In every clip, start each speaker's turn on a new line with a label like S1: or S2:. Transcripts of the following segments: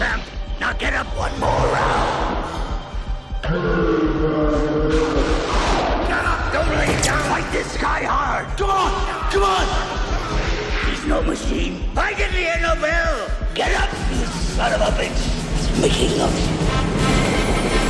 S1: Now get up one more round. Get up! Don't lay down! Fight this guy hard! Come on! Come on! He's no machine. Fight it, the Nobel! Get up, you son of a bitch! He's making love to you.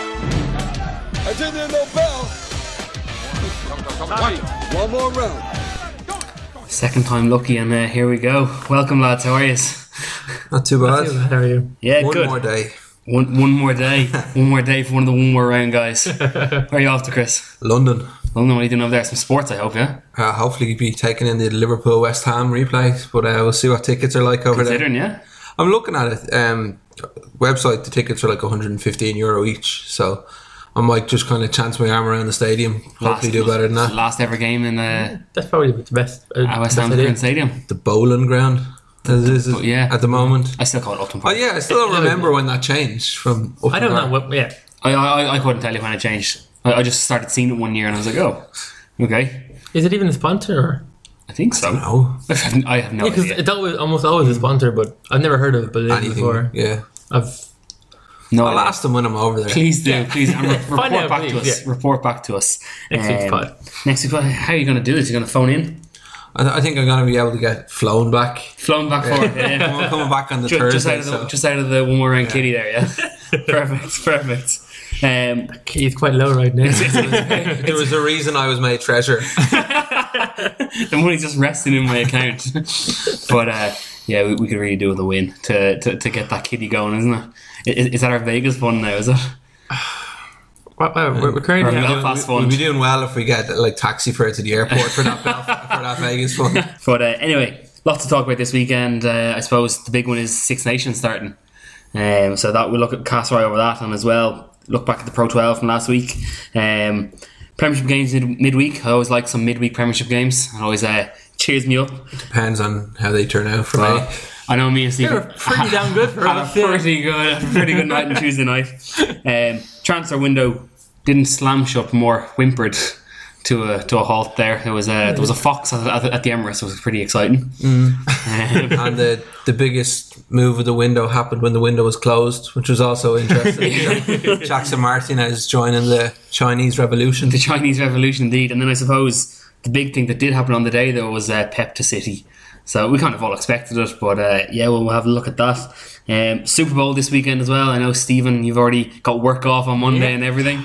S2: I didn't no bell. One more round.
S3: Second time lucky, and uh, here we go. Welcome, lads. How are you?
S2: Not too bad.
S4: How are you?
S3: Yeah,
S2: One
S3: good.
S2: more day.
S3: One, one more day. one more day for one of the one more round guys. Where are you off to, Chris?
S2: London.
S3: London, what are you doing over there? Some sports, I hope, yeah?
S2: Uh, hopefully, you'll be taking in the Liverpool West Ham replays, but uh, we'll see what tickets are like over there.
S3: Considering, yeah?
S2: I'm looking at it. Um, website the tickets are like 115 euro each, so I might just kind of chance my arm around the stadium. Hopefully, do better than that.
S3: Last ever game in uh,
S4: That's probably the best. Uh,
S3: at West
S4: best
S3: Ham's
S4: idea.
S3: Current Stadium.
S2: The bowling ground. As it is
S3: yeah.
S2: at the moment.
S3: I still call it Upton
S2: Oh
S3: Park.
S2: yeah, I still don't remember when that changed from. Up
S4: I don't know
S2: Park.
S4: what. Yeah,
S3: I, I, I- I couldn't tell you when it changed. I, I just started seeing it one year, and I was like, oh, okay.
S4: is it even a sponsor? Or?
S3: I think so.
S2: No,
S3: I have, I have no
S4: Yeah, because
S3: idea.
S4: it's always, almost always a sponsor, but I've never heard of it
S2: anything.
S4: before.
S2: Yeah,
S4: I've
S3: no
S2: I'll
S3: idea.
S2: ask them when I'm over there.
S3: Please do, please, and re- report
S4: Find out,
S3: back to
S4: please,
S3: us.
S4: yeah.
S3: Report back to us Um,
S4: Next week's pod.
S3: Next week's pod. How are you going to do this? You're going to phone in,
S2: I, th- I think I'm gonna be able to get flown back.
S3: flown back forward. Yeah.
S2: I'm coming back on the
S3: Ju- just out
S2: Thursday.
S3: of the
S2: so.
S3: just out of the one more round kitty there. Yeah, perfect, perfect. Um,
S4: he's quite low right now.
S2: there was a reason I was made treasure.
S3: the money's just resting in my account. but uh, yeah, we, we could really do with a win to, to, to get that kitty going, isn't it? I- Is, is that our Vegas fund now? Is it?
S4: Wow, wow, we're, we're currently
S3: Or
S4: at-
S3: Belfast
S2: We'll
S3: fund.
S2: be doing well if we get like taxi fare to the airport for that Belf- for that Vegas one.
S3: But uh, anyway, lots to talk about this weekend. Uh, I suppose the big one is Six Nations starting. Um, so that we'll look at cast our eye over that and as well look back at the Pro 12 from last week. Um, premiership games mid- midweek. I always like some midweek Premiership games. It always uh, cheers me up.
S2: Depends on how they turn out for
S3: Uh,
S2: me.
S3: I know me and Steve
S4: You're pretty damn good for
S3: had a
S4: us. yeah.
S3: pretty good, pretty good night on Tuesday night. Um, transfer window didn't slam shut, more whimpered to a to a halt. There, there was a there was a fox at, at, at the Emirates. It was pretty exciting.
S4: Mm.
S3: Um,
S2: And the the biggest move of the window happened when the window was closed, which was also interesting. Jack- Jackson Martinez joining the Chinese Revolution.
S3: the Chinese Revolution, indeed. And then I suppose the big thing that did happen on the day though was uh, Pep to City. So we kind of all expected it, but uh, yeah, we'll, we'll have a look at that. Um, Super Bowl this weekend as well. I know Stephen, you've already got work off on Monday
S4: Yeah.
S3: and everything.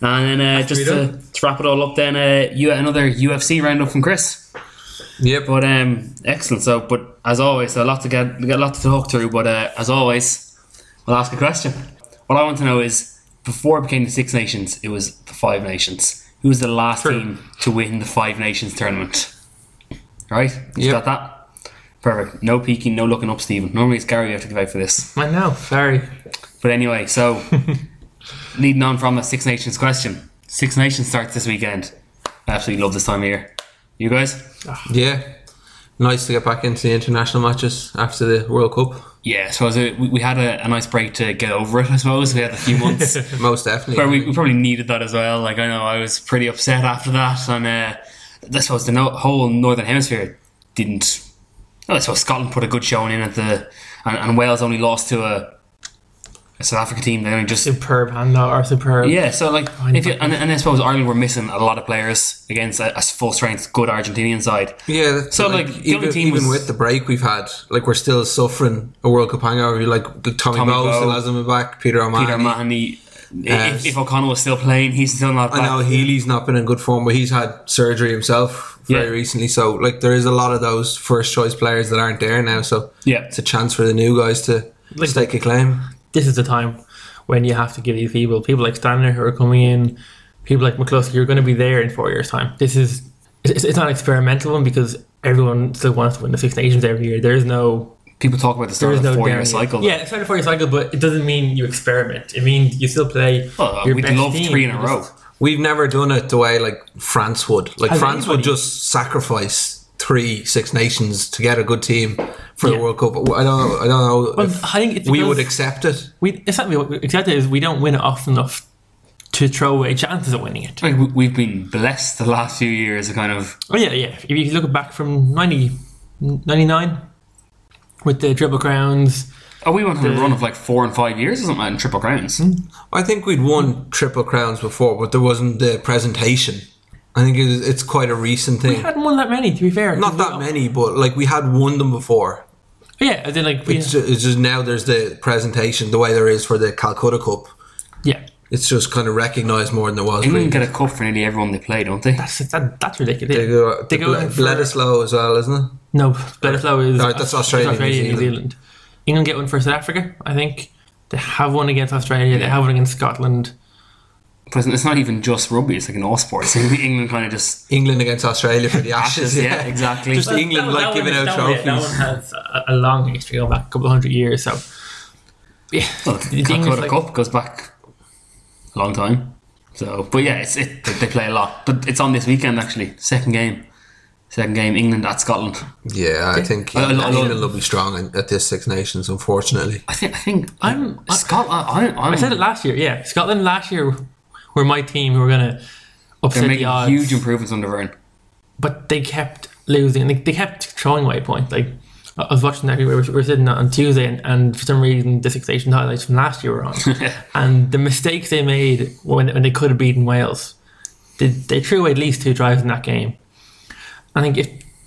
S3: And then uh, just to, to wrap it all up, then uh, you another UFC roundup from Chris.
S2: Yep.
S3: But um, excellent. So, but as always, a lot to get, we got a lot to talk through. But uh, as always, we'll ask a question. What I want to know is, before it became the Six Nations, it was the Five Nations. Who was the last team to win the Five Nations tournament? Right? You got
S2: Yep.
S3: that? Perfect. No peeking, no looking up, Stephen. Normally it's Gary you have to give out for this.
S4: I know. Sorry.
S3: But anyway, so leading on from the Six Nations question. Six Nations starts this weekend. I absolutely love this time of year. You guys?
S2: Yeah. Nice to get back into the international matches after the World Cup.
S3: Yeah, so as a, we we had a, a nice break to get over it, I suppose. We had a few months
S2: Most definitely.
S3: where we, we probably needed that as well. Like, I know I was pretty upset after that, and uh, I suppose the no- whole Northern Hemisphere didn't. I suppose Scotland put a good showing in at the. And, and Wales only lost to a, a South Africa team. They only just.
S4: Superb handout or superb.
S3: Yeah, so like, if you, and, and I suppose Ireland were missing a lot of players against a, a full strength, good Argentinian side.
S2: Yeah. that's-
S3: So, like, the
S2: even,
S3: only team
S2: even
S3: was-
S2: with the break we've had, like we're still suffering a World Cup hangover. Like Tommy,
S3: Tommy
S2: Bowe
S3: Bowe.
S2: still hasn't been back. Peter O'Mahony.
S3: Peter Mahoney, if,
S4: Uh,
S2: Yes.
S3: if O'Connell was still playing, he's still not back.
S2: I know Healy's not been in good form, but he's had surgery himself very
S3: Yeah.
S2: recently. So like there is a lot of those first choice players that aren't there now. So
S3: Yeah.
S2: it's a chance for the new guys to
S4: Like-
S2: stake a claim.
S4: This is the time when you have to give these people, people like Stanley who are coming in, people like McCluskey, you're going to be there in four years' time. This is. It's, it's not an experimental one because everyone still wants to win the Six Nations every year. There is no
S3: People talk about the start
S4: There is
S3: of
S4: no
S3: a four year
S4: guarantee.
S3: cycle.
S4: Yeah, it's not a four year cycle, but it doesn't mean you experiment. It means you still play.
S3: Oh,
S4: your
S3: we'd
S4: best
S3: love
S4: team.
S3: three in a
S4: You just-
S3: row.
S2: We've never done it the way like France would. Like
S4: Has
S2: France would
S4: anybody-
S2: just sacrifice three Six Nations to get a good team for
S4: Yeah.
S2: the World Cup. I don't know. I don't know.
S4: Well,
S2: if
S4: I think it's
S2: we
S4: because-
S2: would accept it.
S4: We exactly what we- exactly is we don't win it often enough to throw away chances of winning it.
S3: I mean, we- we've been blessed the last few years to kind of
S4: Oh yeah, yeah. If you look back from 90, 99 with the triple crowns,
S3: oh we went on a run of like four and five years or something like that in triple crowns.
S4: Mm-hmm.
S2: I think we'd won triple crowns before, but there wasn't the presentation. I think it is- it's quite a recent
S4: we
S2: thing.
S4: hadn't won that many. To be fair,
S2: Not that many, but like we had won them before.
S4: Yeah, I did like we,
S2: It's, ju- it's just now there's the presentation the way there is for the Calcutta Cup.
S4: yeah.
S2: It's just kind of recognised more than it was.
S3: England
S2: really.
S3: get a cup for nearly everyone they play, don't they?
S4: That's, that, that's ridiculous.
S2: They go,
S4: They go in
S2: Bledisloe
S4: for-
S2: as well, isn't it?
S4: No, Bledisloe is
S2: Alright, that's Australia, New
S4: Australia, New
S2: Zealand.
S4: Zealand. England get one for South Africa, I think. They have one against Australia. They have one against Scotland.
S3: Because it's not even just rugby; it's like an all sports. England kind of just
S2: England against Australia for the Ashes.
S3: ashes, yeah, exactly.
S2: Just England like giving out trophies.
S4: that one has a, a long history, going back a couple of hundred years. So yeah,
S3: Well,
S4: The thing is,
S3: Calcutta
S4: like-
S3: Cup goes back a long time. So, but yeah, it's it. They play a lot, but it's on this weekend actually. Second game, second game, England at Scotland.
S2: Yeah, I think
S3: I- I love-
S2: England will be strong in- at this Six Nations, unfortunately.
S3: I think. I think
S4: I'm- I-
S3: Scotland. I, I'm,
S4: I said it last year. Yeah, Scotland last year were my team who were going to
S3: They're
S4: upset the
S3: making
S4: odds,
S3: huge improvements under Vern.
S4: but they kept losing. They, they kept throwing away points. Like I I was watching that. We were, we were sitting on Tuesday, and, and for some reason, the Six Nations highlights from last year were on, and the mistakes they made when when they could have beaten Wales, they, they threw away at least two tries in that game. I think if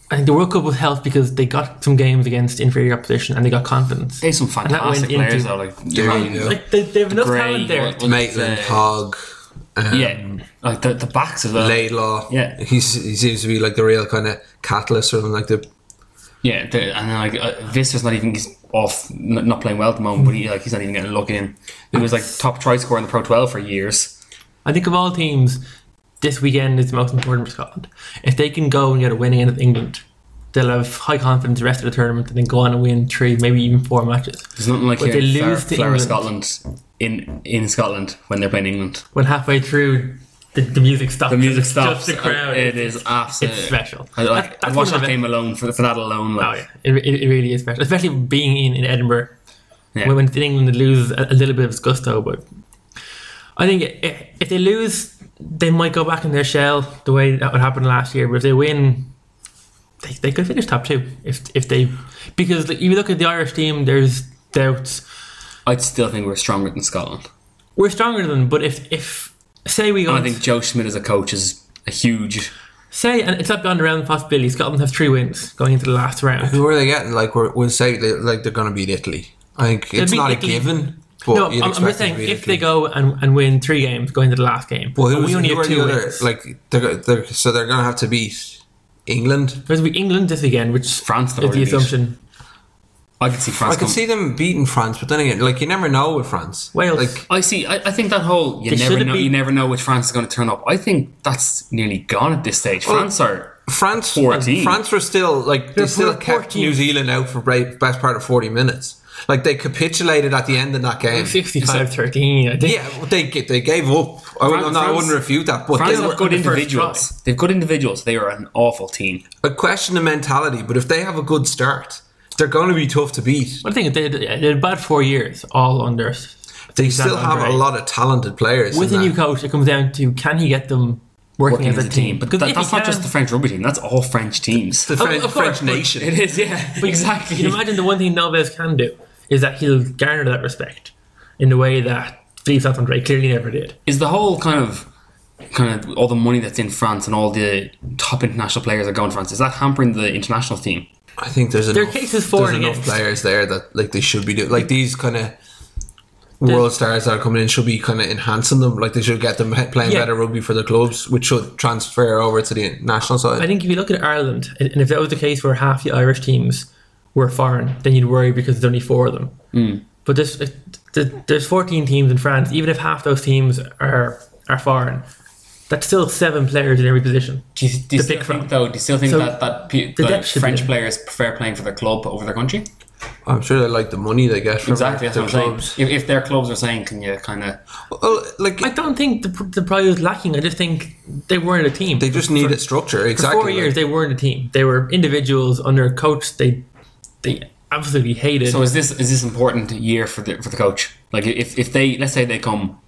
S4: I think the World Cup was helped because they got some games against inferior opposition and they got confidence.
S3: They have some
S4: that went
S3: fantastic players
S4: into-
S3: though. Like
S2: you
S3: Duran,
S2: go.
S4: Like they, they have enough
S3: Gray,
S4: talent there.
S3: what- what-
S2: Maitland,
S3: uh,
S2: Hogg, um,
S3: yeah, like the, the backs uh, as well.
S2: Laidlaw.
S3: Yeah.
S2: He's, he seems to be like the real kind of catalyst or something like the.
S3: Yeah, the, and then like uh, Visser's not even he's off, n- not playing well at the moment. But he like he's not even getting a look in. He was like top try scorer in the Pro 12 for years.
S4: I think of all teams, this weekend is the most important for Scotland. If they can go and get a win against England, they'll have high confidence the rest of the tournament and then go on and win three, maybe even four matches.
S3: There's nothing like
S4: But
S3: hearing
S4: they
S3: Flower-
S4: lose to
S3: Flower of
S4: England.
S3: Scotland in in Scotland when they're playing England.
S4: When halfway through, the, the music stops.
S3: The music
S4: It's
S3: stops.
S4: Just the crowd.
S3: It is absolutely
S4: it's special.
S3: I, like,
S4: That- that's
S3: I watched
S4: one
S3: that
S4: of the-
S3: game alone for, for that alone.
S4: Oh,
S3: Like,
S4: yeah. It, it, it really is special, especially being in, in Edinburgh.
S3: yeah.
S4: When when it's in England, they lose a, a little bit of its gusto. But I think if, if they lose, they might go back in their shell the way that would happen last year. But if they win, they, they could finish top two if if they because like, you look at the Irish team, there's doubts.
S3: I'd still think we're stronger than Scotland.
S4: We're stronger than them, but if if say we go
S3: And I think Joe Schmidt as a coach is a huge.
S4: say and it's not beyond the realm of possibility. Scotland have three wins going into the last round.
S2: Who are they getting? Like, we're, we'll say they, like they're going to beat Italy. I think it's
S4: beat
S2: not
S4: Italy.
S2: a given. But
S4: No,
S2: you'd
S4: I'm, I'm
S2: expect
S4: just
S2: them to
S4: saying
S2: beat
S4: if
S2: Italy.
S4: they go and, and win three games going into the last game,
S2: Well,
S4: and
S2: who's,
S4: we only
S2: who
S4: have
S2: are
S4: two
S2: the other?
S4: wins.
S2: Like, they're, they're, so they're going to have to beat England.
S4: There's be England this weekend, which
S3: France they're
S4: is the
S3: already beat.
S4: assumption.
S3: I could see France.
S2: I could
S3: come-
S2: see them beating France, but then again, like you never know with France.
S4: Wales.
S2: like
S3: I see. I, I think that whole you
S4: They
S3: never
S4: should've
S3: know.
S4: been-
S3: You never know which France is going to turn up. I think that's nearly gone at this stage. France are
S2: France,
S3: 14.
S2: France were still like they
S4: They're
S2: still
S4: poor-
S2: kept
S4: 14.
S2: New Zealand out for bra- best part of forty minutes. Like they capitulated at the end of that game.
S4: 65 13. I think.
S2: Yeah, they g- they gave up. I, wouldn't-
S3: France-
S2: no, I
S3: France-
S2: wouldn't refute that, but
S3: France
S2: they were,
S3: have good
S4: on the first
S3: individuals. They've good individuals. They are an awful team.
S2: I question the mentality. But if they have a good start, they're going to be tough to beat.
S4: But I think they they had about four years all under.
S2: They still have a
S4: Andre.
S2: lot of talented players
S4: With
S2: in
S4: a new
S2: that.
S4: coach, it comes down to can he get them working,
S3: Working
S4: as a team?
S3: but
S4: Because
S3: that,
S4: if
S3: that's
S4: he
S3: not just
S4: can-
S3: the French rugby team. That's all French teams.
S2: the French,
S4: of course,
S2: French
S4: but-
S2: nation.
S3: It is, yeah, exactly.
S4: You can imagine the one thing Neves can do is that he'll garner that respect in the way that Philippe Saint-Andre clearly never did.
S3: is the whole kind of kind of all the money that's in France and all the top international players that go in France is that hampering the international team?
S2: I think there's enough,
S4: cases for
S2: there's
S4: and
S2: enough
S4: against.
S2: players there that like they should be doing like these kind of world stars that are coming in should be kind of enhancing them like they should get them he- playing
S4: Yeah.
S2: better rugby for the clubs which should transfer over to the national side
S4: I think if you look at Ireland, and and if that was the case where half the Irish teams were foreign, then you'd worry because there's only four of them.
S3: Hmm.
S4: But there's, uh, th- there's 14 teams in France. Even if half those teams are are foreign, that's still seven players in every position.
S3: Do you, do you
S4: The
S3: still
S4: big
S3: think
S4: front.
S3: though? Do you still think
S4: So,
S3: that that, pe-
S4: the
S3: that
S4: depth should be
S3: French
S4: there.
S3: players prefer playing for their club over their country?
S2: I'm sure they like the money they get from
S3: Exactly, that's
S2: their
S3: what I'm
S2: clubs.
S3: saying. If, if their clubs are saying, can you kind of.
S2: Well, like
S4: I don't think the, the Pride was lacking. I just think they weren't a team.
S2: they just need a structure.
S4: For
S2: Exactly.
S4: four years, they weren't a team. They were individuals under a coach they they absolutely hated.
S3: So is this is this important year for the for the coach? Like if, if they let's say they come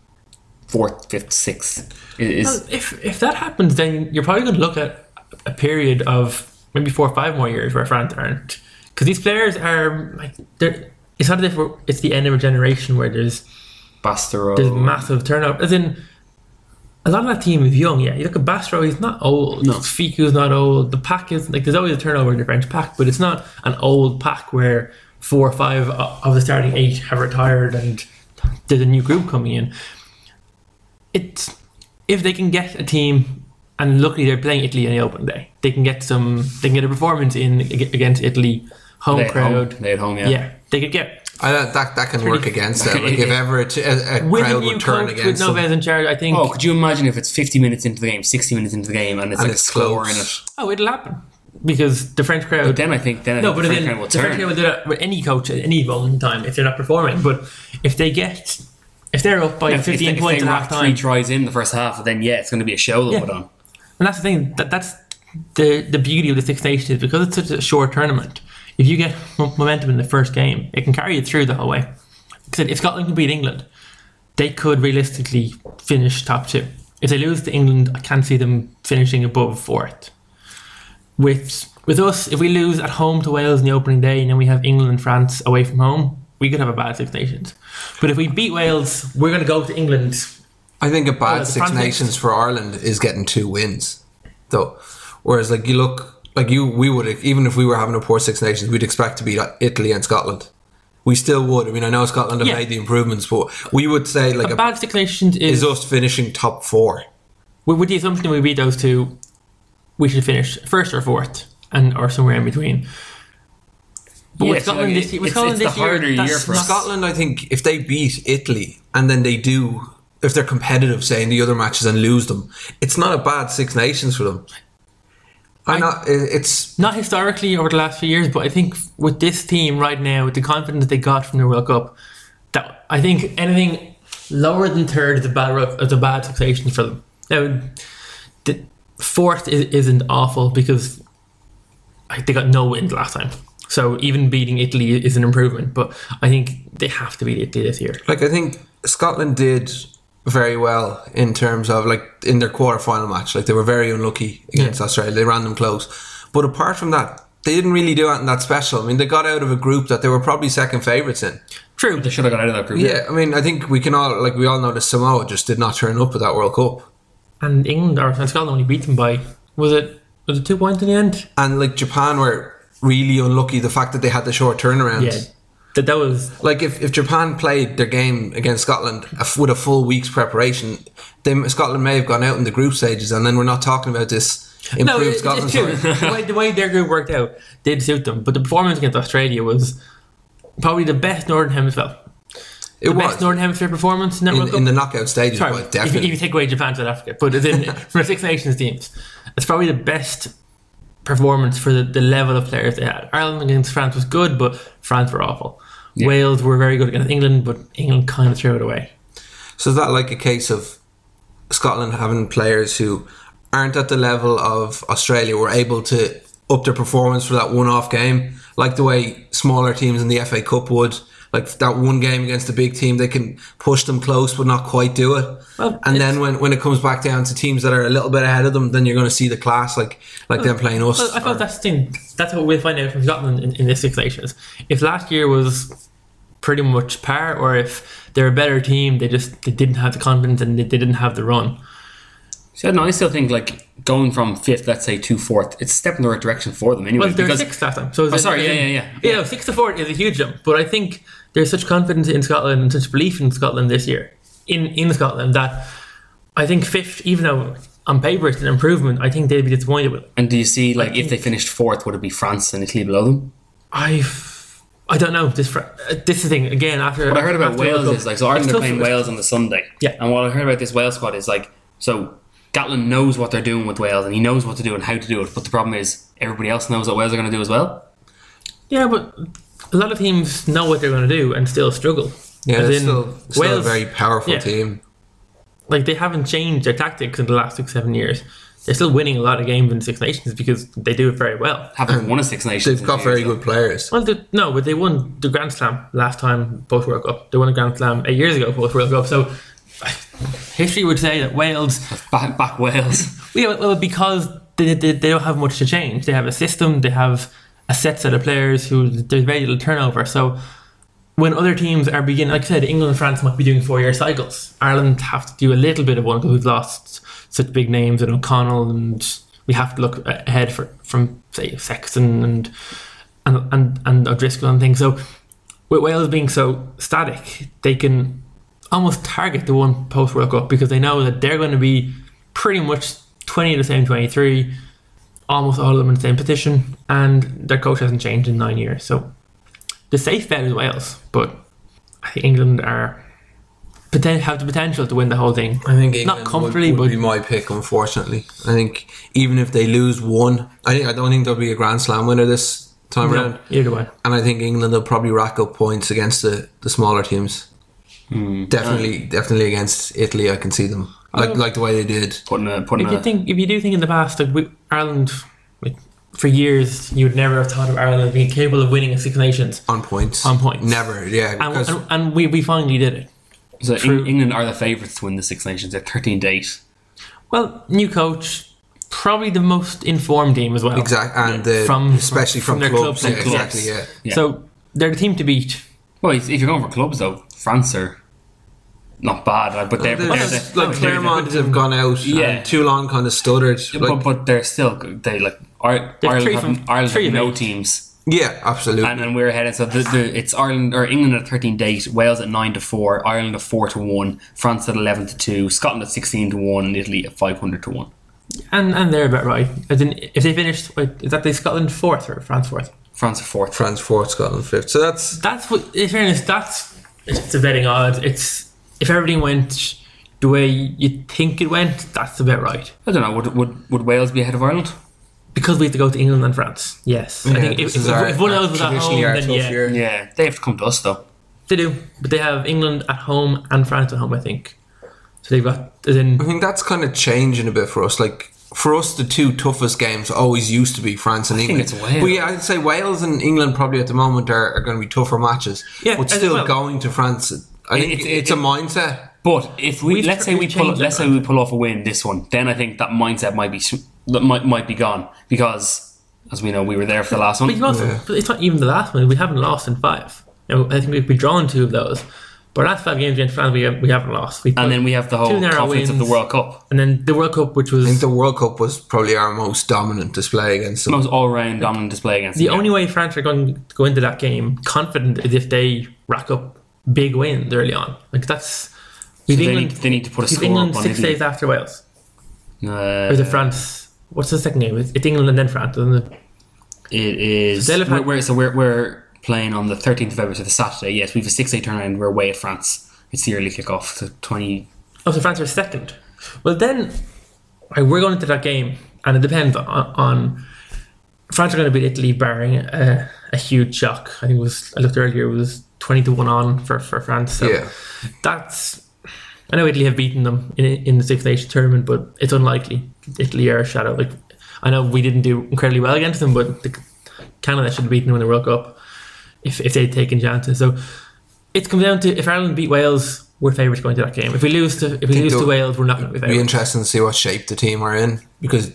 S3: fourth, fifth, sixth, i- is
S4: if if that happens, then you're probably going to look at a period of maybe four or five more years where France aren't, because these players are like they're. It's not as if we're, it's the end of a generation where there's
S3: Bastero
S4: there's massive turnout. As in, a lot of that team is young. Yeah, you look at Bastro, he's not old.
S3: No.
S4: Fiku's not old. The pack is like there's always a turnover in the French pack, but it's not an old pack where four or five o- of the starting eight have retired and there's a new group coming in. It's if they can get a team. And luckily, they're playing Italy in the open day. They can get some. They can get a performance in ag- against Italy, home
S3: they at
S4: crowd.
S3: Home, they at home, yeah.
S4: Yeah. they could get
S2: I don't, that that can work against them. Like if ever a, t- a, a
S4: with a
S2: crowd
S4: new
S2: would turn
S4: coach with
S2: against them,
S4: Novez in charge. I think
S3: Oh, could you imagine if it's 50 minutes into the game, 60 minutes into the game, and it's
S2: and
S3: like
S2: it's
S3: a score in
S2: close.
S3: it?
S4: Oh, it'll happen because the French crowd.
S3: But then I think then
S4: no,
S3: the
S4: but
S3: French
S4: then
S3: crowd will
S4: the French
S3: turn.
S4: crowd will do that with any coach at any moment in time if they're not performing. But if they get, if they're up by
S3: If- if they-
S4: 15
S3: if
S4: points
S3: they
S4: at
S3: rack
S4: half
S3: three
S4: time,
S3: tries in the first half, then yeah, it's going to be a show they'll
S4: Yeah.
S3: put on.
S4: and that's the thing that that's the the beauty of the Six Nations is because it's such a short tournament. If you get mo- momentum in the first game, it can carry you through the whole way. Like I said, if Scotland can beat England, they could realistically finish top two. If they lose to England, I can't see them finishing above fourth. With with us, if we lose at home to Wales in the opening day, and then we have England and France away from home, we could have a bad Six Nations. But if we beat Wales, we're going to go to England.
S2: I think a bad
S4: Oh, the
S2: Six
S4: Frantic-
S2: Nations for Ireland is getting two wins, though. Whereas, like you look, like you, we would even if we were having a poor Six Nations, we'd expect to beat Italy and Scotland. We still would. I mean, I know Scotland have
S4: Yeah.
S2: made the improvements, but we would say like
S4: A
S2: a
S4: bad Six Nations
S2: is us finishing top four.
S4: with, with the assumption that we beat those two, we should finish first or fourth, and or somewhere in between. But
S3: Yeah,
S4: with
S3: it's like
S4: Scotland this
S3: it-
S4: year, with
S3: it's-
S4: Scotland
S3: it's the
S4: this year,
S3: harder
S4: that's
S3: year for us.
S4: not-
S2: Scotland, I think, if they beat Italy and then they do, if they're competitive, say in the other matches and lose them, it's not a bad Six Nations for them. I'm not. it- It's
S4: Not historically over the last few years, but I think with this team right now, with the confidence they got from the World Cup, that I think anything lower than third is a bad ro- is a bad fixation for them. Now, the fourth is, isn't awful because I- they got no wins last time, so even beating Italy is an improvement. But I think they have to beat Italy this year.
S2: Like I think Scotland did very well in terms of like in their quarter final match. Like they were very unlucky against
S4: Yeah.
S2: Australia. They ran them close. But apart from that, they didn't really do anything that special. I mean, they got out of a group that they were probably second favourites in.
S4: True,
S3: They should have got out of that group.
S2: Yeah, I mean, I think we can all like we all know that Samoa just did not turn up at that World Cup,
S4: and England or Scotland only beat them by was it was it two points in the end?
S2: and like Japan were really unlucky. The fact that they had the short turnaround.
S4: Yeah, that that was
S2: Like if, if Japan played their game against Scotland a f- with a full week's preparation, then Scotland may have gone out in the group stages, and then we're not talking about this improved
S4: no, it,
S2: Scotland.
S4: it's true.
S2: side.
S4: the, way, the way their group worked out did suit them, but the performance against Australia was probably the best Northern Hemisphere,
S2: It
S4: the best
S2: was
S4: Northern Hemisphere performance in that World
S2: in,
S4: Cup.
S2: in the knockout stages,
S4: Sorry,
S2: but
S4: if, you- if
S2: definitely.
S4: you take away Japan, South Africa, but it's in for Six Nations teams, it's probably the best performance for the, the level of players they had. Ireland against France was good, but France were awful. Wales were very good against England, but England kind of threw it away.
S2: so is that like a case of Scotland having players who aren't at the level of Australia were able to up their performance for that one-off game, like the way smaller teams in the FA Cup would. Like that one game against the big team, they can push them close but not quite do it.
S4: Well,
S2: and
S4: it's-
S2: then when, when it comes back down to teams that are a little bit ahead of them, then you're going to see the class, like like them playing us.
S4: Well, I
S2: or-
S4: thought that's the thing. That's what we'll find out from Scotland in, in this Six Nations. If last year was pretty much par, or if they're a better team, they just they didn't have the confidence and they, they didn't have the run.
S3: So no, I still think like going from fifth, let's say to fourth, it's a step in the right direction for them anyway.
S4: Well, they're
S3: because
S4: sixth last time. So
S3: Oh, sorry, yeah, yeah, yeah.
S4: yeah. Yeah, six to four is a huge jump, but I think there's such confidence in Scotland and such belief in Scotland this year, in in Scotland that I think fifth, even though on paper it's an improvement, I think they'd be disappointed with. It.
S3: and do you see like if they finished fourth, would it be France and Italy below them?
S4: I've I don't know this. Fr- uh, this is the thing again. After
S3: What I heard about
S4: after World
S3: Wales
S4: Cup,
S3: is like so Ireland
S4: it's
S3: are
S4: tough-
S3: playing Wales on the Sunday.
S4: Yeah.
S3: And what I heard about this Wales squad is like so Gatlin knows what they're doing with Wales and he knows what to do and how to do it. But the problem is everybody else knows what Wales are going to do as well.
S4: Yeah, but a lot of teams know what they're going to do and still struggle.
S2: Yeah,
S4: As
S2: they're
S4: in
S2: still, still
S4: Wales-
S2: a very powerful
S4: yeah.
S2: team.
S4: like they haven't changed their tactics in the last six seven years. They're still winning a lot of games in Six Nations because they do it very well.
S3: Haven't won a Six Nations.
S2: They've
S3: in
S2: got
S3: years,
S2: very
S3: though.
S2: good players.
S4: Well, they, no, but they won the Grand Slam last time both World Cup. They won a Grand Slam eight years ago both World Cup. So history would say that Wales,
S3: back, back Wales.
S4: yeah, well, because they, they, they don't have much to change. They have a system. They have a set set of players who there's very little turnover. So when other teams are beginning, like I said, England and France might be doing four year cycles. Ireland have to do a little bit of one because we've lost such big names and O'Connell, and we have to look a- ahead for, from, say, Sexton and and, and, and O'Driscoll and things. So with Wales being so static, they can almost target the one post World Cup because they know that they're going to be pretty much 20 of the same 23, almost all of them in the same position, and their coach hasn't changed in nine years. So the safe bet is Wales, but I think England are poten- have the potential to win the whole thing.
S2: I think
S4: not
S2: England
S4: comfortably,
S2: would, would
S4: but
S2: be my pick. Unfortunately, I think even if they lose one, I think I don't think there'll be a Grand Slam winner this time
S4: no,
S2: around.
S4: either way.
S2: And I think England will probably rack up points against the, the smaller teams.
S3: Hmm.
S2: Definitely, definitely against Italy, I can see them
S4: Oh.
S2: like like the way they did.
S3: Putting a putting
S4: If you
S3: a
S4: think, if you do think in the past, like we, Ireland, like, for years you would never have thought of Ireland being capable of winning a Six Nations,
S2: On points.
S4: On points.
S2: Never, yeah.
S4: and,
S2: Because
S4: and, and we, we finally did it.
S3: so
S4: True.
S3: Eng- England are the favourites to win the Six Nations. They're thirteen to eight.
S4: Well, new coach, probably the most informed team as well.
S2: exactly, and uh,
S4: From-
S2: especially from,
S4: from their
S2: clubs.
S4: clubs and
S2: yeah,
S4: clubs.
S2: Exactly, yeah.
S3: Yeah.
S4: So they're the team to beat.
S3: Well, if if you're going for clubs though, France are not bad, like, but they're, but they're,
S2: There's-
S3: the-
S2: like Claremont have gone out.
S3: Yeah.
S2: and Toulon kind of stuttered.
S3: but,
S2: Like,
S3: but they're still good. they like Ir-
S4: They're
S3: Ireland
S4: three
S3: have,
S4: from-
S3: Ireland
S4: three
S3: have
S4: of
S3: no
S4: eight.
S3: teams,
S2: yeah, absolutely.
S3: and uh, then we're ahead. So the, the, it's Ireland or England at thirteen to eight, Wales at nine to four, Ireland at four to one, France at eleven to two, Scotland at sixteen to one, and Italy at five hundred to one.
S4: And and they're about right. As in, if they finished, wait, is that they Scotland fourth or France fourth?
S3: France are fourth.
S2: France fourth, Scotland fifth. So that's
S4: That's what. In fairness, that's it's the betting odds. It's if everything went the way you think it went, that's about right.
S3: I don't know. Would, would would Wales be ahead of Ireland?
S4: Because we have to go to England and France. Yes, I
S2: Yeah,
S4: think
S2: this
S4: if,
S2: is
S4: if,
S2: our-
S4: if one of
S2: our-
S4: those was at
S2: traditionally
S4: home,
S2: our
S4: then
S2: tough
S4: yeah,
S2: year.
S3: Yeah, they have to come to us though.
S4: they do. But they have England at home and France at home. I think. So they've got as in
S2: I think that's kind of changing a bit for us. Like for us, the two toughest games always used to be France and England.
S3: think it's Wales.
S2: But yeah, I'd say Wales and England probably at the moment are, are going to be tougher matches.
S4: Yeah,
S2: but
S4: as
S2: still
S4: well.
S2: going to France. I think
S3: It-
S2: it's,
S3: it-
S2: a
S3: it-
S2: mindset.
S3: But if we
S4: We've
S3: let's
S4: tr-
S3: say we
S4: we've
S3: pull
S4: changed
S3: let's
S4: that,
S3: say we pull off a win this one, then I think that mindset might be sw- that might might be gone because as we know we were there for the last
S4: But
S3: one.
S4: you also,
S2: Yeah.
S4: but it's not even the last one. We haven't lost in five. You know, I think we've been drawn two of those. But our last five games against France, we, we haven't lost. We
S3: and then we have the whole
S4: Two narrow
S3: confidence of the
S4: wins.
S3: World Cup,
S4: and then the World Cup, which
S2: I think
S4: was
S2: the World Cup was probably our most dominant display against them.
S3: most all-round dominant display against
S4: the
S3: them, yeah.
S4: only way France are going to go into that game confident is if they rack up big wins early on. Like that's we've
S3: they
S4: England.
S3: need- they need to put a
S4: we've
S3: score
S4: England
S3: up on
S4: six
S3: Italy.
S4: days after Wales.
S3: Uh,
S4: Or is it France? What's the second game? It's, it's England and then France, isn't it?
S3: it is.
S4: They'll have
S3: we're,
S4: had-
S3: we're- so we're, we're playing on the 13th of February, so the Saturday. Yes, we have a six-day turnaround. We're away at France. It's the early kickoff. So 20.
S4: Oh, so France are second. Well, then right, we're going into that game, and it depends on, on France are going to beat Italy, barring a, a huge shock. I think it was I looked earlier it was twenty to one on for, for France. So
S2: Yeah.
S4: that's I know Italy have beaten them in in the Six Nations tournament, but it's unlikely. Italy are a shadow. Like I know we didn't do incredibly well against them, but the, Canada should have beaten them in the World Cup if if they'd taken chances. So it comes down to if Ireland beat Wales, we're favourites going to that game. If we lose to if we
S2: think
S4: lose to
S2: they'll-
S4: Wales, we're not going to be
S2: It'd be
S4: favourites.
S2: interesting to see what shape the team are in because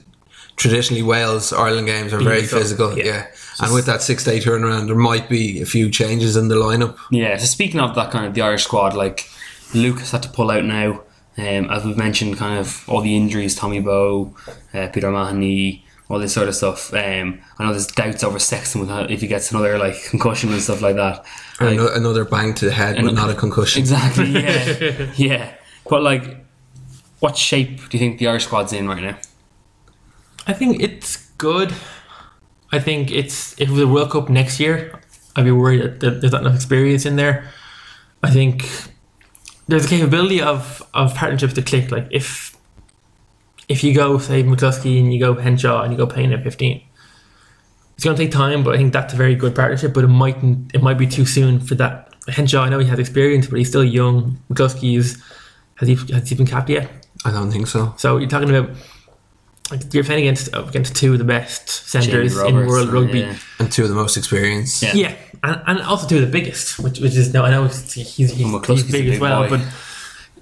S2: traditionally Wales Ireland games are very
S4: physical,
S2: physical. Yeah,
S4: yeah.
S2: and with that six day turnaround, there might be a few changes in the lineup.
S3: Yeah, so speaking of that kind of the Irish squad, like Lucas had to pull out now. Um, as we've mentioned, kind of all the injuries, Tommy Bow, uh, Peter Mahoney, all this sort of stuff. Um, I know there's doubts over Sexton with how- if he gets another like concussion and stuff like that.
S2: Or
S3: Like,
S2: ano- another bang to the head, but not a concussion.
S3: Exactly. Yeah. yeah. But like, what shape do you think the Irish squad's in right now?
S4: I think it's good. I think it's if it was a World Cup next year, I'd be worried that there- there's not enough experience in there. I think there's a capability of of partnerships to click. Like if if you go say McCluskey and you go Henshaw and you go Payne at fifteen, it's going to take time, but I think that's a very good partnership. But it mightn't, it might be too soon for that. Henshaw, I know he has experience, but he's still young. McCluskey is, has he has he been capped yet?
S2: I don't think so.
S4: So you're talking about like, you're playing against against two of the best centres in
S3: Roberts,
S4: world
S3: uh,
S4: rugby.
S3: yeah.
S2: And two of the most experienced.
S3: Yeah.
S4: Yeah, and, and also two of the biggest, which which is no, I know he's he's, he's,
S3: Well, McCluskey's
S4: he's big
S3: a
S4: as
S3: big
S4: well,
S3: boy.
S4: but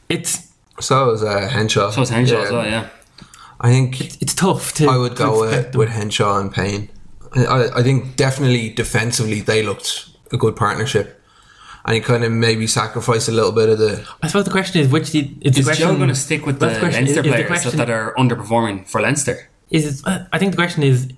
S4: it's
S2: So is uh, Henshaw.
S3: So it's Henshaw as well, yeah.
S2: I think
S4: it's tough to.
S2: I would
S4: to
S2: go
S4: expect
S2: with,
S4: them.
S2: with Henshaw and Payne. I- I, I think definitely defensively they looked a good partnership. And you kind of maybe sacrifice a little bit of the.
S4: I suppose the question is which did it's
S3: Is
S4: the question,
S3: Joe going to stick with the
S4: that's question-
S3: Leinster
S4: is- is the
S3: players
S4: question-
S3: that are underperforming for Leinster?
S4: Is uh, I think the question is,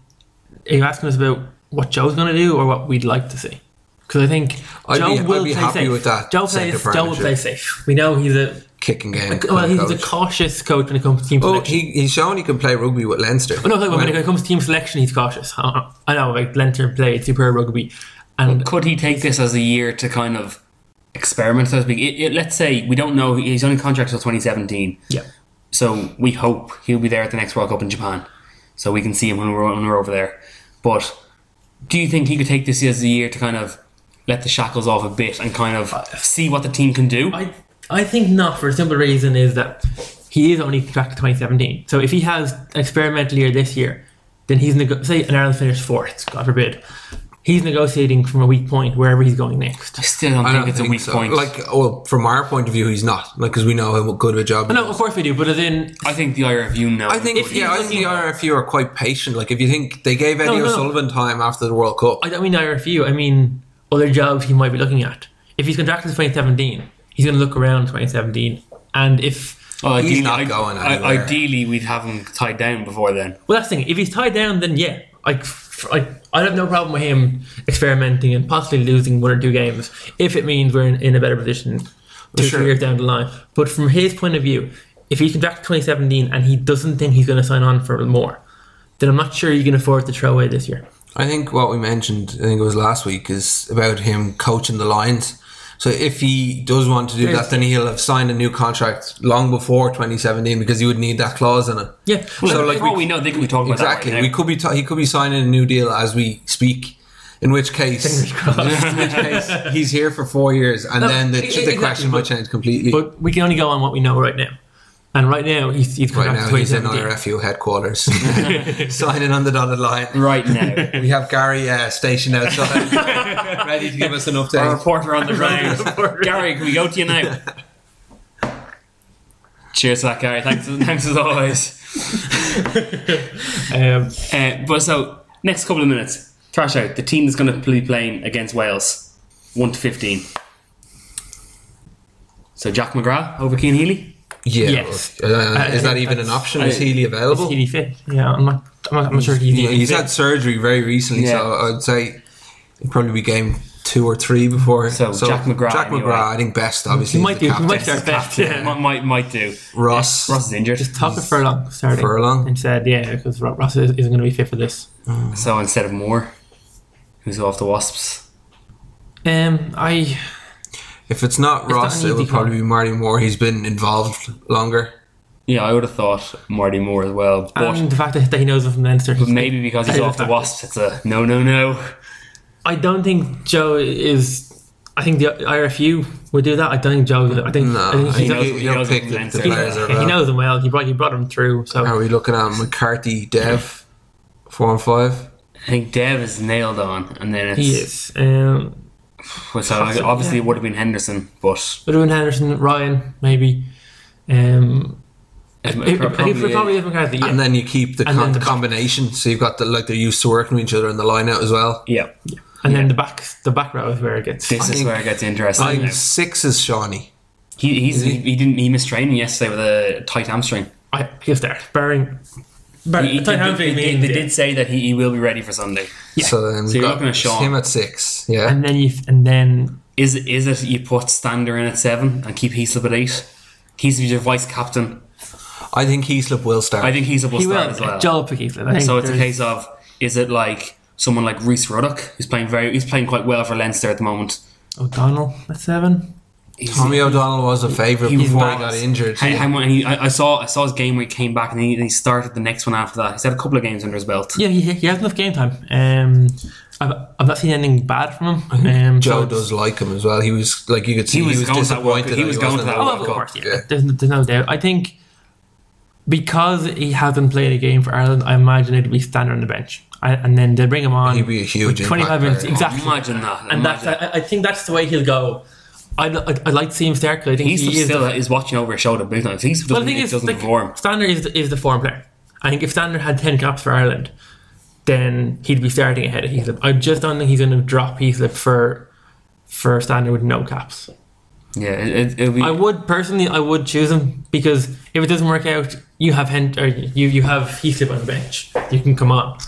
S4: are you asking us about what Joe's going to do or what we'd like to see? Because I think
S2: I'd
S4: Joe
S2: be- I'd
S4: will
S2: be
S4: play
S2: happy
S4: safe.
S2: with that
S4: Joe
S2: centre
S4: plays. Joe will
S2: partnership.
S4: play safe. We know he's a
S2: Kicking game.
S4: well,
S2: kind
S4: he's
S2: of
S4: a
S2: coach.
S4: cautious coach when it comes to team
S2: Oh,
S4: selection.
S2: he, he's shown he can play rugby with Leinster.
S4: Oh, no, like, when, it comes to team selection, he's cautious. I, I know, like Leinster played superb rugby, and
S3: Could he take this as a year to kind of experiment, so to speak? It, it, let's say we don't know, he's only contract till 2017.
S4: yeah,
S3: So we hope he'll be there at the next World Cup in Japan, so we can see him when we're when we're over there. But do you think he could take this as a year to kind of let the shackles off a bit and kind of see what the team can do?
S4: I I think not for a simple reason is that he is only contracted 2017. So if he has an experimental year this year, then he's nego- say an Ireland finished fourth, God forbid. He's negotiating from a weak point wherever he's going next.
S3: Still don't
S2: I
S3: think
S2: don't
S3: it's a
S2: think
S3: weak
S2: so.
S3: point.
S2: Like, well, from our point of view, he's not. Like, because we know how good of a job. he
S4: Oh, No, of course we do, but as in
S3: I think the IRFU know.
S2: I think
S4: If
S2: yeah,
S4: you-
S2: I think the RFU are quite patient. Like if you think they gave Eddie
S4: No, no.
S2: O'Sullivan time after the World Cup,
S4: I don't mean IRFU. I mean other jobs he might be looking at. If he's contracted 2017, he's going to look around 2017, and if
S3: Well,
S2: he's
S3: oh, ideally,
S2: not
S3: I-
S2: going
S3: I-
S2: anywhere.
S3: ideally, we'd have him tied down before then.
S4: Well, that's the thing. If he's tied down, then yeah, like, f- like I have no problem with him experimenting and possibly losing one or two games if it means we're in, in a better position two
S2: Sure.
S4: three years down the line. But from his point of view, if he's contracted 2017 and he doesn't think he's going to sign on for more, then I'm not sure you can afford to throw away this year.
S2: I think what we mentioned, I think it was last week, is about him coaching the Lions. So if he does want to do
S4: There's-
S2: that, then he'll have signed a new contract long before 2017 because he would need that clause in it.
S4: Yeah.
S2: So,
S3: Well,
S2: like,
S3: for all
S2: we-
S3: we know, they could be talking
S2: Exactly.
S3: about that.
S2: we could be ta- he could be signing a new deal as we speak. In which case, in which case he's here for four years, and
S4: No,
S2: then the,
S4: e- e-
S2: the question
S4: exactly,
S2: might
S4: but-
S2: change completely.
S4: But we can only go on what we know right now. And right now, he's, he's
S2: right
S4: contracted
S2: now, he's in
S4: 2017.
S2: IRFU headquarters, signing on the dotted line.
S3: right now.
S2: We have Gary uh, stationed outside, ready to give us an
S3: Our
S2: update.
S3: reporter on the ground.
S4: Reporter.
S3: Gary, can we go to you now? Cheers to that, Gary. Thanks, thanks as always.
S4: Um,
S3: Uh, but so next couple of minutes, trash out the team that's going to be playing against Wales, one to fifteen. So Jack McGrath over Keane Healy.
S2: Yeah,
S4: Yes.
S2: uh, is that
S4: think
S2: even an
S4: that's-
S2: option? Is
S3: I-
S2: Healy available?
S4: Uh, is he fit? Yeah, I'm not, I'm not, I'm not sure he's,
S2: Yeah, he's had surgery very recently, so
S3: Yeah.
S2: I'd say it'd probably be game two or three before.
S3: So Jack McGrath
S2: Jack
S3: anyway.
S2: McGrath, I think best obviously. is
S4: He might
S2: the
S4: do- he might
S2: captain.
S4: start best. Yeah.
S3: Might, might might do.
S2: Ross.
S3: Ross is injured,
S4: Just talk of Furlong starting.
S2: Furlong.
S4: And said, yeah, because Ro- Ross is- isn't going to be fit for this.
S3: so instead of Moore, who's off the Wasps.
S4: Um, I
S2: If it's not
S4: not
S2: Ross,
S4: an
S2: it would
S4: easy call.
S2: probably be Marty Moore. He's been involved longer.
S3: Yeah, I would have thought Marty Moore as well, but
S4: and the fact that, that he knows him from Leinster, he's-
S3: maybe because he's
S4: I-
S3: off the Wasps, it's a no, no, no.
S4: I don't think Joe is. I think the IRFU would do that. I don't think Joe. I think,
S2: No,
S4: I think
S2: he knows,
S4: he's,
S3: knows-
S2: you
S3: he
S2: don't
S3: knows
S2: pick
S3: him
S2: the,
S3: then,
S2: the
S3: so-
S2: players are
S4: yeah, he
S2: well.
S4: knows him well. He brought he brought him through. So
S2: Are we looking at uh, McCarthy, Dev, four and five?
S3: I think Dev is nailed on, and then it's,
S4: he is. Um,
S3: well, so obviously it would have been Henderson, but
S4: would have been Henderson, Ryan, maybe. Um,
S3: it,
S4: it, it, probably, probably is McCarthy. Yeah.
S2: And then you keep the,
S4: And
S2: con-
S4: then the back-
S2: combination, so you've got the like they're used to working with each other in the line out as well.
S3: yeah.
S4: And then the back the back row is where it gets.
S3: This
S2: I
S3: is
S2: think-
S3: where it gets interesting.
S2: Line six is Shawnee.
S3: He, he's,
S2: he?
S3: he? didn't he missed training yesterday with a tight hamstring.
S4: I, he'll start. Barring.
S3: He- he-
S4: Barring.
S3: they, they- they- they did say that he, he will be ready for Sunday.
S2: So then
S3: you're
S2: we've got
S3: looking at Shaw.
S2: him at six. Yeah.
S4: And then you and then
S3: Is is it you put Stander in at seven and keep Heaslip at eight? Heaslip's your vice captain.
S2: I think Heaslip will start.
S3: I think Heaslip will
S4: he will.
S3: start as well.
S4: Joel Pickesley. I think
S3: so it's a
S4: there's-
S3: case of is it like someone like Reese Ruddock who's playing very he's playing quite well for Leinster at the moment.
S4: O'Donnell at seven.
S3: he's-
S2: Tommy O'Donnell was a favourite
S3: he was
S2: before he
S3: bonkers.
S2: got injured.
S3: How, how mu- and he, I, I saw I saw his game where he came back and he, and he started the next one after that. He's had a couple of games under his belt.
S4: Yeah, he, he has enough game time. Um, I've, I've not seen anything bad from him. Um, so
S2: Joe
S4: it's-
S2: does like him as well. He was like you could see he was,
S3: was going to that World Cup.
S2: disappointed. that
S3: He was going
S2: wasn't
S3: to
S2: in
S3: that
S2: the
S4: Oh,
S3: World
S4: of
S2: Cup.
S4: course, yeah. There's, there's no doubt. I think because he hasn't played a game for Ireland, I imagine it'd be standing on the bench, I, and then they bring him on.
S2: He'd be a huge
S4: with 25
S2: impact
S4: minutes
S2: player.
S4: exactly.
S3: Imagine that.
S4: and
S3: imagine.
S4: that's, I, I think that's the way he'll go. I'd, I'd, I'd like to see him start. 'cause I think
S3: he's
S4: he is
S3: still is watching over his shoulder big time. If He's
S4: Well,
S3: doesn't,
S4: the thing
S3: it
S4: is,
S3: doesn't
S4: like,
S3: perform.
S4: Stander is the, is the form player. I think if Stander had ten caps for Ireland, then he'd be starting ahead of Heaslip. I just don't think he's going to drop Heaslip for for Stander with no caps.
S3: Yeah, it, it, it'll be.
S4: I would personally, I would choose him because if it doesn't work out, you have Hen- or you you have Heaslip on the bench. You can come on.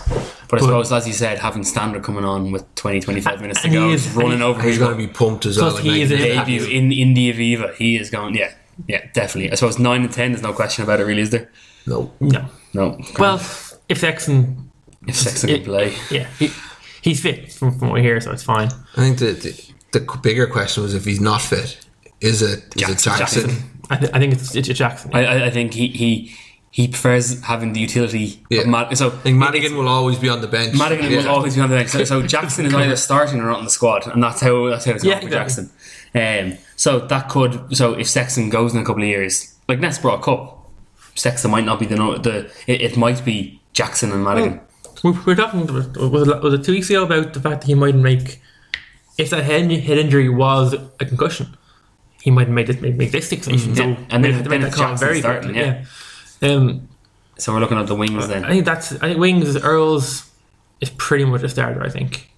S3: but I
S4: but-
S3: suppose, as you said, having Standard coming on with 20, 25 minutes to
S4: And Uh, he
S3: go,
S4: is-
S3: just running
S4: and he-
S3: over
S2: He's
S3: people.
S2: going to be pumped as
S4: Plus
S2: well.
S4: he is
S2: making
S4: an
S2: it happen.
S3: debut in India Viva. He is going. Yeah, yeah, definitely. I suppose nine and ten. There's no question about it, really, is there?
S2: No,
S4: No.
S3: No.
S4: Well, if Sexton,
S3: if Sexton can
S4: it-
S3: play,
S4: yeah, he, he's fit from, from what we hear, so it's fine.
S2: I think the, the the bigger question was if he's not fit, is it is
S3: Jackson,
S2: it Jackson?
S3: Jackson.
S4: I, th- I think it's, it's Jackson.
S3: I, I, I think he he he prefers having the utility.
S2: Yeah.
S3: Of Mad- so
S2: I think Madigan will always be on the bench.
S3: Madigan will
S2: Yeah.
S3: always be on the bench. So, so Jackson is either starting or not on the squad, and that's how that's how it's
S4: Yeah,
S3: going for
S4: exactly.
S3: Jackson. Um, so that could so if Sexton goes in a couple of years, like Ness brought up, Sexton might not be the no- the it, it might be Jackson and Madigan.
S4: We we were talking about, was it, was it two weeks ago about the fact that he mightn't make if that head, head injury was a concussion, he might make this make, make this six nation.
S3: Mm, yeah.
S4: So
S3: And
S4: we
S3: then-
S4: have to
S3: then
S4: make that
S3: it's
S4: call
S3: Jackson
S4: very
S3: starting,
S4: quickly, yeah. Um,
S3: So we're looking at the wings then.
S4: I think that's I think wings Earls is pretty much a starter. I think.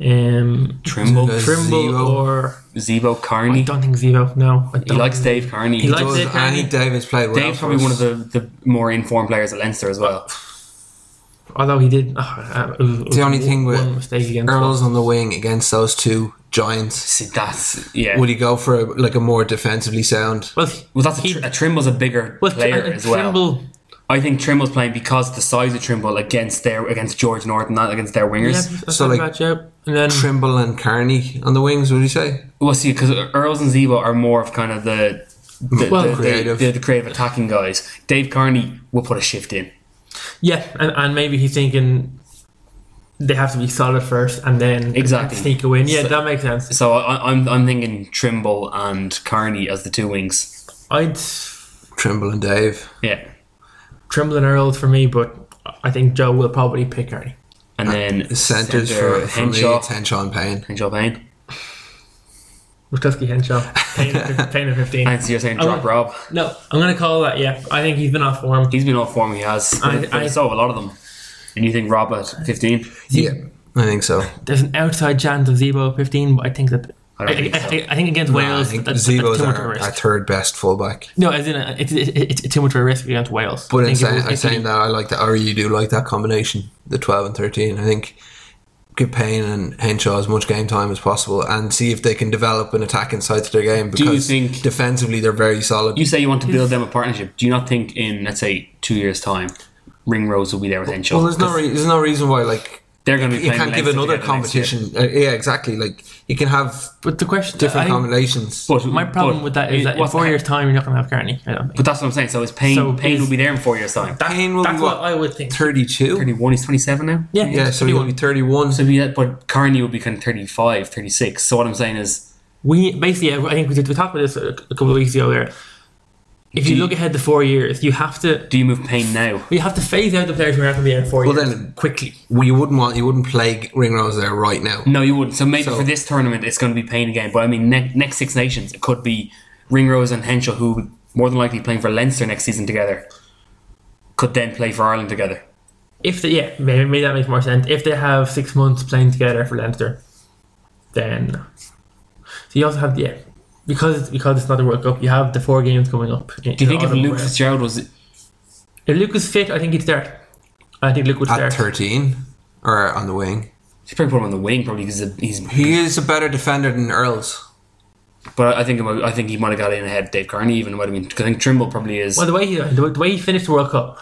S4: Um,
S3: Trimble,
S2: Zebo.
S4: Trimble
S2: Zebo.
S4: or
S3: Zebo,
S4: I
S3: Carney.
S4: don't think Zebo. No, I
S3: He
S4: don't.
S3: likes Dave Carney.
S4: He likes-
S2: Does-
S4: Dave
S2: I think Davis played well.
S3: Dave's probably
S2: for
S3: one of
S2: us.
S3: the, the more informed players at Leinster as well.
S4: although he did. ah, uh, it was- it was
S2: only
S4: one-
S2: thing with
S4: one mistake against
S2: Earls on the wing against those two giants.
S3: See, that's yeah.
S2: Would he go for a, like a more defensively sound?
S4: Well,
S3: well, that's a,
S4: he-
S3: tr- a Trimble's a bigger
S4: well,
S3: player
S4: Tr-
S3: as well.
S4: Trimble,
S3: I think Trimble's playing because of the size of Trimble against their against George Norton, not against their
S4: yeah,
S3: wingers.
S4: that's
S2: So,
S4: not a
S2: like,
S4: bad shout. and then
S2: Trimble and Carney on the wings. Would you say?
S3: Well, see, because Earls and Zebo are more of kind of the the,
S4: Well,
S3: the- the-
S2: creative.
S3: the, the creative attacking guys. Dave Carney will put a shift in.
S4: Yeah, and, and maybe he's thinking they have to be solid first and then
S3: Exactly.
S4: sneak a win. Yeah, that makes sense.
S3: So I, I'm I'm thinking Trimble and Carney as the two wings.
S4: I'd
S2: Trimble and Dave.
S3: Yeah,
S4: Trimble and Earls for me, but I think Joe will probably pick Ernie.
S3: and then
S2: Centres
S3: centre,
S2: Uh, for, for me,
S3: Henshaw,
S2: it's Henshaw and Payne.
S3: Henshaw Payne.
S4: Rutkowski Henshaw, Payne, Payne of 15.
S3: And so you're saying
S4: I
S3: drop
S4: would-
S3: Rob?
S4: No, I'm going to call that, yeah. I think he's been off form.
S3: He's been off form. He has.
S4: I-
S3: But
S4: I-
S3: so have a lot of them. And you think Rob at 15?
S2: Yeah, I think so.
S4: There's an outside chance of Zebo at 15, but I think that.
S3: I
S4: I,
S3: don't think
S4: I,
S3: so.
S4: I, I think against
S2: Nah, I
S4: Wales,
S2: think
S4: that- that's, that's
S2: Zebo's
S4: too much of a
S2: our, our
S4: risk.
S2: third best fullback.
S4: No, as in, uh, it's, it's, it's, it's too much of a risk against Wales.
S2: But
S4: I
S2: in
S4: think
S2: saying,
S4: it was-
S2: I'm saying
S4: it-
S2: that I like that, or you do like that combination, the 12 and 13. I think give Payne and Henshaw as much game time as possible and see if they can develop an attacking side to their game
S3: you
S2: because
S3: think-
S2: defensively they're very solid.
S3: You say you want to build them a partnership. Do you not think in, let's say, two years' time, Ring Rose will be there with Henshaw?
S2: well, there's no, re- there's no reason why, like,
S3: They're going to be
S2: you
S3: playing
S2: can't give
S3: Leinster
S2: another
S3: together next year.
S2: competition. Uh, yeah, exactly. Like, you can have
S4: But the question.
S2: different
S4: I think-
S2: combinations.
S3: But-
S4: My problem
S3: but
S4: with that is
S3: it-
S4: that in
S3: what's
S4: four
S3: the-
S4: years' time, you're not going to have Kearney. I don't think.
S3: But that's what I'm saying. So is Payne?
S4: So
S3: Payne
S4: is-
S3: will be there in four years' time.
S2: Payne will
S4: that's
S2: be what,
S4: what I would think.
S2: 32?
S3: 31. He's 27 now.
S4: Yeah,
S2: Yeah, so he'll be 31.
S3: So be, but Carney will be kind of 35, 36. So what I'm saying is,
S4: we basically, I think we, did, we talked about this a, a couple of weeks ago. There, if you
S3: you-
S4: look ahead to four years, you have to
S3: do you move Payne now?
S4: you have to phase out the players who are not going to be there in four
S2: Well,
S4: years
S2: then-
S4: quickly.
S2: Well, you wouldn't want, you wouldn't play Ringrose there right now.
S3: No, you wouldn't. So maybe
S2: So-
S3: for this tournament, it's going to be Payne again. But I mean, ne- next Six Nations, it could be Ringrose and Henshaw, who would more than likely be playing for Leinster next season together, could then play for Ireland together.
S4: If they, yeah, maybe, maybe that makes more sense. If they have six months playing together for Leinster, then so you also have yeah because because it's not the World Cup, you have the four games coming up. Do
S3: Do you think if Luke Fitzgerald was
S4: if Luke is fit, I think he'd start. I think Luke would
S2: At
S4: start.
S2: 13 or on the wing.
S3: He's probably put him on the wing, probably because he's.
S2: He is a better defender than Earls.
S3: But I think it might- I think he might have got in ahead of Dave Carney. Even might have been. 'cause I think Trimble probably is.
S4: Well, the way he the, way he finished the World Cup,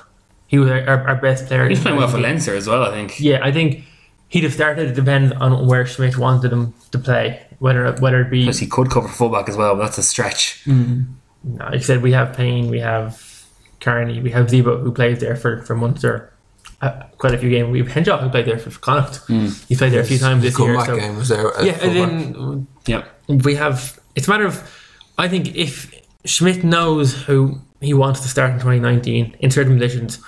S4: he was our, our, our best player.
S3: he's playing well for Leinster as well. I think.
S4: Yeah, I think he'd have started. It depends on where Schmidt wanted him to play. Whether whether it be
S3: Because he could cover fullback as well, but that's a stretch.
S4: Mm. no, like you said, we have Payne, we have Carney, we have Zebo who played there for for months or uh, quite a few games. We have Henshaw who played there for, for Connacht.
S3: Hmm.
S4: He played there a few times this year.
S2: comeback
S4: so-
S2: game was there. at
S4: yeah, and
S2: fullback.
S4: then
S3: Yeah.
S4: we have it's a matter of I think if Schmidt knows who he wants to start in 2019 in certain positions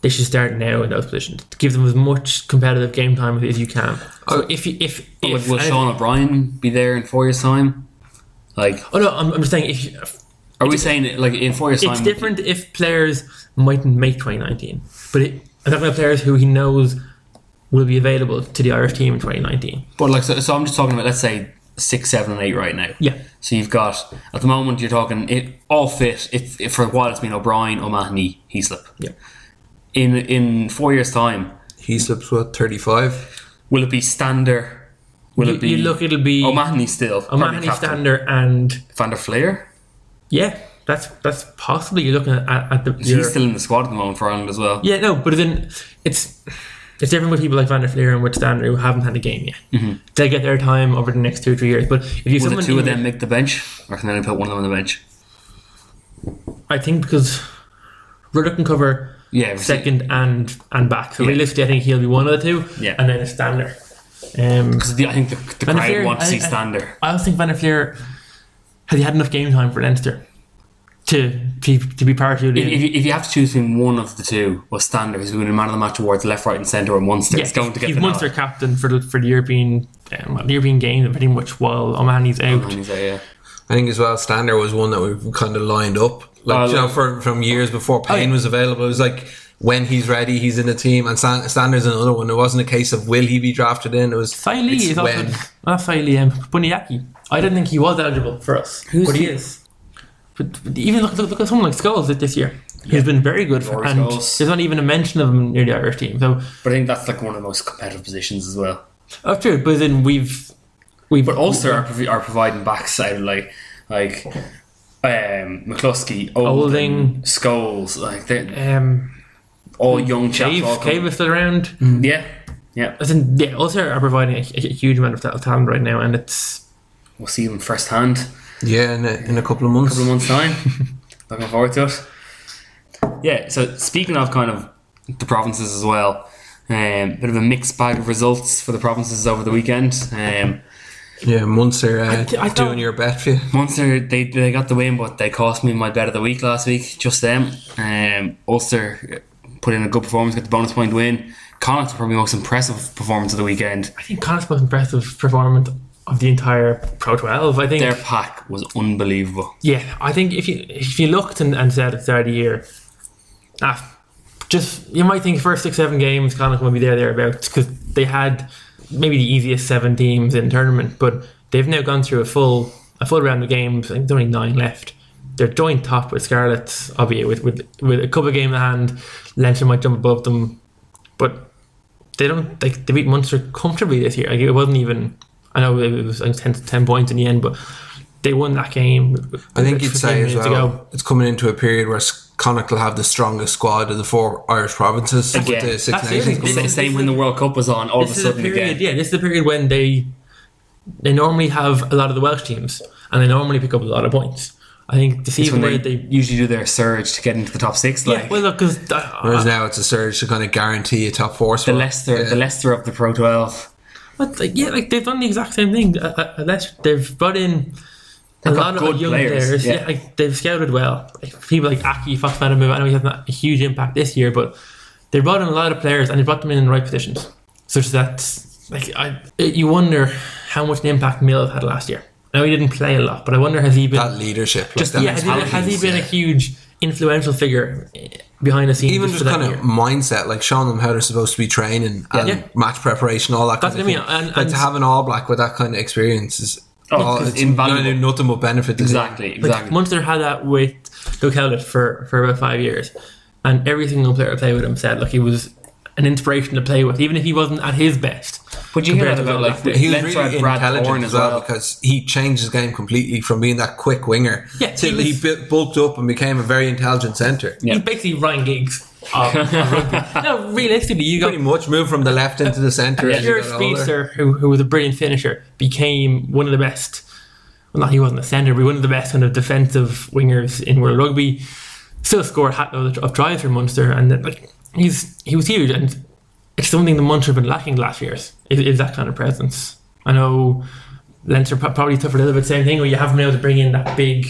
S4: they should start now in those positions to give them as much competitive game time as you can so
S2: Oh.
S4: if you if,
S3: But
S4: if
S3: would, will Sean O'Brien be there in four years' time? Like,
S4: oh no I'm, I'm just saying if you,
S3: are we saying that, like in four years'
S4: it's
S3: time?
S4: different if players mightn't make 2019 but it, I'm talking about players who he knows will be available to the Irish team in 2019
S3: But like, so, so I'm just talking about let's say six, seven, and eight right now.
S4: Yeah.
S3: So you've got at the moment you're talking it all fit. It's it, for a while it's been O'Brien, O'Mahony, Heaslip.
S4: yeah
S3: In in four years' time,
S2: he slips what thirty five.
S3: will it be Stander? Will
S4: You-
S3: it be?
S4: you look, it'll be-
S3: O'Mahony still.
S4: O'Mahony,
S3: Stander,
S4: Stander and
S3: Van der Flair.
S4: yeah that's that's possibly you're looking at, at the
S3: Is he
S4: your-
S3: still in the squad at the moment for Ireland as well?
S4: Yeah, no, but then it's it's different with people like Van der Fleer and with Stander who haven't had a game yet. They'll get their time over the next two or three years. But if you
S3: Will Mm-hmm.
S4: someone
S3: the two of
S4: in-
S3: them make the bench, or can they only put one of them on the bench?
S4: I think because Ruddock can cover
S3: Yeah, we've seen-
S4: second and and back. So
S3: Yeah.
S4: realistically, I think he'll be one of the two.
S3: Yeah.
S4: and then it's Stander. Um,
S3: The- I think the, the
S4: Van der
S3: crowd
S4: Fleer-
S3: wants to see
S4: I- I-
S3: Stander.
S4: I also think Van der Fleer has he had enough game time for Leinster to to, to be parachuted.
S3: If,
S4: in?
S3: if, you- if you have to choose between one of the two, well, Stander, who's winning man of the match awards left, right, and centre, and Munster, is going to get
S4: he's
S3: the nod.
S4: Munster captain for the for the European um, well, the European game pretty much while O'Mahony's out.
S3: And he's like, yeah.
S2: I think as well, Stander was one that we kind of lined up. Like
S3: Uh,
S2: you know, for, from years before
S4: Oh,
S2: Payne was available, it was like when he's ready, he's in the team. And Stan- Stander's another one. It wasn't a case of will he be drafted in. It was
S4: Sai Lee
S2: it's
S4: is also
S2: when.
S4: not Sai Lee, um, Buniaki. I don't think he was eligible for us,
S3: Who's
S4: but he
S3: he?
S4: is. But, but even look, look, look at someone like Skulls did this year. He's been very good for,
S3: Rory
S4: and
S3: Scholes.
S4: there's not even a mention of him near the Irish team. So,
S3: But I think that's like one of the most competitive positions as well.
S4: oh, true. But then we've we've
S3: But also are, provi- are providing backs out of, like like um, McCluskey, Olding,
S4: Olding.
S3: Scholes, like they're
S4: um,
S3: all young chaps.
S4: Cave
S3: all
S4: Cave
S3: coming-
S4: is still around.
S3: yeah, yeah.
S4: As in, yeah, also are providing a, a huge amount of ta- talent right now, and it's
S3: We'll see them firsthand
S2: yeah in a, in a couple of months.
S3: in a month's time. Looking forward to it. Yeah. So speaking of kind of the provinces as well. Um, bit of a mixed bag of results for the provinces over the weekend. Um,
S2: Yeah, Munster uh,
S4: th- I
S2: doing
S4: thought-
S2: your bet for you.
S3: Munster, they, they got the win, but they cost me my bet of the week last week. Just them. Um, Ulster put in a good performance, got the bonus point win. Connacht were probably the most impressive performance of the weekend.
S4: I think Connacht's most impressive performance of the entire Pro 12. I think
S3: Their pack was unbelievable.
S4: Yeah, I think if you if you looked and, and said at the start of the year, ah, just you might think first six seven games kind of going to be there thereabouts because they had maybe the easiest seven teams in the tournament, but they've now gone through a full a full round of games. I think there's only nine left. They're joint top with Scarlets, albeit with with, with a couple of games in hand. Leinster might jump above them, but they don't. They, they beat Munster comfortably this year. Like it wasn't even. I know it was like 10, 10 points in the end, but they won that game.
S2: I think you'd
S4: 15
S2: say as
S4: minutes
S2: well,
S4: ago.
S2: it's coming into a period where S- Connacht will have the strongest squad of the four Irish provinces with
S3: Again.
S2: the Six
S4: That's the
S2: Nations.
S4: other thing.
S2: coming
S3: Sa-
S2: up.
S4: This is
S3: Same
S4: the-
S3: when the World Cup was on, all of a
S4: This is a
S3: sudden
S4: period.
S3: again.
S4: Yeah, this is the period when they they normally have a lot of the Welsh teams, and they normally pick up a lot of points. I think this
S3: It's when
S4: evening
S3: they,
S4: they, they
S3: usually do their surge to get into the top six. Like
S4: yeah, well look uh, because
S2: Whereas now it's a surge to kind of guarantee a top four
S3: the
S2: spot.
S3: Leicester,
S2: Yeah.
S3: the Leicester of the Pro 12.
S4: But like, yeah, like they've done the exact same thing. Uh, uh, unless they've brought in a
S3: got
S4: lot
S3: good
S4: of young
S3: players,
S4: players.
S3: yeah.
S4: Yeah. like they've scouted well. Like, people like Aki Fox Van I know he hasn't a huge impact this year, but they brought in a lot of players and they brought them in in the right positions. Such that like I, you wonder how much an impact Mill had last year. I know he didn't play a lot, but I wonder has he been
S2: that leadership, like
S4: just
S2: that
S4: yeah, has he, been- has he
S2: mentality,
S4: been a
S2: yeah.
S4: huge influential figure eh, behind the scenes?
S2: even
S4: for
S2: just
S4: that
S2: kind of
S4: year?
S2: mindset, like showing them how they're supposed to be training and
S4: Yeah.
S2: match preparation, all that.
S4: That's
S2: kind of
S4: what I
S2: thing.
S4: mean, and-
S2: like
S4: and-
S2: to have an All Black with that kind of experience is oh,
S3: it's
S2: it's
S3: invaluable.
S2: gonna do nothing but benefit. to them.
S3: Exactly, exactly.
S4: Like Munster had that with Doug Howlett for, for about five years, and every single player who played with him said, "Look, he was an inspiration to play with, even if he wasn't at his best."
S3: But you hear
S4: compared
S3: that
S4: to
S3: about
S4: Doug
S3: like
S4: Howlett.
S3: the
S2: He was
S3: Leicester
S2: really
S3: had Brad Thorne
S2: intelligent
S3: as well.
S2: because he changed his game completely from being that quick winger
S4: Yeah,
S2: till
S4: he
S2: he,
S4: was-
S2: bu- bulked up and became a very intelligent centre.
S3: Yeah.
S4: he's basically Ryan Giggs. of, of rugby.
S2: Um,
S4: No, realistically, you go
S2: Pretty much moved from the left into the centre. as you
S4: Your
S2: got older.
S4: speedster, who, who was a brilliant finisher, became one of the best. Well, not he wasn't a centre, but one of the best kind of defensive wingers in world rugby. Still scored hatload of tries for Munster, and then, like he's he was huge, and it's something the Munster have been lacking the last years is, is that kind of presence. I know Leinster pro- probably suffered a little bit the same thing, where you haven't been able to bring in that big.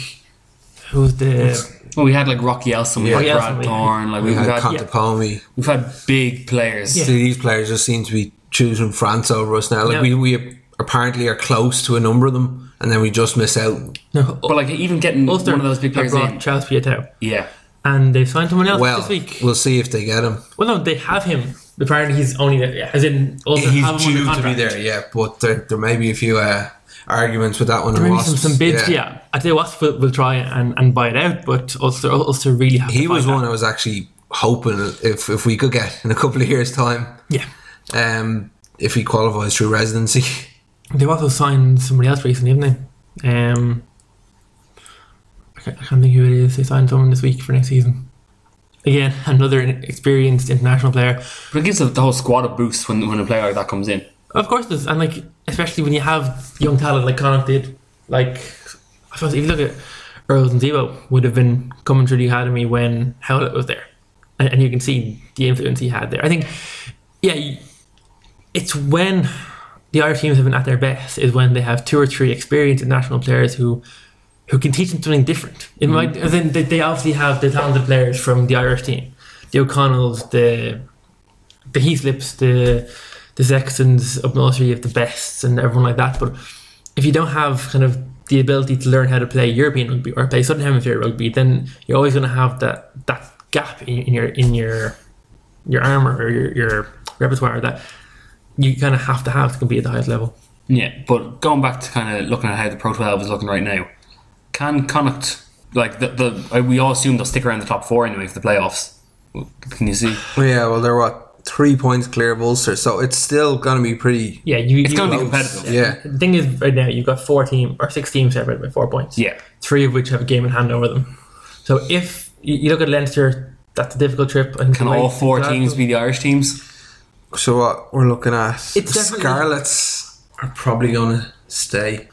S4: Who's the
S3: Well, we had like Rocky Elsom, we
S4: Rocky
S3: had
S4: Elsom,
S3: Brad
S4: yeah.
S3: Thorne, like
S2: We
S3: we've
S2: had
S3: had,
S2: Contepomi.
S3: we've had big players.
S2: See, These players just seem to be choosing France over us now. Like
S4: No.
S2: we, we apparently are close to a number of them, and then we just miss out.
S4: no
S3: But like even getting
S4: Ulster
S3: one of those big
S4: have
S3: players
S4: brought
S3: in,
S4: Charles Pietau,
S3: yeah,
S4: and they signed someone else
S2: Well,
S4: this week.
S2: we'll see if they get him.
S4: Well, no, they have him. Apparently, he's only there. yeah, As in, also have
S2: He's
S4: him
S2: due
S4: under
S2: to be
S4: contract.
S2: there, yeah. But there, there may be a few uh, arguments with that one. in
S4: Maybe some,
S2: Wasps,
S4: some bids, yeah. I tell you what, we'll, we'll try and, and buy it out, but Ulster, Ulster really have
S2: He
S4: to
S2: was
S4: find
S2: one
S4: out.
S2: I was actually hoping if if we could get in a couple of years' time,
S4: Yeah.
S2: um, if he qualifies through residency.
S4: They've also signed somebody else recently, haven't they? Um, I can't, I can't think who it is. They signed someone this week for next season. Again, another experienced international player.
S3: but it gives the the whole squad a boost when when a player like that comes in.
S4: Of course, there's and like especially when you have young talent like Connacht did. Like I suppose if you look at Earls and Zebo would have been coming through the academy when Howlett was there, and, and you can see the influence he had there. I think, yeah, you- it's when the Irish teams have been at their best is when they have two or three experienced national players who. Who can teach them something different? It might. Then they, they obviously have the talented players from the Irish team, the O'Connells, the the Heathlips, the the Sextons up north you have the best and everyone like that. But if you don't have kind of the ability to learn how to play European rugby or play Southern Hemisphere rugby, then you're always going to have that that gap in, in your in your your armor or your, your repertoire that you kind of have to have to compete at the highest level.
S3: Yeah, but going back to kind of looking at how the Pro 12 is looking right now, can Connacht like the, the I- we all assume they'll stick around the top four anyway for the playoffs. Can you see?
S2: yeah, well, they're what three points clear of Ulster, so it's still going to be pretty.
S4: Yeah, you.
S3: It's
S4: you-
S3: going to be competitive.
S2: Yeah,
S4: The thing is, right now you've got four team or six teams separated by four points.
S3: Yeah.
S4: three of which have a game in hand over them. So if you, you look at Leinster, that's a difficult trip. I think
S3: Can
S4: they
S3: all
S4: might-
S3: four
S4: they'll have
S3: teams
S4: to-
S3: be the Irish teams?
S2: So what we're looking at,
S4: It's
S2: the
S4: definitely-
S2: Scarlets are probably going to stay.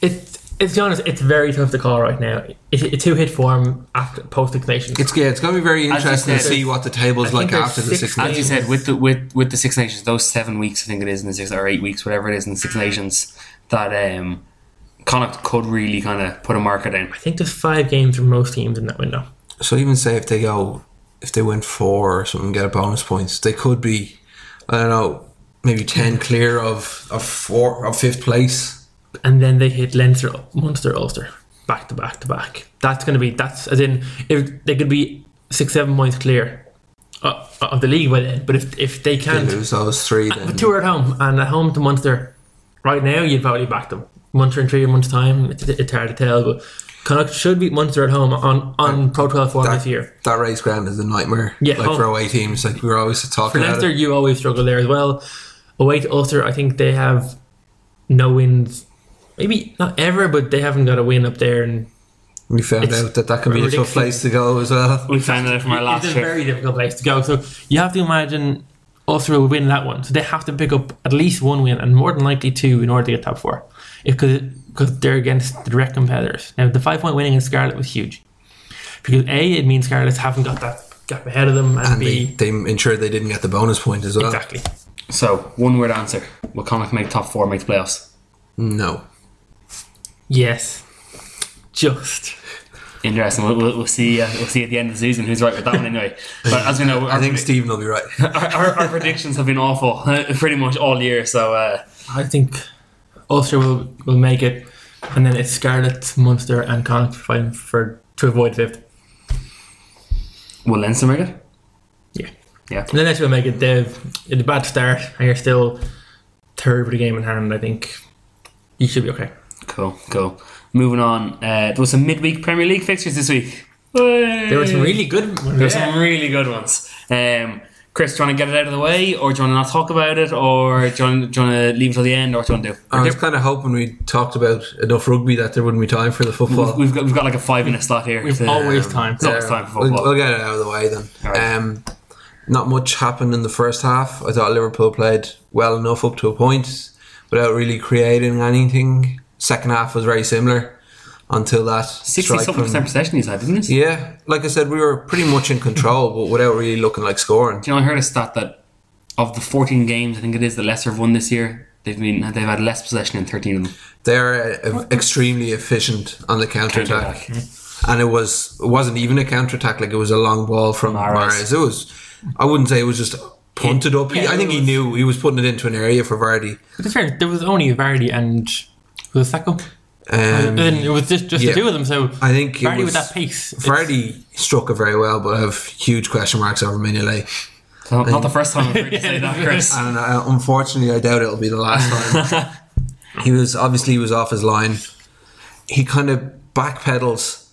S4: It's it's to be honest, it's very tough to call right now. It's a two hit form after post explanation.
S2: It's yeah, it's going to be very interesting to
S3: said,
S2: see what the table's
S4: I think
S2: like
S4: there's
S2: after the
S4: six
S2: Six
S4: games.
S3: As you
S2: Nations.
S3: said, with the with with the Six Nations, those seven weeks I think it is in the Six or eight weeks, whatever it is in the Six Nations, that um, Connacht could really kind of put a marker down.
S4: I think there's five games for most teams in that window.
S2: So even say if they go, if they win four or something, get a bonus points, they could be, I don't know, maybe ten clear of of four of fifth place.
S4: And then they hit Leinster Munster Ulster. Back to back to back. That's gonna be that's as in if they could be six, seven points clear o- of the league by then. But if if they
S2: They
S4: can't
S2: lose those three, then
S4: But two are at home, and at home to Munster, right now you'd probably back them. Munster in three months' time, it's, it's hard to tell, but Connacht should beat Munster at home on, on Pro 12 form this year.
S2: that race ground is a nightmare.
S4: Yeah,
S2: like
S4: oh.
S2: for away teams, like we were always
S4: For
S2: talking about.
S4: Leinster,
S2: It.
S4: you always struggle there as well. Away to Ulster, I think they have no wins. Maybe not ever, but they haven't got a win up there, and
S2: We found
S4: it's
S2: out that that can be a tough
S4: ridiculous.
S2: place to go as well.
S3: We found that out from our last
S4: it's a
S3: trip.
S4: very difficult place to go. So you have to imagine Ulster will win that one. So they have to pick up at least one win and more than likely two in order to get top four. Because because they're against the direct competitors. Now the five point winning in Scarlet was huge because a it means Scarlets haven't got that gap ahead of them, and,
S2: And they,
S4: b
S2: they ensured they didn't get the bonus point as well.
S4: exactly.
S3: So one word answer: Will Connacht make top four, make the playoffs?
S2: No.
S4: Yes, just
S3: Interesting. We'll, we'll, we'll see. Uh, we'll see at the end of the season who's right with that one anyway. But as we know, our,
S2: I think Stephen will be right.
S3: our, our, our predictions have been awful pretty much all year. So uh,
S4: I think Ulster will will make it, and then it's Scarlet, Munster, and Connacht fighting for to avoid fifth.
S3: will Leinster make it?
S4: Yeah.
S3: Yeah.
S4: And then that's what make it. They've it's a bad start, and you're still third with a game in hand. I think you should be okay.
S3: Cool. Cool. Moving on. Uh, there was some midweek Premier League fixtures this week. There
S4: There were some really good ones.
S3: There were some really good ones. Um, Chris, do you want to get it out of the way, or do you want to not talk about it, or do you want, do you want to leave it till the end, or what do you want to do?
S2: I was kind of hoping we talked about enough rugby that there wouldn't be time for the football.
S3: We've, we've got we've got like a five minute slot here.
S2: uh,
S4: We've
S3: to-
S4: always time.
S3: No, it's time for
S2: We'll,
S3: football.
S2: we'll get it out of the way then.
S3: All right.
S2: Um, Not much happened in the first half. I thought Liverpool played well enough up to a point without really creating anything. Second half was very similar until that
S3: Sixty
S2: strike
S3: something
S2: from-
S3: percent possession he's had, didn't it?
S2: Yeah, like I said, we were pretty much in control, but without really looking like scoring.
S3: You know, I heard a stat that of the fourteen games, I think it is that Leicester have won this year. They've been they've had less possession in thirteen of them.
S2: They're uh, extremely efficient on the counter attack, and it was it wasn't even a counter attack; like it was a long ball from
S3: Mahrez.
S2: Mares. It was, I wouldn't say it was just punted up. He-
S4: Yeah,
S2: I think
S4: it
S2: he
S4: was-
S2: knew he was putting it into an area for Vardy.
S4: But to be fair, there was only Vardy and was it Sacco?
S2: Um,
S4: then it was just, just
S2: yeah.
S4: the two of them. So
S2: I think it
S4: Vardy
S2: was-
S4: with that pace, it's-
S2: Vardy struck it very well, but I have huge question marks over Mignolet.
S3: So not- not the first time I've heard you say that, Chris.
S2: and uh, unfortunately, I doubt it'll be the last time. he was obviously he was off his line. He kind of backpedals,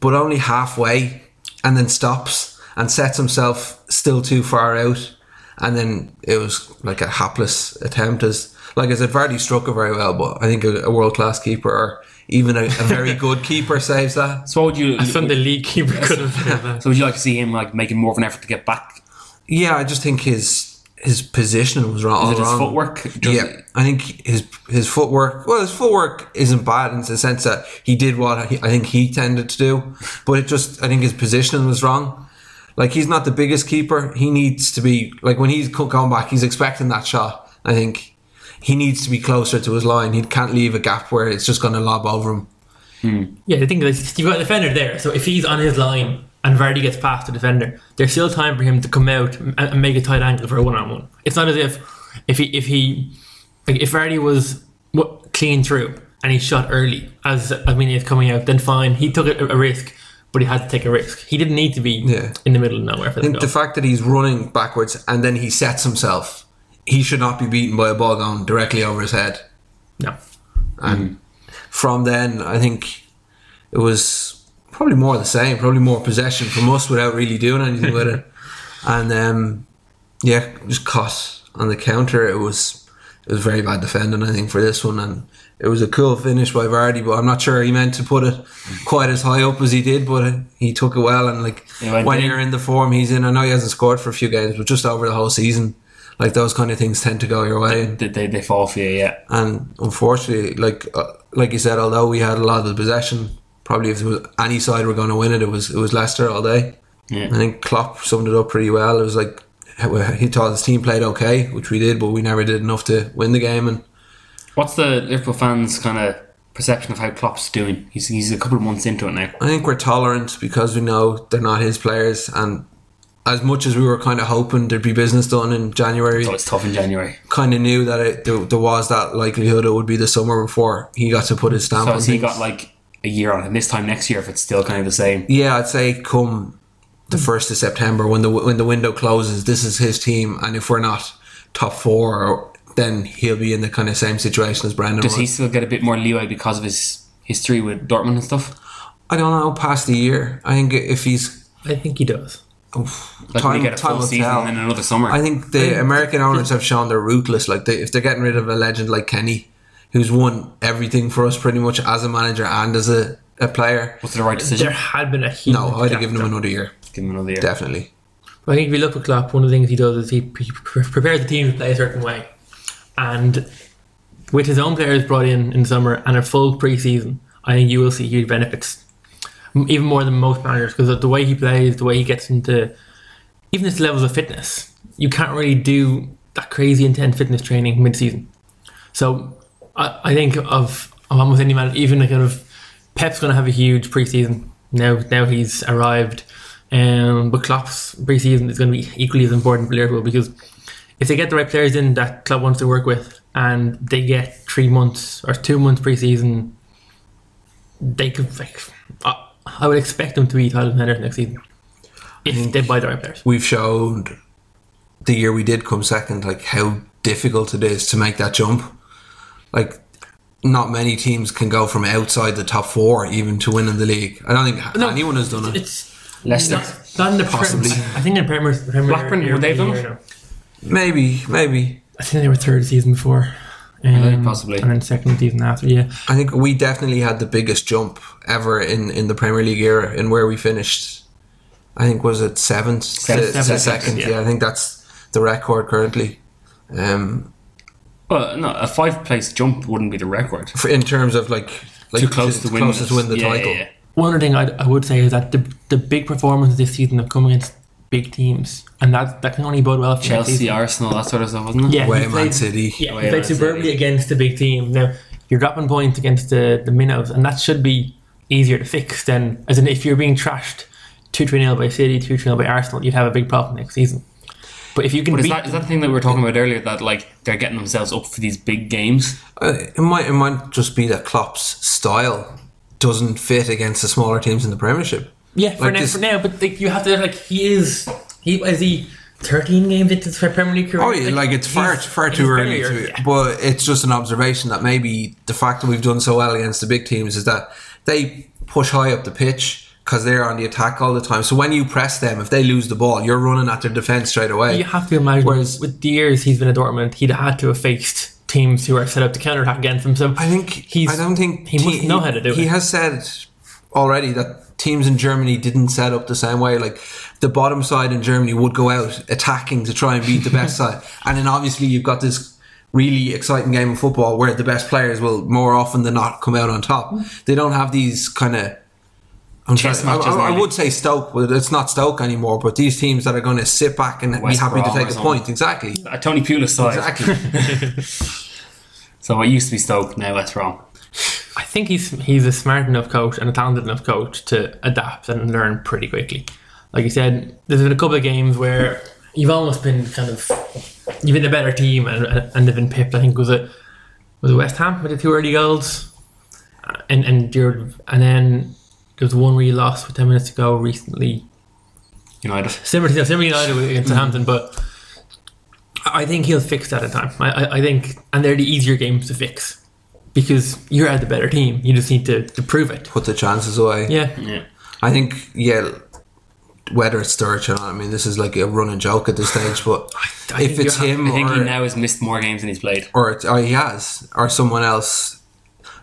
S2: but only halfway, and then stops and sets himself still too far out. And then it was like a hapless attempt. As like I said, Vardy struck it very well, but I think a, a world class keeper or even a, a very good keeper saves that.
S3: So what would you?
S4: Sunday league keeper could have.
S3: So would you like to see him like making more of an effort to get back?
S2: Yeah, I just think his his position was wrong. all
S3: Is it his
S2: wrong.
S3: footwork? Does
S2: yeah,
S3: it-
S2: I think his his footwork. Well, his footwork isn't bad in the sense that he did what he, I think he tended to do, but it just I think his positioning was wrong. Like he's not the biggest keeper. He needs to be like when he's co- going back, he's expecting that shot. I think he needs to be closer to his line. He can't leave a gap where it's just going to lob over him.
S4: Yeah, the thing is, you've got a defender there, so if he's on his line and Vardy gets past the defender, there's still time for him to come out and, and make a tight angle for a one-on-one. It's not as if if he if he like if Vardy was what, clean through and he shot early as I mean he's coming out, then fine, he took a, a risk, but he had to take a risk. He didn't need to be
S2: Yeah.
S4: in the middle of nowhere for
S2: I
S4: the
S2: think the
S4: goal.
S2: fact that he's running backwards and then he sets himself, he should not be beaten by a ball going directly over his head.
S4: No,
S3: Hmm.
S2: And from then, I think it was probably more the same, probably more possession from us without really doing anything with it. And um, yeah, just caught on the counter. It was it was very bad defending, I think, for this one. And it was a cool finish by Vardy, but I'm not sure he meant to put it quite as high up as he did. But he took it well. And like
S3: went
S2: when
S3: in.
S2: you're in the form he's in, I know he hasn't scored for a few games, but just over the whole season, like those kind of things tend to go your way. And
S3: They, they, they fall for you, yeah.
S2: and unfortunately, like uh, like you said, although we had a lot of the possession, probably if there was any side were going to win it, it was it was Leicester all day.
S3: Yeah.
S2: I think Klopp summed it up pretty well. It was like he thought his team played okay, which we did, but we never did enough to win the game. And
S3: What's the Liverpool fans' kind of perception of how Klopp's doing? He's, he's a couple of months into it now.
S2: I think we're tolerant because we know they're not his players. And as much as we were kind of hoping there'd be business done in January,
S3: So it's tough in January.
S2: kind of knew that it, there, there was that likelihood it would be the summer before he got to put his stamp.
S3: So
S2: on
S3: has he
S2: things.
S3: got like a year on him this time next year if it's still kind of the same?
S2: Yeah, I'd say come the
S3: Hmm.
S2: first of September when the when the window closes, this is his team, and if we're not top four, then he'll be in the kind of same situation as Brandon.
S3: Does he
S2: was.
S3: still get a bit more leeway because of his history with Dortmund and stuff?
S2: I don't know. Past the year, I think if he's
S4: I think he does.
S2: oof,
S3: Like
S2: time,
S3: we get a
S2: time
S3: full
S2: will
S3: season
S2: tell.
S3: and then another summer.
S2: I think the American owners have shown they're ruthless. Like they, if they're getting rid of a legend like Kenny, who's won everything for us pretty much as a manager and as a, a player.
S3: What's the right
S4: There
S3: decision?
S4: had been a huge
S2: No, I'd have
S4: gap
S2: given
S4: there.
S2: him another year,
S3: Give him another year.
S2: definitely.
S4: I think if you look at Klopp, one of the things he does is he, he pre- prepares the team to play a certain way, and with his own players brought in in summer and a full pre-season, I think you will see huge benefits, M- even more than most managers, because the way he plays, the way he gets into, even his levels of fitness, you can't really do that crazy intense fitness training mid-season. So I, I think of, of almost any man, even like kind of Pep's going to have a huge preseason now. Now he's arrived, um, but Klopp's preseason is going to be equally as important for Liverpool because if they get the right players in that club wants to work with, and they get three months or two months preseason, they could like I, I would expect them to be title contenders next season if they buy the right players.
S2: we've showed the year we did come second, like how difficult it is to make that jump. Like, not many teams can go from outside the top four even to winning the league. I don't think
S4: No,
S2: anyone has done it.
S4: It's
S3: Leicester.
S4: not, not in the
S2: Possibly.
S4: possibly. I think in the Premier, Premier
S3: Blackburn, were they done?
S4: Europe now.
S2: Maybe, maybe.
S4: I think they were third season before. Um,
S3: Really? Possibly.
S4: And then second season after, yeah.
S2: I think we definitely had the biggest jump ever in, in the Premier League era in where we finished. I think was it seventh, to,
S3: Seventh,
S2: to
S3: seventh,
S2: second.
S4: yeah.
S2: Yeah. I think that's the record currently. Um,
S3: Well, no, a five place jump wouldn't be the record.
S2: for, in terms of like, like
S3: Too close to win.
S2: closest
S3: this.
S2: win the
S3: Yeah,
S2: title.
S3: Yeah, yeah.
S4: One other thing I, I would say is that the, the big performances this season have come against big teams, and that that can only bode well for next
S3: Chelsea,
S4: season.
S3: Arsenal, that sort of stuff, wasn't it?
S4: Yeah,
S2: Way
S4: he played-
S2: Man City.
S4: Yeah,
S3: Way Man
S4: he played superbly
S3: City.
S4: against the big team. Now you're dropping points against the the minnows, and that should be easier to fix than as in if you're being trashed two three nil by City, two three nil by Arsenal, you'd have a big problem next season. But if you can
S3: But is
S4: beat
S3: that, is that the thing that we were talking about earlier that like they're getting themselves up for these big games?
S2: Uh, it might it might just be that Klopp's style doesn't fit against the smaller teams in the Premiership.
S4: Yeah, for,
S2: Like
S4: now,
S2: this-
S4: for now, but like you have to like he is he is he thirteen games into his Premier League career.
S2: Oh, yeah, like it's far
S4: he's-
S2: far
S4: he's
S2: too early,
S4: barely-
S2: to,
S4: yeah.
S2: but it's just an observation that maybe the fact that we've done so well against the big teams is that they push high up the pitch because they're on the attack all the time. So when you press them, if they lose the ball, you're running at their defense straight away.
S4: You have to imagine.
S2: Whereas-
S4: with the years he's been at Dortmund, he'd had to have faced teams who are set up to counter attack against him. So
S2: I think
S4: he's.
S2: I don't think
S4: he must know how to do
S2: he
S4: it.
S2: has said already that teams in Germany didn't set up the same way. Like the bottom side in Germany would go out attacking to try and beat the best side, and then obviously you've got this really exciting game of football where the best players will more often than not come out on top.
S4: Mm.
S2: They don't have these kind of. I'm
S3: Chess
S2: trying-
S3: matches,
S2: I, I, I
S3: maybe.
S2: would say Stoke, but it's not Stoke anymore. But these teams that are going to sit back and
S3: West
S2: be happy
S3: Brom
S2: to
S3: or
S2: take a
S3: something.
S2: point, exactly,
S3: A Tony Pulis side.
S2: exactly.
S3: So it used to be Stoke, now West Brom.
S4: I think he's he's a smart enough coach and a talented enough coach to adapt and learn pretty quickly. Like you said, there's been a couple of games where you've almost been kind of you've been the better team and and they've been pipped. I think was it was it West Ham with the two early goals, and and you're and then there's one where you lost with ten minutes to go recently
S3: United.
S4: similar to similar United
S3: Mm.
S4: against Southampton, but I I think he'll fix that in time. I, I, I think, and they're the easier games to fix because you're at the better team. You just need to, to prove it.
S2: Put the chances away.
S4: Yeah,
S3: Yeah.
S2: I think, yeah, whether it's Sturridge or not, I mean, this is like a running joke at this stage, but
S4: I
S2: if
S4: think
S2: it's
S4: you have-
S2: him
S3: I think
S2: or,
S3: he now has missed more games than he's played.
S2: or, it's, or he has, or someone else,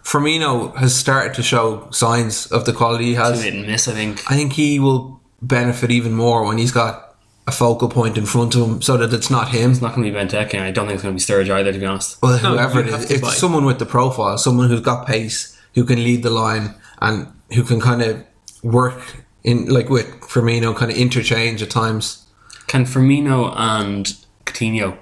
S2: Firmino has started to show signs of the quality he
S3: He
S2: has.
S3: didn't miss, I think.
S2: I think he will benefit even more when he's got a focal point in front of him so that it's not him.
S3: It's not going to be Benteke, and I don't think it's going to be Sturridge either, to be honest.
S2: Well,
S4: No,
S2: whoever
S4: you
S2: it
S4: have
S2: is,
S4: to
S2: it's
S4: buy.
S2: someone with the profile, someone who's got pace, who can lead the line, and who can kind of work in like with Firmino, kind of interchange at times.
S3: Can Firmino and Coutinho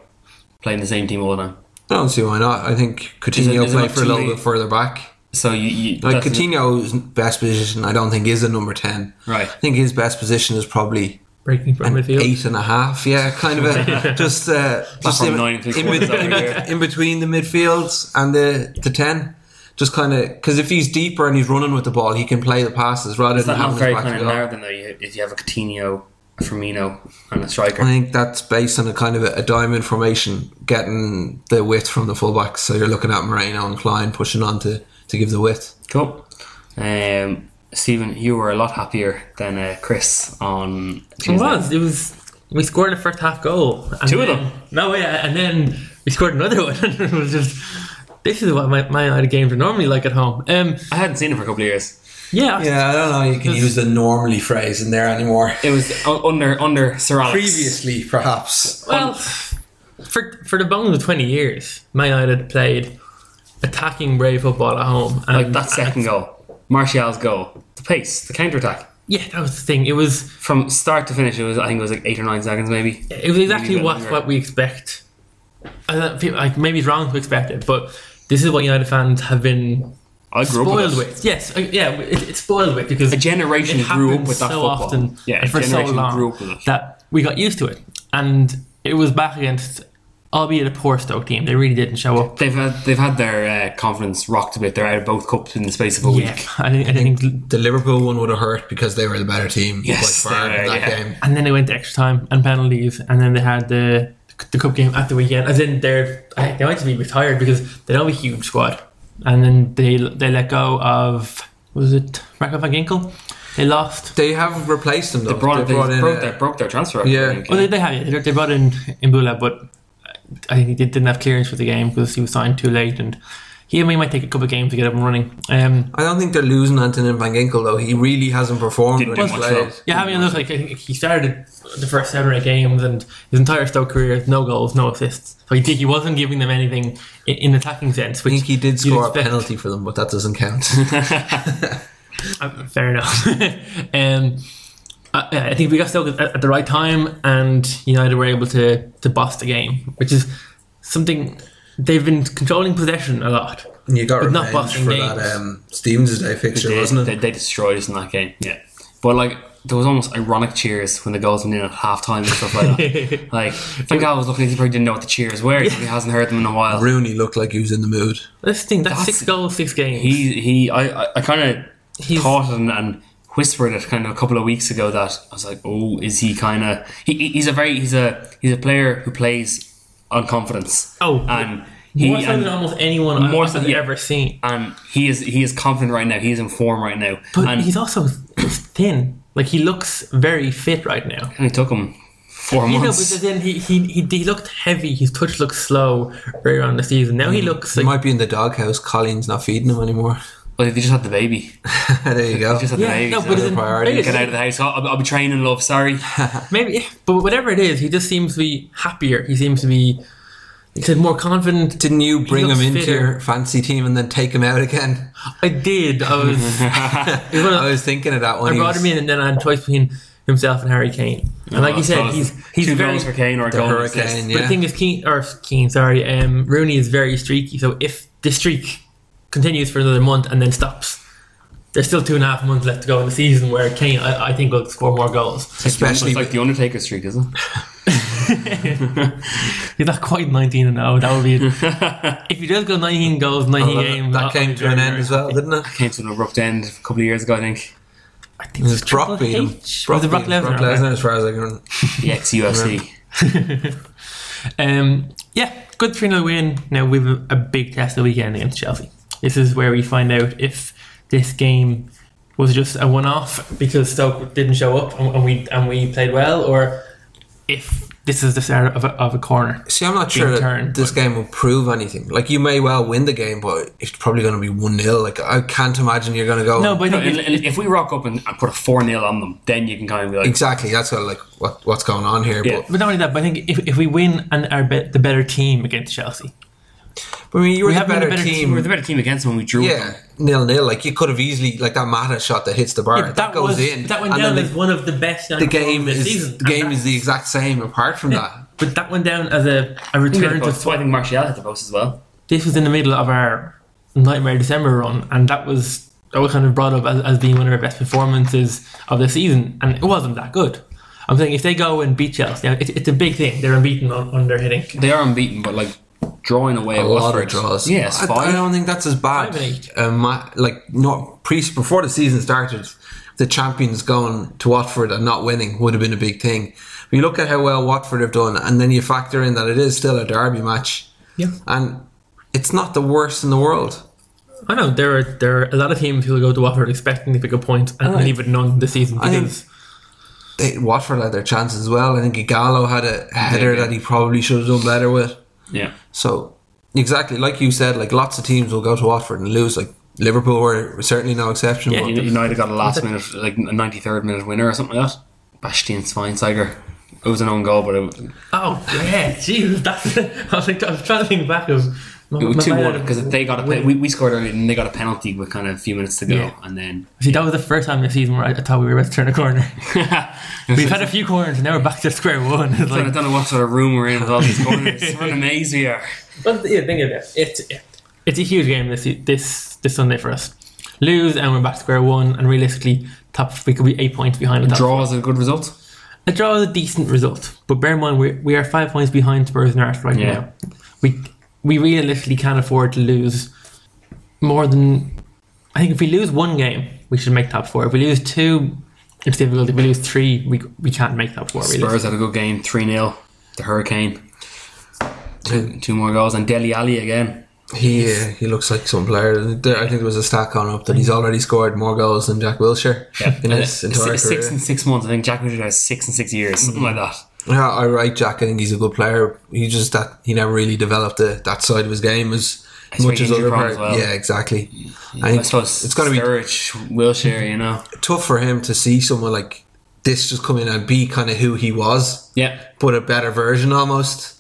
S3: play in the same team all the time?
S2: I don't see why not. I think Coutinho
S3: is it
S2: played
S3: not
S2: for a little
S3: too
S2: bit
S3: late?
S2: further back.
S3: So you, you
S2: Like
S3: that's-
S2: Coutinho's best position, I don't think is a number ten.
S3: Right.
S2: I think his best position is probably
S4: breaking from midfield.
S2: eight and a half. Yeah, kind of a just uh, just
S3: from
S2: in,
S3: nine and three
S2: in
S3: quarters
S2: bet-
S3: over
S2: in,
S3: here.
S2: in between the midfields and the the ten. Just kind of because if he's deeper and he's running with the ball, he can play the passes rather
S3: Is
S2: than
S3: that
S2: having
S3: not
S2: his
S3: very
S2: back to
S3: kind of
S2: the goal.
S3: narrow then, though, you- if you have a Coutinho, a Firmino, and a striker?
S2: I think that's based on a kind of a, a diamond formation, getting the width from the fullbacks. So you're looking at Moreno and Klein pushing on to, to give the width.
S3: Cool. Um, Stephen, you were a lot happier than uh, Chris on Tuesday.
S4: It was. It was. We scored the first half goal. and
S3: Two of
S4: then-
S3: them.
S4: No, yeah, and then we scored another one. it was just. This is what my, my United games are normally like at home. Um,
S3: I hadn't seen it for a couple of years.
S4: yeah,
S2: Yeah, I don't know. You can use the normally phrase in there anymore.
S3: It was u- under under Sir Alex.
S2: Previously, perhaps.
S4: Well, for for the bones of twenty years, Man United played attacking brave football at home, Um, and
S3: like that second goal, Martial's goal, the pace, the counter attack
S4: yeah, that was the thing. It was
S3: from start to finish. It was I think it was like eight or nine seconds maybe.
S4: it was exactly
S3: Maybe
S4: what
S3: better.
S4: what we expect. And that people, like maybe it's wrong to expect it, but this is what United fans have been
S3: I grew up
S4: spoiled
S3: with, it.
S4: with. Yes, uh, yeah, it, it's spoiled with because
S3: A generation
S4: it
S3: grew up
S4: happens
S3: with that
S4: so
S3: football.
S4: often
S3: yeah,
S4: and
S3: a
S4: for so
S3: generation
S4: long
S3: grew up with it.
S4: that we got used to it, and it was back against, albeit a poor Stoke team. They really didn't show up.
S3: They've had they've had their uh, confidence rocked a bit. They're out of both cups in the space of a
S4: Yeah,
S3: week.
S4: I think, I think
S2: The Liverpool one would have hurt because they were the better team
S3: Yes,
S2: by far
S3: they
S2: in
S3: were,
S2: that
S3: yeah.
S2: game.
S4: and then they went to extra time and penalties, and then they had the the cup game at the weekend. As in, they're I- they might be retired because they don't have a huge squad, and then they they let go of was it Marco van Ginkel? They lost.
S2: They have replaced them though.
S3: They brought, they
S2: in
S3: broke,
S2: a-
S3: their, broke their transfer. record,
S2: Yeah.
S3: I think.
S4: Well, Oh, they, they have yeah, they, they brought in Imbula, but I think he did, didn't have clearance for the game because he was signed too late, and he and me might take a couple of games to get up and running. Um,
S2: I don't think they're losing Antonin Van Ginkel though. He really hasn't performed
S3: Didn't
S2: when he's
S3: do much, though.
S2: played.
S4: yeah, I mean, look, like I think he started the first seven or eight games, and his entire Stoke career, no goals, no assists. So he, did- he wasn't giving them anything in, in attacking sense.
S2: I
S4: Which
S2: think he did
S4: you'd
S2: score a
S4: expect.
S2: penalty for them, but that doesn't count.
S4: Uh, fair enough. um, I, I think we got Stoke at, at the right time, and United were able to to boss the game, which is something they've been controlling possession a lot.
S2: you got
S4: But not
S2: revenge
S4: busting
S2: for
S4: games.
S2: that um, Stevens' Day fixture,
S3: they,
S2: wasn't it?
S3: They, they destroyed us in that game. Yeah, but like there was almost ironic cheers when the goals went in at half time and stuff like that. like thank God I was looking. He probably didn't know what the cheers were. He probably hasn't heard them in a while.
S2: Rooney looked like he was in the mood.
S4: This thing, that's,
S3: That's-
S4: six goals, six games.
S3: He he. I I, I kind of
S4: He's-
S3: thought and. and Whispered it kind of a couple of weeks ago that I was like, oh, is he kind of? He, he- he's a very he's a he's a player who plays on confidence.
S4: Oh,
S3: and he
S4: more so
S3: and-
S4: than almost anyone
S3: More
S4: more
S3: so-
S4: I've
S3: yeah.
S4: ever seen.
S3: and he is he is confident right now. He is in form right now.
S4: But
S3: and
S4: he's also thin. Like he looks very fit right now.
S3: it only took him four
S4: You know,
S3: months.
S4: but then he, he he he looked heavy. His touch looked slow earlier on in the season.
S3: Mm.
S4: Now he looks
S2: He
S4: like
S2: might be in the doghouse. Colleen's not feeding him anymore.
S3: Well, they just had the baby.
S2: there you go.
S3: Just had the
S4: yeah.
S3: baby.
S4: No,
S3: so
S4: but it's
S2: priority.
S4: maybe,
S3: get out of the house. I'll, I'll be training, love. Sorry.
S4: maybe yeah, but whatever it is, he just seems to be happier. He seems to be he said more confident.
S2: Didn't you bring him
S4: looks
S2: into
S4: fitter.
S2: your fancy team and then take him out again?
S4: I did. I was. it was one of-
S2: I was thinking of that one.
S4: I brought him in, and then I had a choice between himself and Harry Kane. And like
S3: I
S4: you said,
S3: suppose
S4: he's he's
S3: Oh, two
S4: very
S3: goals for Kane or a
S2: The
S3: goal and
S2: Hurricane,
S3: assist.
S4: But
S2: yeah.
S4: the thing is, Keane or Keane, sorry, um, Rooney is very streaky. So if the streak continues for another month and then stops, there's still two and a half months left to go in the season where Kane, I, I think, will score more goals.
S2: Especially
S3: It's like the Undertaker streak, isn't it?
S4: He's not quite 19 and 0. That would be if he does go 19 goals, 19 games.
S2: that
S4: I'll-
S2: came
S4: I'll
S2: to an
S4: be
S2: end
S4: very
S2: as well, didn't it?
S3: Came to an abrupt end a couple of years ago, I think.
S4: I think it was
S2: Brock beat him.
S4: Brock, Brock
S2: beat him.
S4: Lesnar.
S2: Brock Lesnar, as far as I can.
S3: The ex UFC.
S4: Um, yeah, good 3 0 win. Now we have a, a big test the weekend against Chelsea. This is where we find out if this game was just a one off because Stoke didn't show up and, and we and we played well, or if this is the start of a, of a corner.
S2: See, I'm not sure that
S4: turn,
S2: this game will prove anything. Like, you may well win the game, but it's probably going to be 1 0. Like, I can't imagine you're going to go.
S4: No, but
S3: No,
S4: I
S3: and-
S4: think
S3: and if we rock up and, and put a 4 0 on them, then you can kind of be like,
S2: Exactly. That's what, like what what's going on here.
S3: Yeah.
S4: but not only that, but I think if, if we win and are be- the better team against Chelsea,
S2: But I mean, you were
S4: We
S2: the
S4: haven't
S2: better,
S4: been a better
S2: team.
S4: team.
S3: we're the better team against them. We drew
S2: yeah, nil nil. Like you could have easily like that Mata shot that hits the bar that, goes
S4: was,
S2: in.
S4: That went
S2: and then
S4: down
S2: the,
S4: as one of the best.
S2: the game
S4: this
S2: is
S4: season.
S2: the game
S4: And
S2: is the exact same. Apart from that,
S4: that- But that went down as a, a return to
S3: That's why I think Martial hit the post as well.
S4: this was in the middle of our Nightmare December run, and that was that was kind of brought up as, as being one of our best performances of the season, and it wasn't that good. I'm saying if they go and beat Chelsea, now it's, it's a big thing. They're unbeaten on, on their hitting.
S3: They are unbeaten, but like drawing away
S2: a
S3: at
S2: lot of
S3: Watford.
S2: draws.
S3: Yeah, it's
S2: I, I
S3: fine.
S2: don't think that's as bad.
S4: Five and eight.
S2: Um, Ma- like not pre before the season started, the champions going to Watford and not winning would have been a big thing. But you look at how well Watford have done, and then you factor in that it is still a derby match.
S4: Yeah.
S2: and it's not the worst in the world.
S4: I know there are there are a lot of teams who will go to Watford expecting to pick a point and
S2: I-
S4: leave it none this season
S2: I think-
S4: because
S2: they, Watford had their chances as well. I think Igalo had a header
S3: yeah.
S2: that he probably should have done better with.
S3: yeah.
S2: So exactly like you said, like lots of teams will go to Watford and lose. Like Liverpool were certainly no exception.
S4: Yeah,
S2: but
S3: You- United got a last minute, like a 93rd minute winner or something like that. Bastian Schweinsteiger. It was an own goal, but it, was-
S4: oh yeah, Jesus, that's I was like I was trying to think back of my-
S3: it
S4: my
S3: was 2 1
S4: bad.
S3: because they got a pe- we, we scored early and they got a penalty with kind of a few minutes to go.
S4: Yeah.
S3: And then
S4: See, that was the first time this season where I, I thought we were about to turn a corner. We've had a few corners and now we're back to square one. It's
S3: I
S4: like,
S3: don't know what sort of room we're in with all these corners. we're in a maze here.
S4: Well, yeah, think of it. It's it's a huge game this this this Sunday for us. Lose and we're back to square one, and realistically, top we could be eight points behind the top.
S3: Draw is a good result.
S4: A draw is a decent result, but bear in mind we we are five points behind Spurs and Arsenal right
S3: Yeah.
S4: now. We we realistically can't afford to lose more than. I think if we lose one game, we should make top four. If we lose two, it's difficult. If we lose three, we we can't make top four. Really.
S3: Spurs had a good game 3 0. The Hurricane. Two, two more goals. And Deli Ali again.
S2: he uh, he looks like some player. There, I think there was a stat going up that he's already scored more goals than Jack Wilshere in his
S3: And, uh,
S2: entire
S3: six, six
S2: career. Mm-hmm.
S3: and six months. I think Jack Richard has six and six years, something like that.
S2: Yeah, I like Jack. I think he's a good player. He just that he never really developed the, that side of his game as
S3: He's
S2: much as
S3: very
S2: other
S3: injury prone
S2: players.
S3: as well.
S2: Yeah, exactly.
S3: I
S2: And
S3: suppose
S2: it's going to be
S3: Sturridge, Wilshire, you know.
S2: tough for him to see someone like this just come in and be kind of who he was,
S3: Yeah,
S2: but a better version almost.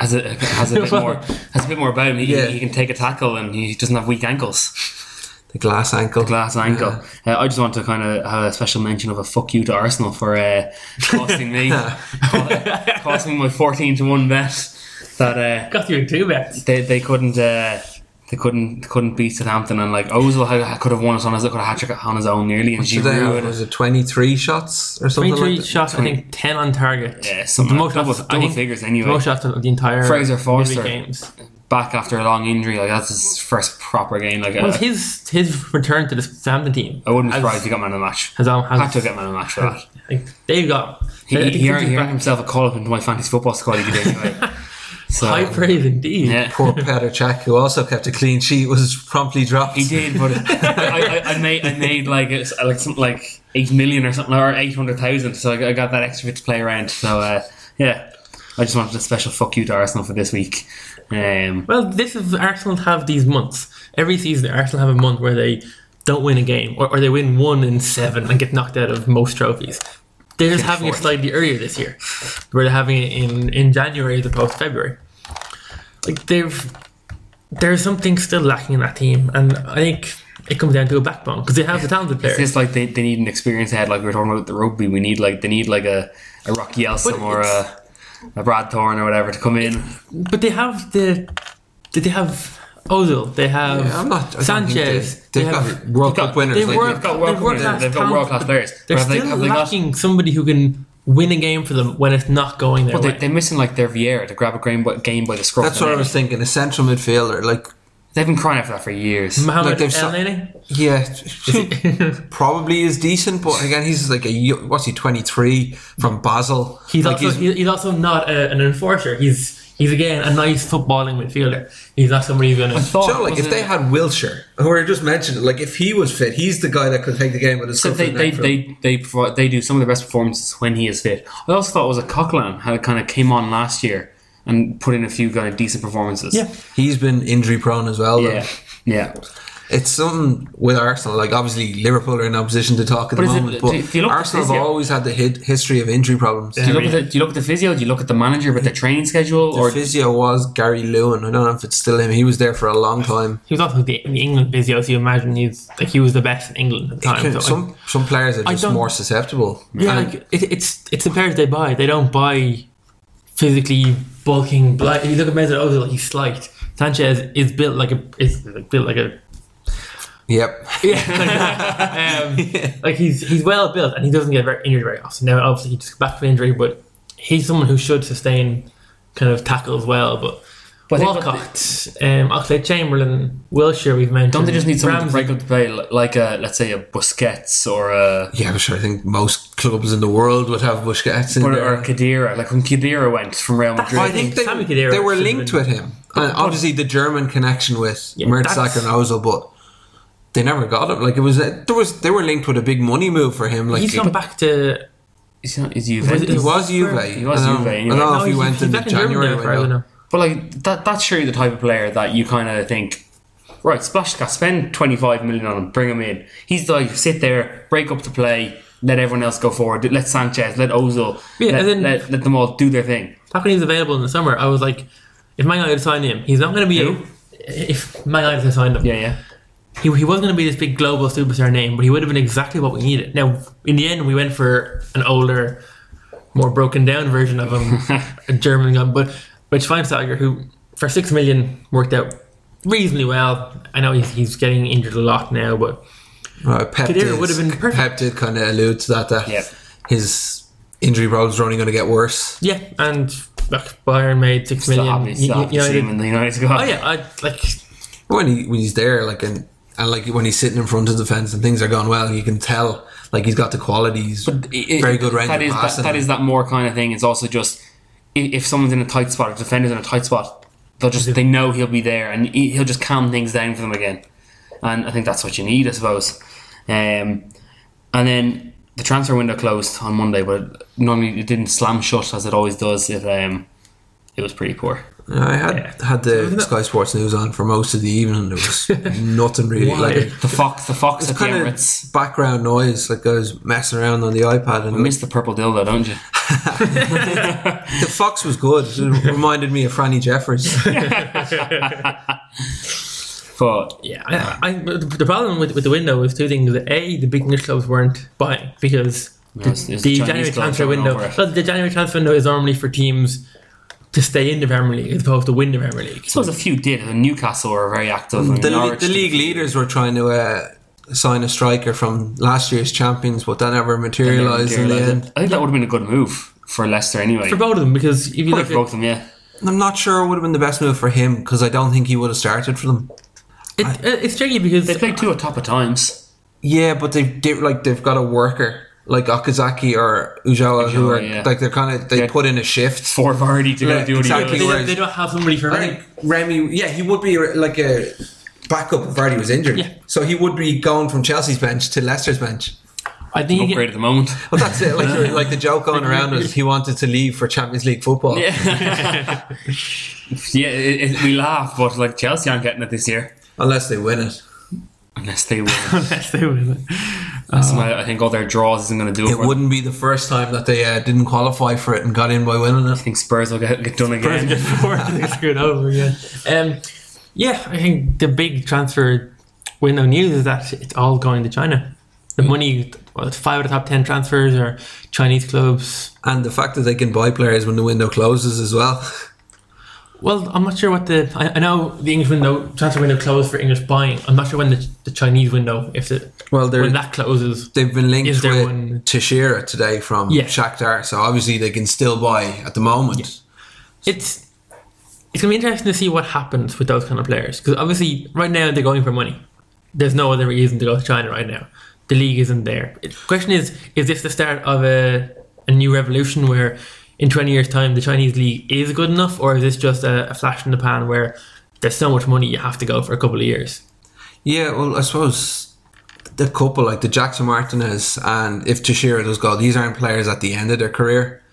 S3: has a has a bit more has a bit more about him. He,
S2: Yeah.
S3: he can take a tackle and he doesn't have weak ankles.
S2: The glass ankle.
S3: Glass ankle. Uh, I just want to kind of have a special mention of a fuck you to Arsenal for uh, costing me costing my fourteen to one bet that uh,
S4: Got you in two bets.
S3: they they couldn't uh, they couldn't couldn't beat Southampton and like Ozil had, could have won it on his could have hat trick on his own nearly and
S2: Did they have,
S3: Giroud
S2: was it 23 shots or something
S4: Twenty-three
S2: like that?
S4: shots, I think ten on target.
S3: yeah some
S4: The most
S3: double,
S4: shots- I
S3: double
S4: think
S3: figures
S4: The
S3: anyway
S4: most shots of the entire
S3: Fraser Forster.
S4: midweek games.
S3: back after a long injury like that's his first proper game like
S4: Well,
S3: uh,
S4: it's his his return to the Southampton team.
S3: I wouldn't be
S4: As-
S3: surprised if he got man of the match
S4: Has um,
S3: had
S4: has
S3: to get man of the match for Oh. that.
S4: like, they've got
S3: He,
S4: I
S3: he,
S4: think
S3: he, earned,
S4: he's
S3: he earned
S4: back-
S3: himself a call up into my fantasy football squad he did anyway. So,
S4: high praise indeed.
S3: yeah.
S2: Poor Petr Cech, who also kept a clean sheet, was promptly dropped.
S3: He did, but I, I, I made I made like it's uh, like something like eight million or something or eight hundred thousand. So I, I got that extra bit to play around. So uh, yeah, I just wanted a special fuck you to Arsenal for this week. Um,
S4: Well, this is Arsenal have these months. Every season, Arsenal have a month where they don't win a game, or, or they win one in seven and get knocked out of most trophies. They're just having it
S3: fourth.
S4: slightly earlier this year, where they're having it in, in January as opposed to February. Like they've there's something still lacking in that team, and I think it comes down to a backbone because they have the talented
S3: it's
S4: players.
S3: just like they, they need an experience ahead, like we were talking about the rugby. We need like they need like a a Rocky Elsom
S4: But
S3: or
S4: it's-
S3: a, a Brad Thorne or whatever to come in.
S4: But they have the they have Ozil, they have
S2: Yeah, I'm not- I don't
S4: Sanchez.
S2: think they- they've got World Cup winners,
S4: They've
S2: like,
S4: World,
S2: they've
S3: got World Cup winners, they've got world class players.
S4: They're
S3: But have they-
S4: still
S3: have they got-
S4: lacking somebody who can win a game for them when it's not going their
S3: But they,
S4: way.
S3: they're missing like their Vieira to grab a game by, game by the scruff.
S2: That's
S3: of the
S2: what I
S3: neck.
S2: was thinking. A central midfielder, like
S3: They've been crying out for that for years.
S4: Mohamed
S2: like they've
S4: El
S2: sa-
S4: Neni?
S2: yeah, probably is decent, but again, he's like a yo- what's he twenty three from Basel.
S4: he's,
S2: like
S4: also, he's, he's also not a, an enforcer. He's he's again a nice footballing midfielder. He's not somebody who's going to.
S3: Thought,
S2: so like
S3: wasn't
S2: if they
S3: it?
S2: had Wilshire, who I just mentioned, like if he was fit, he's the guy that could take the game with a
S3: So
S2: scuff
S3: they,
S2: of the
S3: they,
S2: neck for him.
S3: they, they, provide, they do some of the best performances when he is fit. I also thought it was a Coquelin how it kind of came on last year and put in a few kind of decent performances.
S4: Yeah.
S2: He's been injury prone as well. though.
S3: Yeah. Yeah.
S2: It's something with Arsenal. Like obviously Liverpool are in a position to talk at
S3: But
S2: the
S3: is it-
S2: moment,
S3: do- do you
S2: but
S3: look at
S2: Arsenal
S3: physio?
S2: have always had the hid- history of injury problems.
S3: Do you, look at the, do you look at the physio? Do you look at the manager with the training schedule?
S2: Or
S3: Or
S2: physio was Gary Lewin. I don't know if it's still him. He was there for a long time.
S4: He was also the, the England physio, so you imagine he's like he was the best in England at the time. So
S2: some some players are
S4: I
S2: just
S4: don't-
S2: more susceptible.
S4: I, yeah,
S2: And-
S4: like it, it's it's the players they buy. They don't buy physically bulking. Like if you look at Mesut Ozil, he's slight. Sanchez is built like a is built like a
S2: yep.
S4: Yeah, like, that. um, like he's he's well built and he doesn't get very injured very often. Now, obviously, he just back from injury, but he's someone who should sustain kind of tackles well. But,
S3: But they-
S4: Walcott, um, Oxlade Chamberlain, Wilshire, we've mentioned.
S3: don't they just need someone
S4: Ramsey.
S3: to break up the play, li- like a, let's say a Busquets or a
S2: Yeah, but sure. I think most clubs in the world would have Busquets in
S3: or,
S2: there.
S3: or a Kadira? Like when Kadira went from Real Madrid,
S2: I think they,
S4: Sammy Khedira
S2: they were
S4: should've
S2: linked
S4: been-
S2: with him. And obviously, the German connection with
S4: Yeah,
S2: Mertesacker and Ozil, but they never got him. Like it was, a, there was they were linked with a big money move for him. Like
S4: He's gone back to.
S3: is he not- is
S4: Was it-
S2: He
S3: Juventus.
S2: was Juve.
S3: He was
S2: I don't
S3: Juve,
S2: know-
S3: anyway.
S2: I don't know Oh, if he
S4: he's-
S2: went
S4: he's
S2: in the
S4: back in Germany
S2: January
S4: now, as far as I
S2: window.
S4: know.
S3: But like that that's surely the type of player that you kind of think, right, splash the cash, spend 25 million on him, bring him in. He's the guy who sit there, break up the play, let everyone else go forward, let Sanchez, let Ozil,
S4: Yeah,
S3: let,
S4: and then-
S3: let, let them all do their thing.
S4: Back when he was available in the summer, I was like, if Man United sign him, he's not going to be.
S3: Who?
S4: If Man United had signed him,
S3: Yeah, yeah.
S4: he, he was going to be this big global superstar name, but he would have been exactly what we needed. Now, in the end, we went for an older, more broken down version of him, a German gun, but Rich Feinsteiger, who for six million worked out reasonably well. I know he's, he's getting injured a lot now, but
S2: Right, uh, Pep
S4: Khedira
S2: did,
S4: would have been perfect.
S2: Pep did kind of allude to that. That
S3: Yep.
S2: his injury problems are only going to get worse.
S4: yeah, and look, Bayern made six
S3: Still
S4: million.
S3: happy, still
S4: You- you-
S3: happy to see him
S4: United-
S3: in the United squad.
S4: oh yeah, I, like
S2: when he when he's there, like and and like when he's sitting in front of the fence and things are going well, you can tell like he's got the qualities,
S3: It- it-
S2: very good range
S3: that
S2: of
S3: is that,
S2: passing.
S3: that is that more kind of thing. It's also just i- if someone's in a tight spot, if the defender's in a tight spot, they'll just they know he'll be there and he- he'll just calm things down for them again. And I think that's what you need, I suppose. Um, and then the transfer window closed on Monday, but normally it didn't slam shut as it always does. It um, it was pretty poor.
S2: I had
S4: Yeah.
S2: had the Sky Sports News on for most of the evening. There was nothing really like
S3: The fox, the fox at the
S2: kind of
S3: Emirates.
S2: background noise, like I was messing around on the iPad, and
S3: You miss the purple dildo, don't you?
S2: the fox was good. It reminded me of Franny Jeffers.
S3: But
S4: Yeah, I, I, the problem with, with the window was two things. A, the big English clubs weren't buying because
S3: Yeah, it's-
S4: the,
S3: it's
S4: the
S3: Chinese
S4: January
S3: clubs
S4: transfer
S3: going
S4: window.
S3: over it.
S4: Well, the January transfer window is normally for teams to stay in the Premier League as opposed to win the Premier League.
S3: I suppose a few did. And Newcastle were very active. and
S2: the, le-
S3: Norwich
S2: the
S3: did.
S2: league leaders were trying to uh, sign a striker from last year's champions, but that
S3: They
S2: never
S3: were
S2: materialised in the
S3: materialised.
S2: end.
S3: I think that would have been a good move for Leicester anyway.
S4: For both of them, because if you
S3: Probably
S4: look
S3: for
S4: at,
S3: both of them, yeah.
S2: I'm not sure it would have been the best move for him because I don't think he would have started for them.
S4: it, it, uh, it's tricky because
S3: They played two at top of times.
S2: Yeah, but they they like they've got a worker like Okazaki or Ujawa who
S3: Ujawa,
S2: are
S3: yeah.
S2: like they're kind of they
S3: Yeah.
S2: put in a shift.
S3: For Vardy to
S2: Yeah,
S3: go do what he does.
S2: exactly.
S4: they,
S2: whereas-
S4: they don't have somebody for
S2: I
S4: very
S2: think Remy, yeah, he would be like a backup if Vardy was injured,
S4: Yeah.
S2: so he would be going from Chelsea's bench to Leicester's bench.
S4: I think you
S3: Upgrade at
S4: get,
S3: the moment.
S2: But that's it. Like, the- like the joke going around was he wanted to leave for Champions League football.
S3: Yeah, yeah it, it, we laugh, but like Chelsea aren't getting it this year
S2: Unless they win it.
S3: unless they win.
S4: Yes, they will.
S3: Somehow, I think all their draws isn't going to do it.
S2: It
S3: for them.
S2: wouldn't be the first time that they uh, didn't qualify for it and got in by winning
S3: I
S2: it.
S3: think Spurs will get, get done again.
S4: Just before they get screwed over again. Um, yeah, I think the big transfer window news is that it's all going to China. The money, well, it's five of the top ten transfers are Chinese clubs.
S2: And the fact that they can buy players when the window closes as well.
S4: Well, I'm not sure what the. I, I know the English window transfer window closed for English buying. I'm not sure when the, the Chinese window if the
S2: Well, they're,
S4: when that closes.
S2: they've been linked
S4: Is there
S2: with
S4: one-
S2: Teixeira today from
S4: Yeah.
S2: Shakhtar, so obviously they can still buy at the moment.
S4: It's it's gonna be interesting to see what happens with those kind of players because obviously right now they're going for money. There's no other reason to go to China right now. The league isn't there. It- The question is: Is this the start of a a new revolution where in 20 years' time the Chinese league is good enough, or is this just a, a flash in the pan where there's so much money you have to go for a couple of years?
S2: Yeah, well, I suppose the couple, like the Jackson Martinez and if Teixeira does go, these aren't players at the end of their career.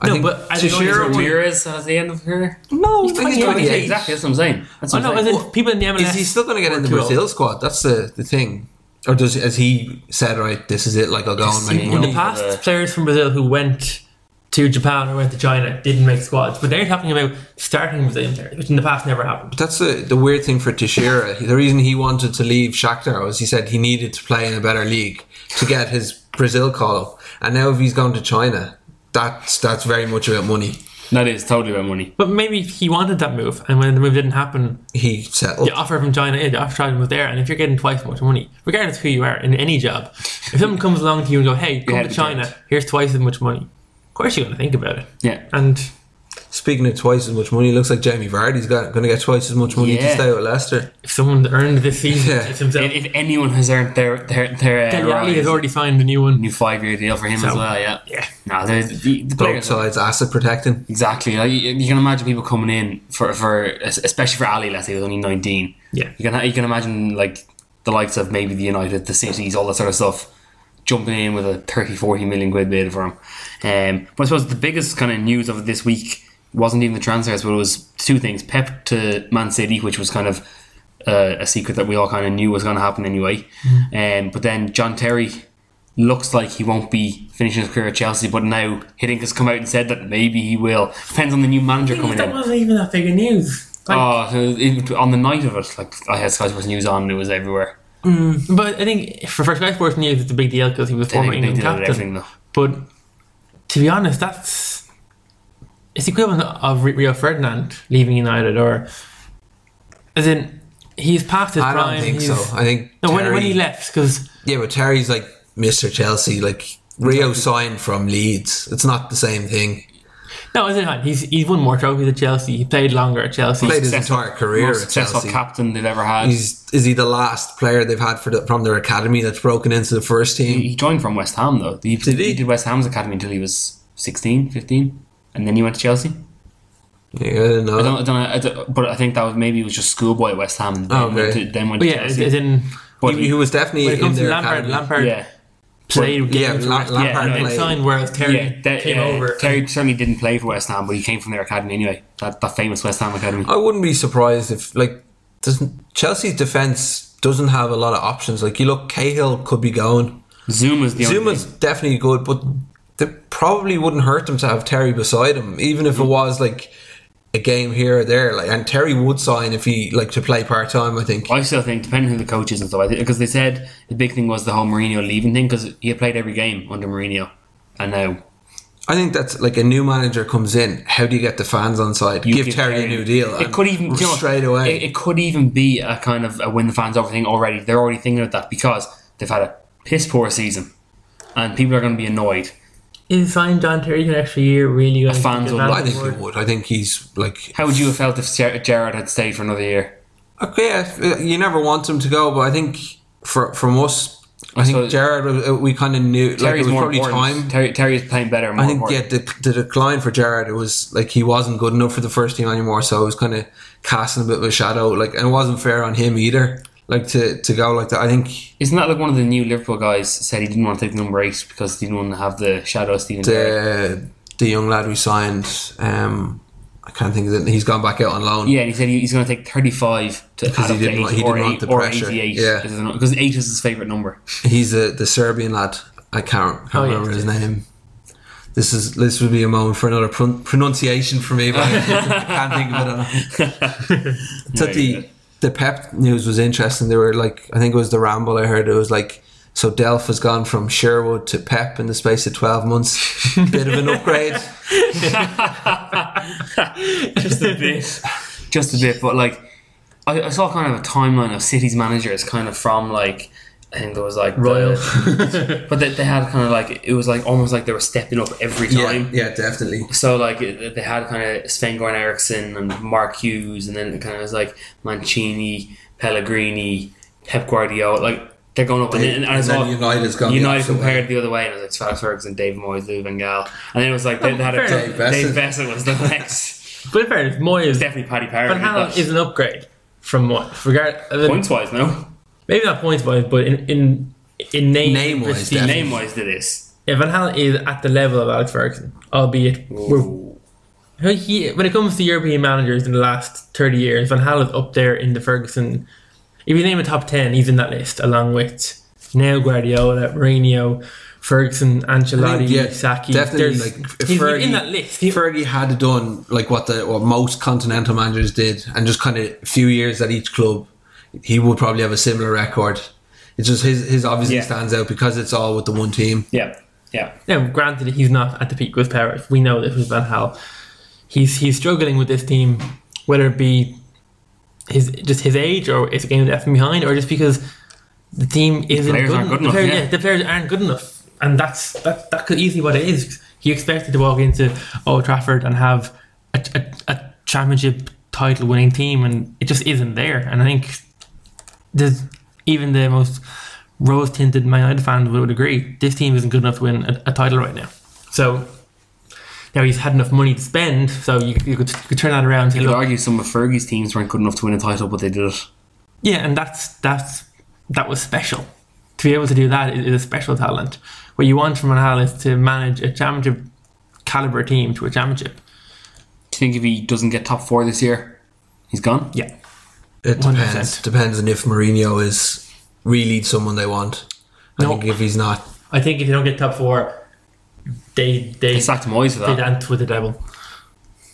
S2: I
S4: No, but I think
S2: Teixeira
S4: only-
S2: would-
S3: Ramirez at the end of her.
S2: No,
S4: He's
S2: I think he's
S4: 28.
S2: 28.
S3: Exactly, that's what I'm saying. That's
S4: Oh
S3: what
S4: no,
S3: I'm
S4: as
S3: saying.
S4: in people in the MLS.
S2: Is he still going to get in the
S4: Too old.
S2: Brazil squad? That's the, the thing. Or does has he said right? This is it. Like I'll go and make
S3: he-
S4: in
S2: money.
S4: the past,
S3: Yeah.
S4: players from Brazil who went to Japan or went to China didn't make squads, but they're talking about starting Brazilian players, which in the past never happened.
S2: That's the the weird thing for Teixeira. The reason he wanted to leave Shakhtar was he said he needed to play in a better league to get his Brazil call up. And now if he's gone to China, that's that's very much about money.
S3: that is totally about money.
S4: But maybe he wanted that move, and when the move didn't happen,
S2: He settled.
S4: the offer from China, yeah, the offer from China was there. And if you're getting twice as much money, regardless of who you are in any job, if someone comes along to you and go, "Hey, come
S3: had to be
S4: to China,
S3: great.
S4: here's twice as much money," of course you're going to think about it.
S3: Yeah.
S4: And
S2: Speaking of twice as much money, it looks like Jamie Vardy's got going to get twice as much money to
S3: Yeah.
S2: stay with Leicester.
S4: if someone earned this season,
S2: Yeah.
S4: it's himself.
S3: If, if anyone has earned their their their uh,
S4: Dele Alli has
S3: rise,
S4: already signed a new one.
S3: new five year deal for him as well. Yeah,
S4: Yeah.
S3: No, the, the, the
S2: Both
S3: players.
S2: sides asset protecting.
S3: Exactly. Like, you, you can imagine people coming in for, for especially for Ali, let's say, who's only 19.
S4: Yeah.
S3: You can you can imagine like the likes of maybe the United, the Cities, all that sort of stuff jumping in with a 30, 40 million quid bid for him. Um, but I suppose the biggest kind of news of this week wasn't even the transfers, but it was two things. Pep to Man City, which was kind of uh, a secret that we all kind of knew was going to happen anyway. Um, but then John Terry looks like he won't be finishing his career at Chelsea, but now Hiddink has come out and said that maybe he will. Depends on the new manager coming
S4: that
S3: in.
S4: wasn't even that big of news. Like,
S3: Oh, so it- on the night of it, like I had Sky Sports News on, and it was everywhere.
S4: But I think for First Guy Sports News, it's a big deal because he was
S3: They,
S4: former
S3: they did
S4: England
S3: it everything
S4: captain.
S3: though.
S4: But to be honest, that's it's the equivalent of Ri- Rio Ferdinand leaving United, or as in he's past his
S2: I
S4: prime.
S2: don't think so.
S4: he's-
S2: I think
S4: No, when, when he
S2: Terry-
S4: left, because
S2: Yeah, but Terry's like Mr. Chelsea. Like Rio signed from Leeds. It's not the same thing.
S4: no, as in he's he's won more trophies at Chelsea. He played longer at Chelsea.
S2: Played his
S3: Successful-
S2: entire career
S3: most
S2: at
S3: successful
S2: Chelsea.
S3: captain they've ever had.
S2: He's is he the last player they've had for the, from their academy that's broken into the first team?
S3: he joined from West Ham though. He did,
S2: he?
S3: he did West Ham's academy until he was 16, 15. and then he went to Chelsea.
S2: Yeah, I don't know.
S3: I don't, I don't know, I don't- but I think that was maybe it was just schoolboy at West Ham. And then
S2: Oh, Okay.
S3: went to, then went
S4: But
S3: to
S4: yeah, as
S3: Chelsea.
S4: as in
S3: But
S2: he, he was definitely
S4: when it
S2: in
S4: comes to
S2: their
S4: Lampard,
S2: academy.
S4: Lampard
S3: yeah,
S4: play
S2: But, yeah,
S4: games for
S2: La-
S4: West-
S2: Lampard
S4: and
S2: played.
S4: signed, whereas Terry
S3: yeah, that,
S4: came
S3: yeah,
S4: over.
S3: Terry certainly didn't play for West Ham, but he came from their academy anyway. That, that famous West Ham academy.
S2: I wouldn't be surprised if like doesn't Chelsea's defense doesn't have a lot of options. Like you look, Cahill could be going.
S3: Zuma's the only
S2: Zuma's definitely good, but they probably wouldn't hurt them to have Terry beside him, even
S3: Mm.
S2: if it was like a game here or there. Like, and Terry would sign if he like to play part time. I think.
S3: I still think, depending on who the coach is and stuff, because they said the big thing was the whole Mourinho leaving thing, because he had played every game under Mourinho, and now
S2: I think that's like a new manager comes in. How do you get the fans on side?
S3: you
S2: give, Terry a new deal.
S3: It
S2: and
S3: could even you know,
S2: straight away.
S3: It, it could even be a kind of a win the fans over thing already. They're already thinking of that because they've had a piss poor season, and people are going to be annoyed.
S4: Is signed John Terry for an extra year really going to
S3: fans
S4: get
S3: will
S4: that
S2: I think
S4: reward?
S2: he would. I think he's like
S3: How would you have felt if Ger- Gerrard had stayed for another year?
S2: Okay, yeah, uh, you never want him to go, but I think for from us, I
S3: So-
S2: think Jared, we kind of knew like it
S3: Terry's
S2: was
S3: more
S2: probably
S3: important.
S2: time.
S3: Terry, Terry is playing better. and More
S2: I think yeah,
S3: important.
S2: the, the decline for Jared it was like he wasn't good enough for the first team anymore, so it was kind of casting a bit of a shadow. Like, and it wasn't fair on him either. Like to to go like that, I think
S3: Isn't that like one of the new Liverpool guys said he didn't want to take the number eight because he didn't want to have the shadow of Steven Gerrard?
S2: the the young lad we signed, um, I can't think of it. He's gone back out on loan.
S3: Yeah, and he said he- he's going to take 35 to add
S2: he
S3: up to
S2: didn't want-
S3: 80
S2: he
S3: or,
S2: didn't
S3: eight,
S2: want the
S3: or
S2: pressure.
S3: 88.
S2: Yeah.
S3: is the num- Because 8 is his favourite number.
S2: he's the the Serbian lad. I can't, can't
S4: Oh, yeah.
S2: remember his name. This is this would be a moment for another pron- pronunciation for me, but I can't think of it. I thought
S3: you're
S2: the
S3: good.
S2: the Pep news was interesting. They were like, I think it was the ramble I heard. It was like. So Delph has gone from Sherwood to Pep in the space of twelve months. Bit of an upgrade.
S3: Just a bit. Just a bit, but like, I, I saw kind of a timeline of City's managers kind of from like. I think there was like the-
S4: Royal.
S3: but they, they had kind of like it was like almost like they were stepping up every
S2: Yeah,
S3: time.
S2: yeah, definitely.
S3: So like it- they had kind of Sven Goran Eriksson and Mark Hughes, and then it kind of was like Mancini, Pellegrini, Pep Guardiola. Like they're going up,
S2: They-
S3: and, then, and I
S2: and
S3: saw
S2: then United's gone the
S3: United
S2: opposite
S3: compared the other way, and it was like Sven Ferguson, David Moyes, Lou Van Gaal, and then it was like they, they had a,
S4: Oh, fair
S2: enough.
S3: Dave
S2: Dave
S3: Besson was the next.
S4: But in fairness, Moyes
S3: Definitely Paddy Power.
S4: Van Halen is an upgrade from Moyes. Regard, I mean,
S3: points wise, no
S4: maybe not points wise, but in in in name,
S2: Name wise,
S4: prestige.
S2: definitely.
S3: name wise, did this.
S4: Yeah, Van Halen is at the level of Alex Ferguson, albeit we're, he, when it comes to European managers in the last thirty years, Van Halen is up there in the Ferguson. If you name a top ten, he's in that list along with now Guardiola, Mourinho, Ferguson,
S2: I
S4: Ancelotti,
S2: think, yeah,
S4: Saki.
S2: definitely.
S4: There's-
S2: Like if
S4: he's
S2: Fergie,
S4: in that list. He-
S2: If Fergie had done like what the what most continental managers did, and just kind of a few years at each club, he would probably have a similar record. It's just his his obviously
S3: Yeah.
S2: stands out because it's all with the one team.
S3: Yeah, yeah.
S4: Now, granted, he's not at the peak with Paris. We know this with Van Hal. He's he's struggling with this team, whether it be his just his age or it's a game left him behind, or just because the team isn't
S3: players
S4: good,
S3: aren't good
S4: the
S3: enough,
S4: players-
S3: yeah.
S4: the players aren't good enough, and that's that that could easily what it is. He expected to walk into Old Trafford and have a, a, a championship title winning team, and it just isn't there. And I think there's even the most rose tinted Man United fan would agree this team isn't good enough to win a, a title right now. So now he's had enough money to spend, so you, you, could, you could turn that around. And say,
S3: You could
S4: "Look,
S3: argue some of Fergie's teams weren't good enough to win a title, but they did it.
S4: yeah, and that's that's that was special. To be able to do that is, is a special talent. What you want from Van Hal is to manage a championship caliber team to a championship.
S3: Do you think if he doesn't get top four this year, he's gone?
S4: Yeah,
S2: It
S4: 100%.
S2: depends. Depends on if Mourinho is really someone they want. I
S4: No.
S2: think if he's not,
S4: I think if you don't get top four, they they
S3: They sacked Moyes for
S4: they
S3: that.
S4: dance with the devil.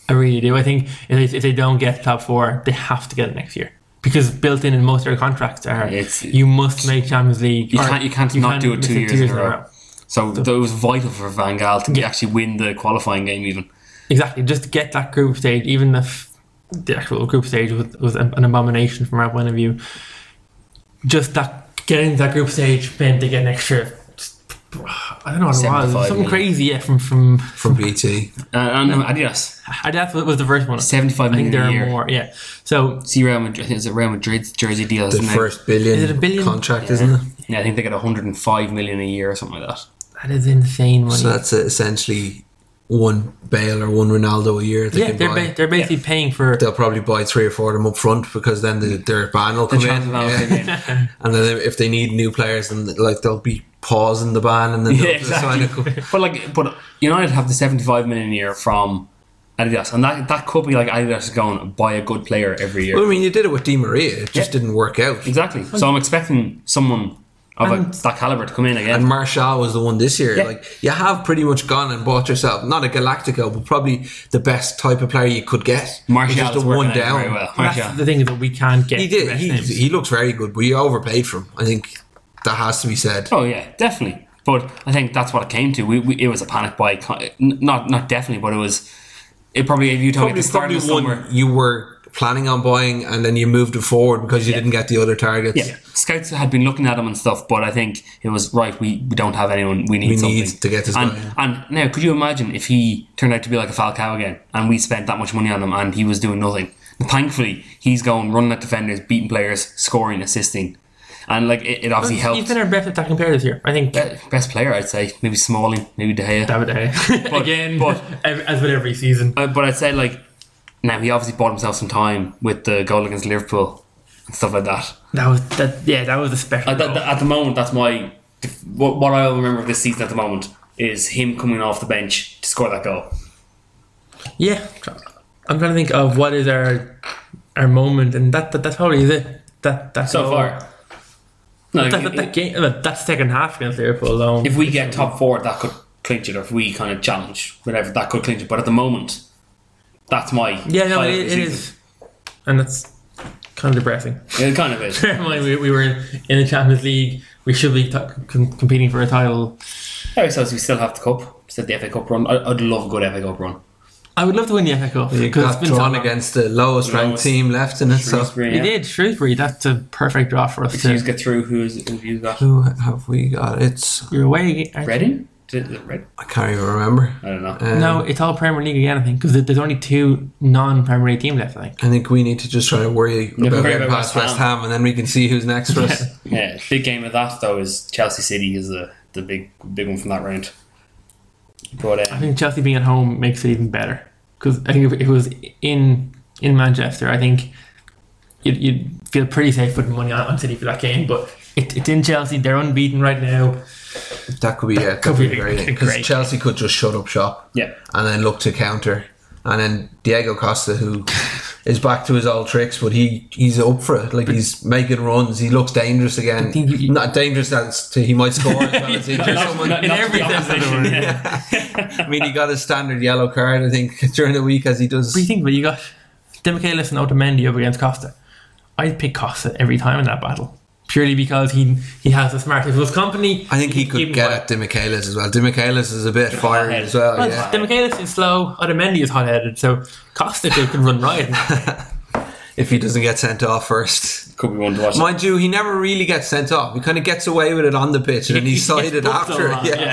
S4: I really do. I think if they, if they don't get top four, they have to get it next year because built in in most of their contracts are
S3: It's-
S4: you must make Champions League.
S3: You
S4: or
S3: can't, you can't not do it
S4: miss
S3: two years, in a row. So, that was vital for Van Gaal to
S4: Yeah.
S3: actually win the qualifying game, even.
S4: Exactly. Just get that group stage, even if the actual group stage was, was an an abomination from our point of view. Just that getting that group stage meant they get an extra. I don't know what it was.
S3: 75
S4: Something
S3: million.
S4: crazy, yeah. From from
S2: from BT,
S3: Uh, and um, Adidas,
S4: Adidas was the first one.
S3: seventy-five
S4: I
S3: million
S4: think there
S3: a
S4: are
S3: year.
S4: more. Yeah. So
S3: See Real Madrid, I think it's a Real Madrid jersey deal.
S2: the
S3: isn't it?
S2: first billion,
S4: Is it a billion?
S2: contract, isn't it?
S3: Yeah, I think they get hundred and five million a year or something like that.
S4: that is insane money.
S2: So that's essentially one Bale or one Ronaldo a year. They
S4: yeah,
S2: can
S4: they're
S2: buy.
S4: ba- they're basically paying for
S2: They'll probably buy three or four of them up front because then the, their ban will
S3: The
S2: come in.
S3: chance of
S2: Yeah.
S3: Alpha again.
S2: And then if they need new players, then like they'll be pause in the ban and then
S3: Yeah,
S2: they'll just sign a
S3: exactly.
S2: couple-
S3: But like, but United have the seventy-five million a year from Adidas, and that that could be like Adidas going buy a good player every year.
S2: Well, I mean, you did it with Di Maria. It just
S3: Yeah.
S2: didn't work out.
S3: Exactly. So I'm expecting someone of a,
S4: And-
S3: that caliber to come in again.
S2: And Marshall was the one this year.
S3: Yeah.
S2: Like you have pretty much gone and bought yourself not a Galactico, but probably the best type of player you could get.
S3: Martial
S2: Which is
S3: is
S2: the
S3: working
S2: one
S3: out very
S2: down.
S3: well.
S4: And
S3: Martial.
S4: That's the thing is that we can't get.
S2: He did.
S4: correct
S2: He,
S4: names.
S2: he looks very good, but you overpaid for him. I think that has to be said.
S3: Oh yeah, definitely. But I think that's what it came to. We, we it was a panic buy. Con- n- Not not definitely, but it was. It probably gave you time at
S2: Probably,
S3: the start
S2: probably
S3: of the summer.
S2: one you were planning on buying, and then you moved it forward because you didn't get the other targets.
S3: Yeah, scouts had been looking at him and stuff, but I think it was right. We, we don't have anyone. We need
S2: We
S3: something
S2: need to get this
S3: and,
S2: guy.
S3: And now, could you imagine if he turned out to be like a Falcao again, and we spent that much money on him, and he was doing nothing? Thankfully, he's going running at defenders, beating players, scoring, assisting, and like it, it obviously helped.
S4: He's been our best attacking player this year. I think.
S3: Uh, Best player, I'd say. Maybe Smalling, maybe De Gea.
S4: David Day.
S3: But-
S4: Again,
S3: but-
S4: ev- as with every season.
S3: Uh, but I'd say like now he obviously bought himself some time with the goal against Liverpool and stuff like that.
S4: That was that. Yeah, that was a special.
S3: At, the-
S4: goal.
S3: at the moment, that's my what, what I remember of this season. At the moment, is him coming off the bench to score that goal.
S4: Yeah, I'm trying to think of what is our our moment, and that, that that's probably is it. That that
S3: So
S4: goal-
S3: far, no,
S4: that,
S3: if,
S4: that, that game, that that second half against Liverpool alone.
S3: if we get top four, that could clinch it, or if we kind of challenge whatever, that could clinch it. But at the moment, that's my
S4: yeah, no,
S3: highlight
S4: it,
S3: of the
S4: it
S3: season.
S4: is, and that's kind of depressing.
S3: It kind of is.
S4: Bear in mind, we, we were in, in the Champions League. We should be t- com- competing for a title.
S3: Anyway, so we still have the cup, still the FA Cup run. I, I'd love a good FA Cup run.
S4: I would love to win the FA Cup
S2: You
S4: because it's
S2: got
S4: been so
S2: drawn
S4: long.
S2: against the lowest ranked
S3: Lowest.
S2: team left in it. So
S4: We did Shrewsbury. That's a perfect draw for us.
S3: Who's
S4: To,
S3: get through? Who's who's got?
S2: who have we got? It's
S4: you're away. aren't you?
S3: Reading? Did it red?
S2: I can't even remember.
S3: I don't know.
S2: Um,
S4: No, it's all Premier League again. I think because there's only two non-Premier League teams left. I think.
S2: I think we need to just try to worry about
S3: worry
S2: getting
S3: about
S2: past
S3: West
S2: West Ham, and then we can see who's next for us.
S3: yeah, big game of that though is Chelsea City is the the big big one from that round. But
S4: I
S3: um,
S4: think Chelsea being at home makes it even better because I think if it was in in Manchester, I think you'd, you'd feel pretty safe putting money on, on City for that game. But it, it's in Chelsea; they're unbeaten right now.
S2: That could be yeah, that
S4: could
S2: could be
S4: be
S2: very
S4: a
S2: because
S4: great-
S2: Chelsea could just shut up shop,
S3: Yeah.
S2: and then look to counter, and then Diego Costa who is back to his old tricks, but he he's up for it. Like he's making runs, he looks dangerous again.
S4: think you-
S2: Not dangerous that's to he might score. as well as injure someone.
S3: not- not to
S4: every
S3: the
S4: sense of the
S3: opposition,
S4: word,
S3: yeah.
S2: I mean, he got his standard yellow card. I think during the week as he does.
S4: What do you think? But you got Demichelis and Otamendi up against Costa. I'd pick Costa every time in that battle purely because he he has the smartest If it was company,
S2: I think he
S4: you'd keep
S2: could
S4: him
S2: get
S4: quiet.
S2: at Demichelis as well. Demichelis is a bit fired as well.
S4: Well,
S2: yeah.
S4: Demichelis is slow. Otamendi is hot-headed, so Costa could, could run riot.
S2: If he doesn't get sent off first.
S3: could be one to watch.
S2: Mind you, he never really gets sent off. He kind of gets away with it on the pitch, and then he's cited
S4: gets booked a
S2: after.
S4: lot.
S2: Yeah.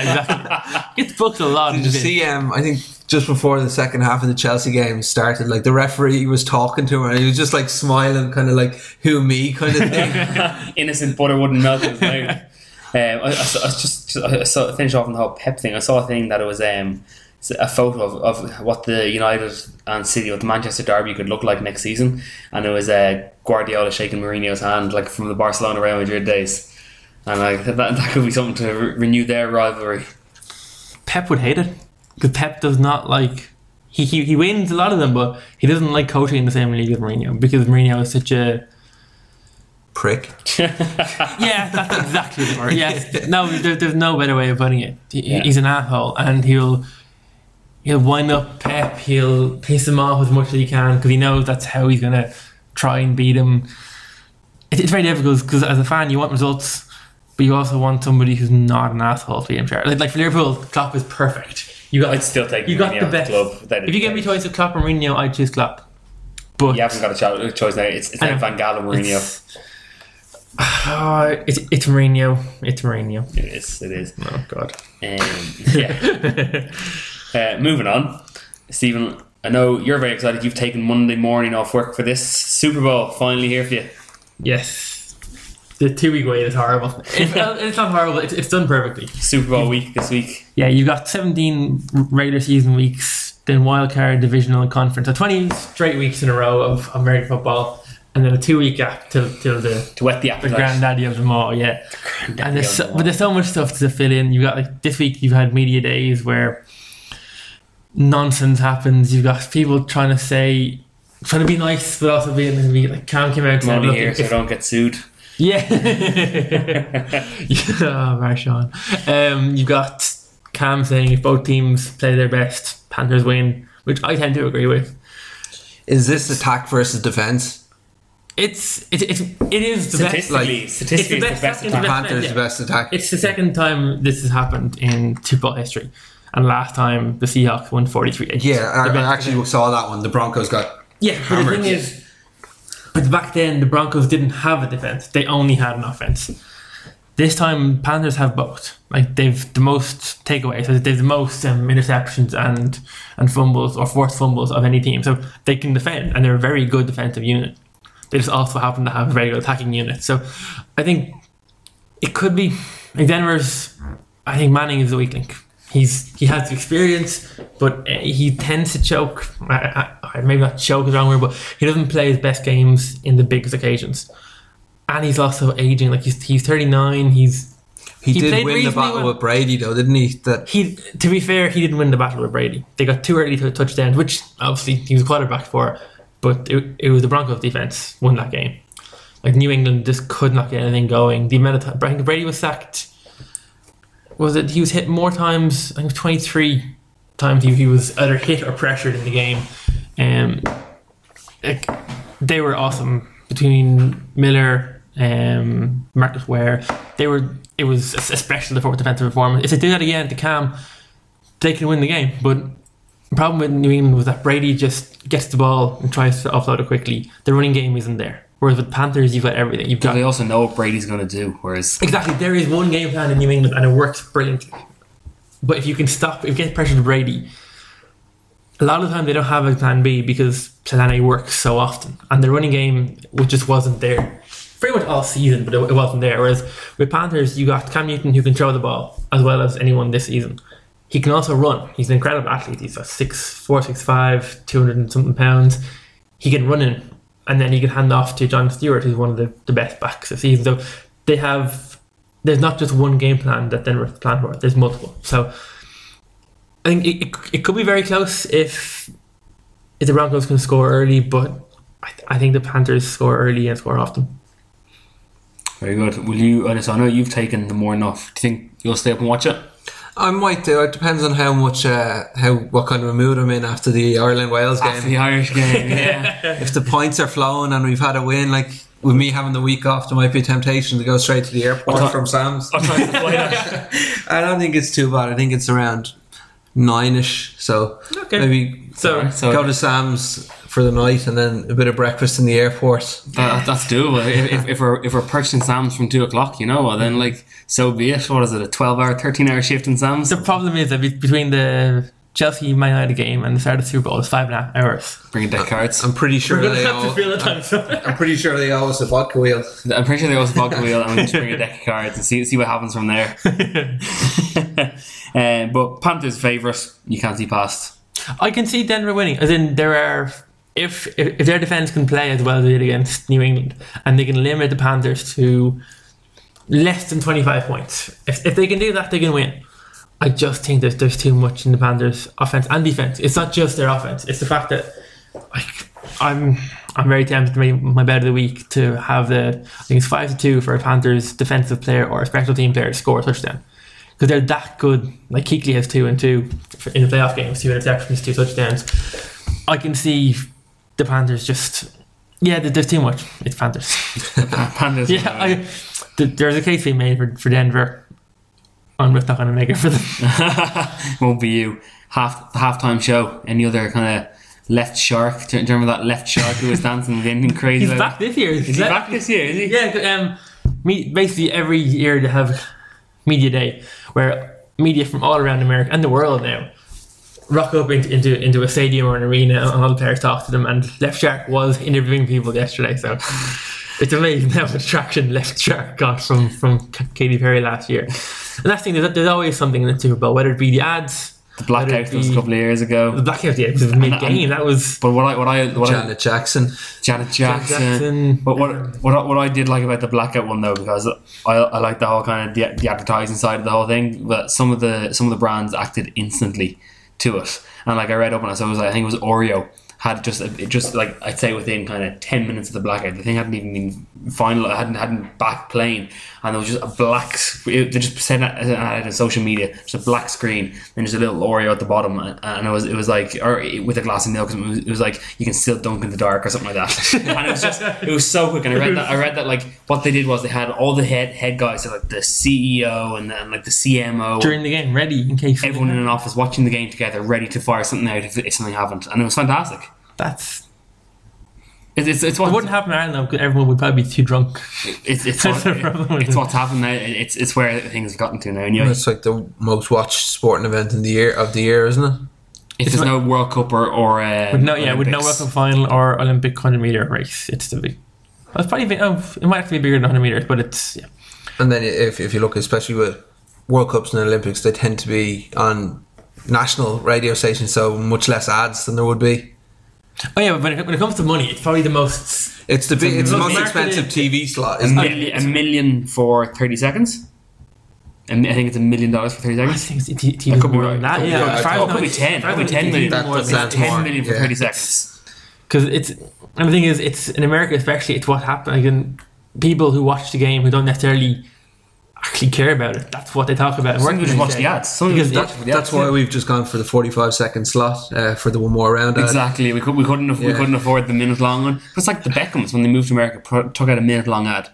S4: exactly. gets booked a lot.
S2: Did you see? Um, I think just before the second half of the Chelsea game started, like the referee was talking to him, and he was just like smiling, kind of like "Who me?" kind of thing.
S3: Innocent butter wouldn't melt in his mouth. Um, I, I, saw- I was just I saw, finish off on the whole Pep thing. I saw a thing that it was um, s- a photo of, of what the United and City, what the Manchester derby could look like next season, and it was uh, Guardiola shaking Mourinho's hand like from the Barcelona Real Madrid days, and like that, that could be something to re- renew their rivalry.
S4: Pep would hate it because Pep does not like. He, he he wins a lot of them, but he doesn't like coaching in the same league as Mourinho because Mourinho is such a.
S2: Prick.
S4: Yeah, that's exactly the word. Yes, no, there, there's no better way of putting it. He,
S3: Yeah.
S4: He's an asshole, and he'll he'll wind up Pep. He'll piss him off as much as he can because he knows that's how he's gonna try and beat him. It, it's very difficult because as a fan, you want results, but you also want somebody who's not an asshole to be in charge. Like, like for Liverpool, Klopp is perfect. You got
S3: I'd still take
S4: you got
S3: Mourinho
S4: the
S3: at the
S4: best.
S3: club. That-
S4: if you give me choice of Klopp or Mourinho, I'd choose Klopp. But
S3: You haven't got a cho- a choice now. It's, it's
S4: I
S3: like
S4: know.
S3: Van Gaal and Mourinho.
S4: it's, Ah, it's it's Mourinho. It's Mourinho.
S3: It is. It is.
S4: Oh God.
S3: Um, yeah. uh, moving on, Stephen. I know you're very excited. You've taken Monday morning off work for this Super Bowl. Finally here for you.
S4: Yes. The two week wait is horrible. It's, not- it's not horrible, it's, it's done perfectly.
S3: Super Bowl week this week.
S4: Yeah, you've got 17 regular season weeks, then wildcard, divisional, and conference. So 20 straight weeks in a row of American football. and then a two week gap till till the
S3: to wet the
S4: the
S3: appetite.
S4: granddaddy of them all. Yeah, and there's so, but there's so much stuff to fill in. You got like this week you've had media days where nonsense happens. You've got people trying to say. Trying to be nice, but also being be like Cam came out.
S3: I'm
S4: and
S3: only here so I don't get sued.
S4: yeah. yeah, Marshawn. Um, you got Cam saying if both teams play their best, Panthers win, which I tend to agree with.
S2: Is this attack versus defense?
S4: It's it's it's it is the best.
S3: Statistically, statistically,
S4: it's the
S3: it's the
S4: best
S3: best,
S4: second
S3: attack.
S4: best-
S2: Panthers
S4: yeah.
S2: the best attack.
S4: It's the second time this has happened in football history, and last time the Seahawks won forty three.
S2: yeah, I, I actually saw that one. The Broncos got
S4: yeah. But the
S2: hammered.
S4: thing is, but back then the Broncos didn't have a defense; they only had an offense. This time, Panthers have both. Like they've the most takeaways, so they've the most um, interceptions and and fumbles or forced fumbles of any team. So they can defend, and they're a very good defensive unit. They just also happen to have a very good attacking unit. So I think it could be like Denver's. I think Manning is the weak link. He's he has the experience, but uh, he tends to choke. I, I, I- maybe not choke is the wrong word, but he doesn't play his best games in the biggest occasions. And he's also aging. Like he's he's thirty nine. He's
S2: he,
S4: he
S2: did
S4: played
S2: win the
S4: reasonably
S2: battle
S4: well.
S2: with Brady though, didn't he? That
S4: he. To be fair, he didn't win the battle with Brady. They got too early to a touchdown, which obviously he was quarterback for. But it, it was the Broncos defense won that game. Like New England just could not get anything going. The amount of time Brady, Brady was sacked was it he was hit more times. I think it was twenty three times he, he was either hit or pressured in the game. Um, like, they were awesome between Miller, um, Marcus Ware. They were. It was a special defo- defensive performance. If they do that again to Cam, they can win the game. But the problem with New England was that Brady just gets the ball and tries to offload it quickly. The running game isn't there. Whereas with Panthers, you've got everything. You've got
S3: They also know what Brady's going to do, whereas
S4: Exactly. There is one game plan in New England, and it works brilliantly. But if you can stop, if you get pressure to Brady, a lot of the time they don't have a plan B because plan A works so often, and the running game which just wasn't there. Pretty much all season, but it, it wasn't there. Whereas with Panthers, you got Cam Newton who can throw the ball as well as anyone this season. He can also run. He's an incredible athlete. He's a six four, six five, two hundred and something pounds. He can run in, and then he can hand off to John Stewart, who's one of the, the best backs this season. So they have there's not just one game plan that Denver's planned for. There's multiple. So I think it, it, it could be very close if if the Broncos can score early, but I, th- I think the Panthers score early and score often.
S3: very good. Will you? uh, So I know you've taken the more enough. Do you think you'll stay up and watch it?
S2: I might do. It depends on how much, uh, how what kind of a mood I'm in after the Ireland Wales game.
S3: After the Irish game, yeah.
S2: if the points are flowing and we've had a win, like with me having the week off, there might be a temptation to go straight to the airport
S3: What ti-
S2: from Sam's.
S3: yeah.
S2: I don't think it's too bad. I think it's around nine ish. So
S4: Okay.
S2: maybe
S4: So
S3: Alright, so
S2: go to Sam's for the night and then a bit of breakfast in the airport.
S3: that, that's doable. If, if, if we're if we're purchasing Sam's from two o'clock, you know, well,
S4: Mm-hmm.
S3: then like so be it. What is it? A twelve hour, thirteen hour shift in Sam's?
S4: the problem is that be- between the Chelsea Man United game and the start of the Super Bowl, it's five and a half hours.
S3: Bringing deck cards.
S2: I'm pretty sure
S4: We're gonna
S2: they
S4: have to
S2: all.
S4: fill the time. slot.
S2: I'm pretty sure they owe us a vodka wheel.
S3: I'm pretty sure they also bog the wheel and we just bring a deck of cards and see see what happens from there. um, but Panthers' favourite, you can't see past.
S4: I can see Denver winning. As in, there are if if, if their defense can play as well as they did against New England, and they can limit the Panthers to less than twenty five points. If, if they can do that, they can win. I just think there's there's too much in the Panthers' offense and defense. It's not just their offense; it's the fact that like I'm I'm very tempted to make my bet of the week to have the I think it's five to two for a Panthers defensive player or a special team player to score a touchdown because they're that good. Like Keekly has two and two for- in the playoff games, two interceptions, two touchdowns. I can see the Panthers just yeah, there- there's too much. It's Panthers.
S3: Panthers.
S4: yeah, I, th- there's a case being made for, for Denver. I'm just not going to make it for them.
S3: won't be you. Half halftime show. Any other kind of left shark? Do you remember that left shark who was dancing with anything crazy?
S4: He's
S3: about
S4: back
S3: it?
S4: this year.
S3: Is he back this year? Is he?
S4: Yeah, 'cause, um, me, basically every year they have media day where media from all around America and the world now rock up into into, into a stadium or an arena and all the players talk to them. And Left Shark was interviewing people yesterday, so it's amazing how much traction Left Shark got from from K- Katy Perry last year. And that's the thing. There's, there's always something in the Super Bowl, whether it be the ads.
S3: The blackout
S4: Whether it
S3: that was a
S4: be-
S3: couple of years ago.
S4: The blackout, yeah, because mid game that was
S3: But what I what I what I,
S2: Janet Jackson.
S3: Janet Jackson.
S4: Jackson.
S3: But what what I, what I did like about the blackout one though, because I, I like the whole kind of the, the advertising side of the whole thing. But some of the some of the brands acted instantly to it, and like I read up on it, so it was like, I think it was Oreo had just it just like I'd say within kind of ten minutes of the blackout, the thing hadn't even been final, hadn't hadn't back playing, and there was just a black. sc- It, they just sent out an ad on social media, just a black screen, and just a little Oreo at the bottom, and, and it was it was like or it- with a glass of milk, 'cause it was, it was like you can still dunk in the dark or something like that, and it was just it was so quick. And I read that I read that like what they did was they had all the head head guys, so like the CEO and, and like the CMO
S4: during the game, ready in case
S3: everyone in an office watching the game together, ready to fire something out if, if something happened, and it was fantastic.
S4: That's
S3: It's it's, it's
S4: it
S3: what
S4: wouldn't happen in Ireland because everyone would probably be too drunk.
S3: it's it's, what,
S4: the problem with
S3: it's
S4: it.
S3: what's happened now. It's it's where things have gotten to now. And you know,
S2: It's like the most watched sporting event in the year of the year, isn't it?
S3: if there's no World Cup or or uh,
S4: With no, yeah, with no World
S3: Olympics,
S4: Cup final or Olympic hundred meter race, it's the big. Well, it's probably been, oh, it might have to be bigger than hundred meters, but it's yeah.
S2: And then if if you look, especially with World Cups and Olympics, they tend to be on national radio stations, so much less ads than there would be.
S4: Oh yeah, but when it, when it comes to money, it's probably the most.
S2: It's the big, it's the
S4: look,
S2: most
S4: marketing-
S2: expensive TV slot,
S3: a
S2: isn't it?
S3: million, a million for thirty seconds. A mi- I think it's a million dollars for thirty
S4: I
S3: seconds.
S4: think it's, it's, it's even
S3: could be
S4: more
S3: right.
S4: than that.
S2: Could be
S4: Yeah,
S2: right.
S4: it's five
S2: Oh,
S3: It could be
S4: times-
S3: ten. It
S4: five
S3: could be
S4: times
S3: ten million.
S4: even more
S2: That
S4: than
S2: doesn't
S4: that.
S2: sound more.
S3: Ten million for
S2: Yeah.
S3: thirty seconds.
S4: because it's and the thing is it's in America especially it's what happened like in people who watch the game who don't necessarily actually care about it that's what they talk about
S3: Some people just watch the ads. Some people
S4: Because
S3: just watch
S4: that-
S3: the ads.
S2: That's why we've just gone for the forty-five second slot uh, for the one more round. ad.
S3: Exactly, we, could, we couldn't aff- we
S2: Yeah.
S3: couldn't afford the minute long one. But it's like the Beckhams when they moved to America pro- took out a minute long ad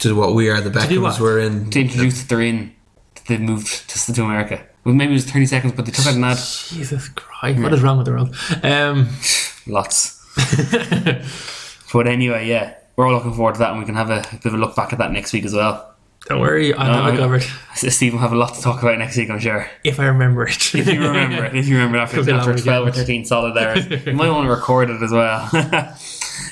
S2: To what we are, the
S4: do what?
S2: Beckhams were in.
S3: to introduce that they're in. that They moved to, to America. Well, maybe it was thirty seconds, but they took out an ad.
S4: Jesus Christ what is wrong with the world um,
S3: Lots. but anyway, yeah, we're all looking forward to that, and we can have a, bit of a look back at that next week as well.
S4: don't worry I'll have
S3: No, I-
S4: it covered
S3: Steve will have a lot to talk about next week, I'm sure.
S4: if I remember it
S3: If you remember it, if you remember after,
S4: Could be a long
S3: after 12 or
S4: weekend.
S3: 13 solid hours, you might want to record it as well.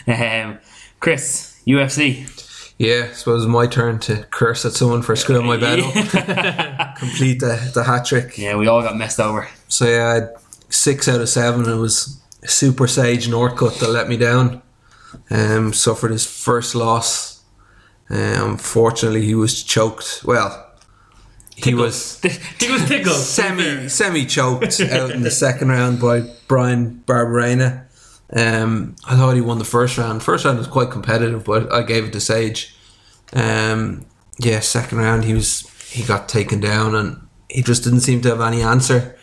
S3: um, Chris, UFC.
S2: Yeah, I suppose it's my turn to curse at someone for screwing my bet up. Complete the, the hat trick.
S3: yeah, we all got messed over.
S2: So yeah, I had six out of seven. It was Super Sage Northcutt that let me down. Um, suffered his first loss. Um, fortunately, he was choked. Well, he was
S4: he was tickled
S2: semi semi choked out in the second round by Brian Barberena. Um, I thought he won the first round. First round was quite competitive, but I gave it to Sage. Um, yeah, second round he was he got taken down and he just didn't seem to have any answer.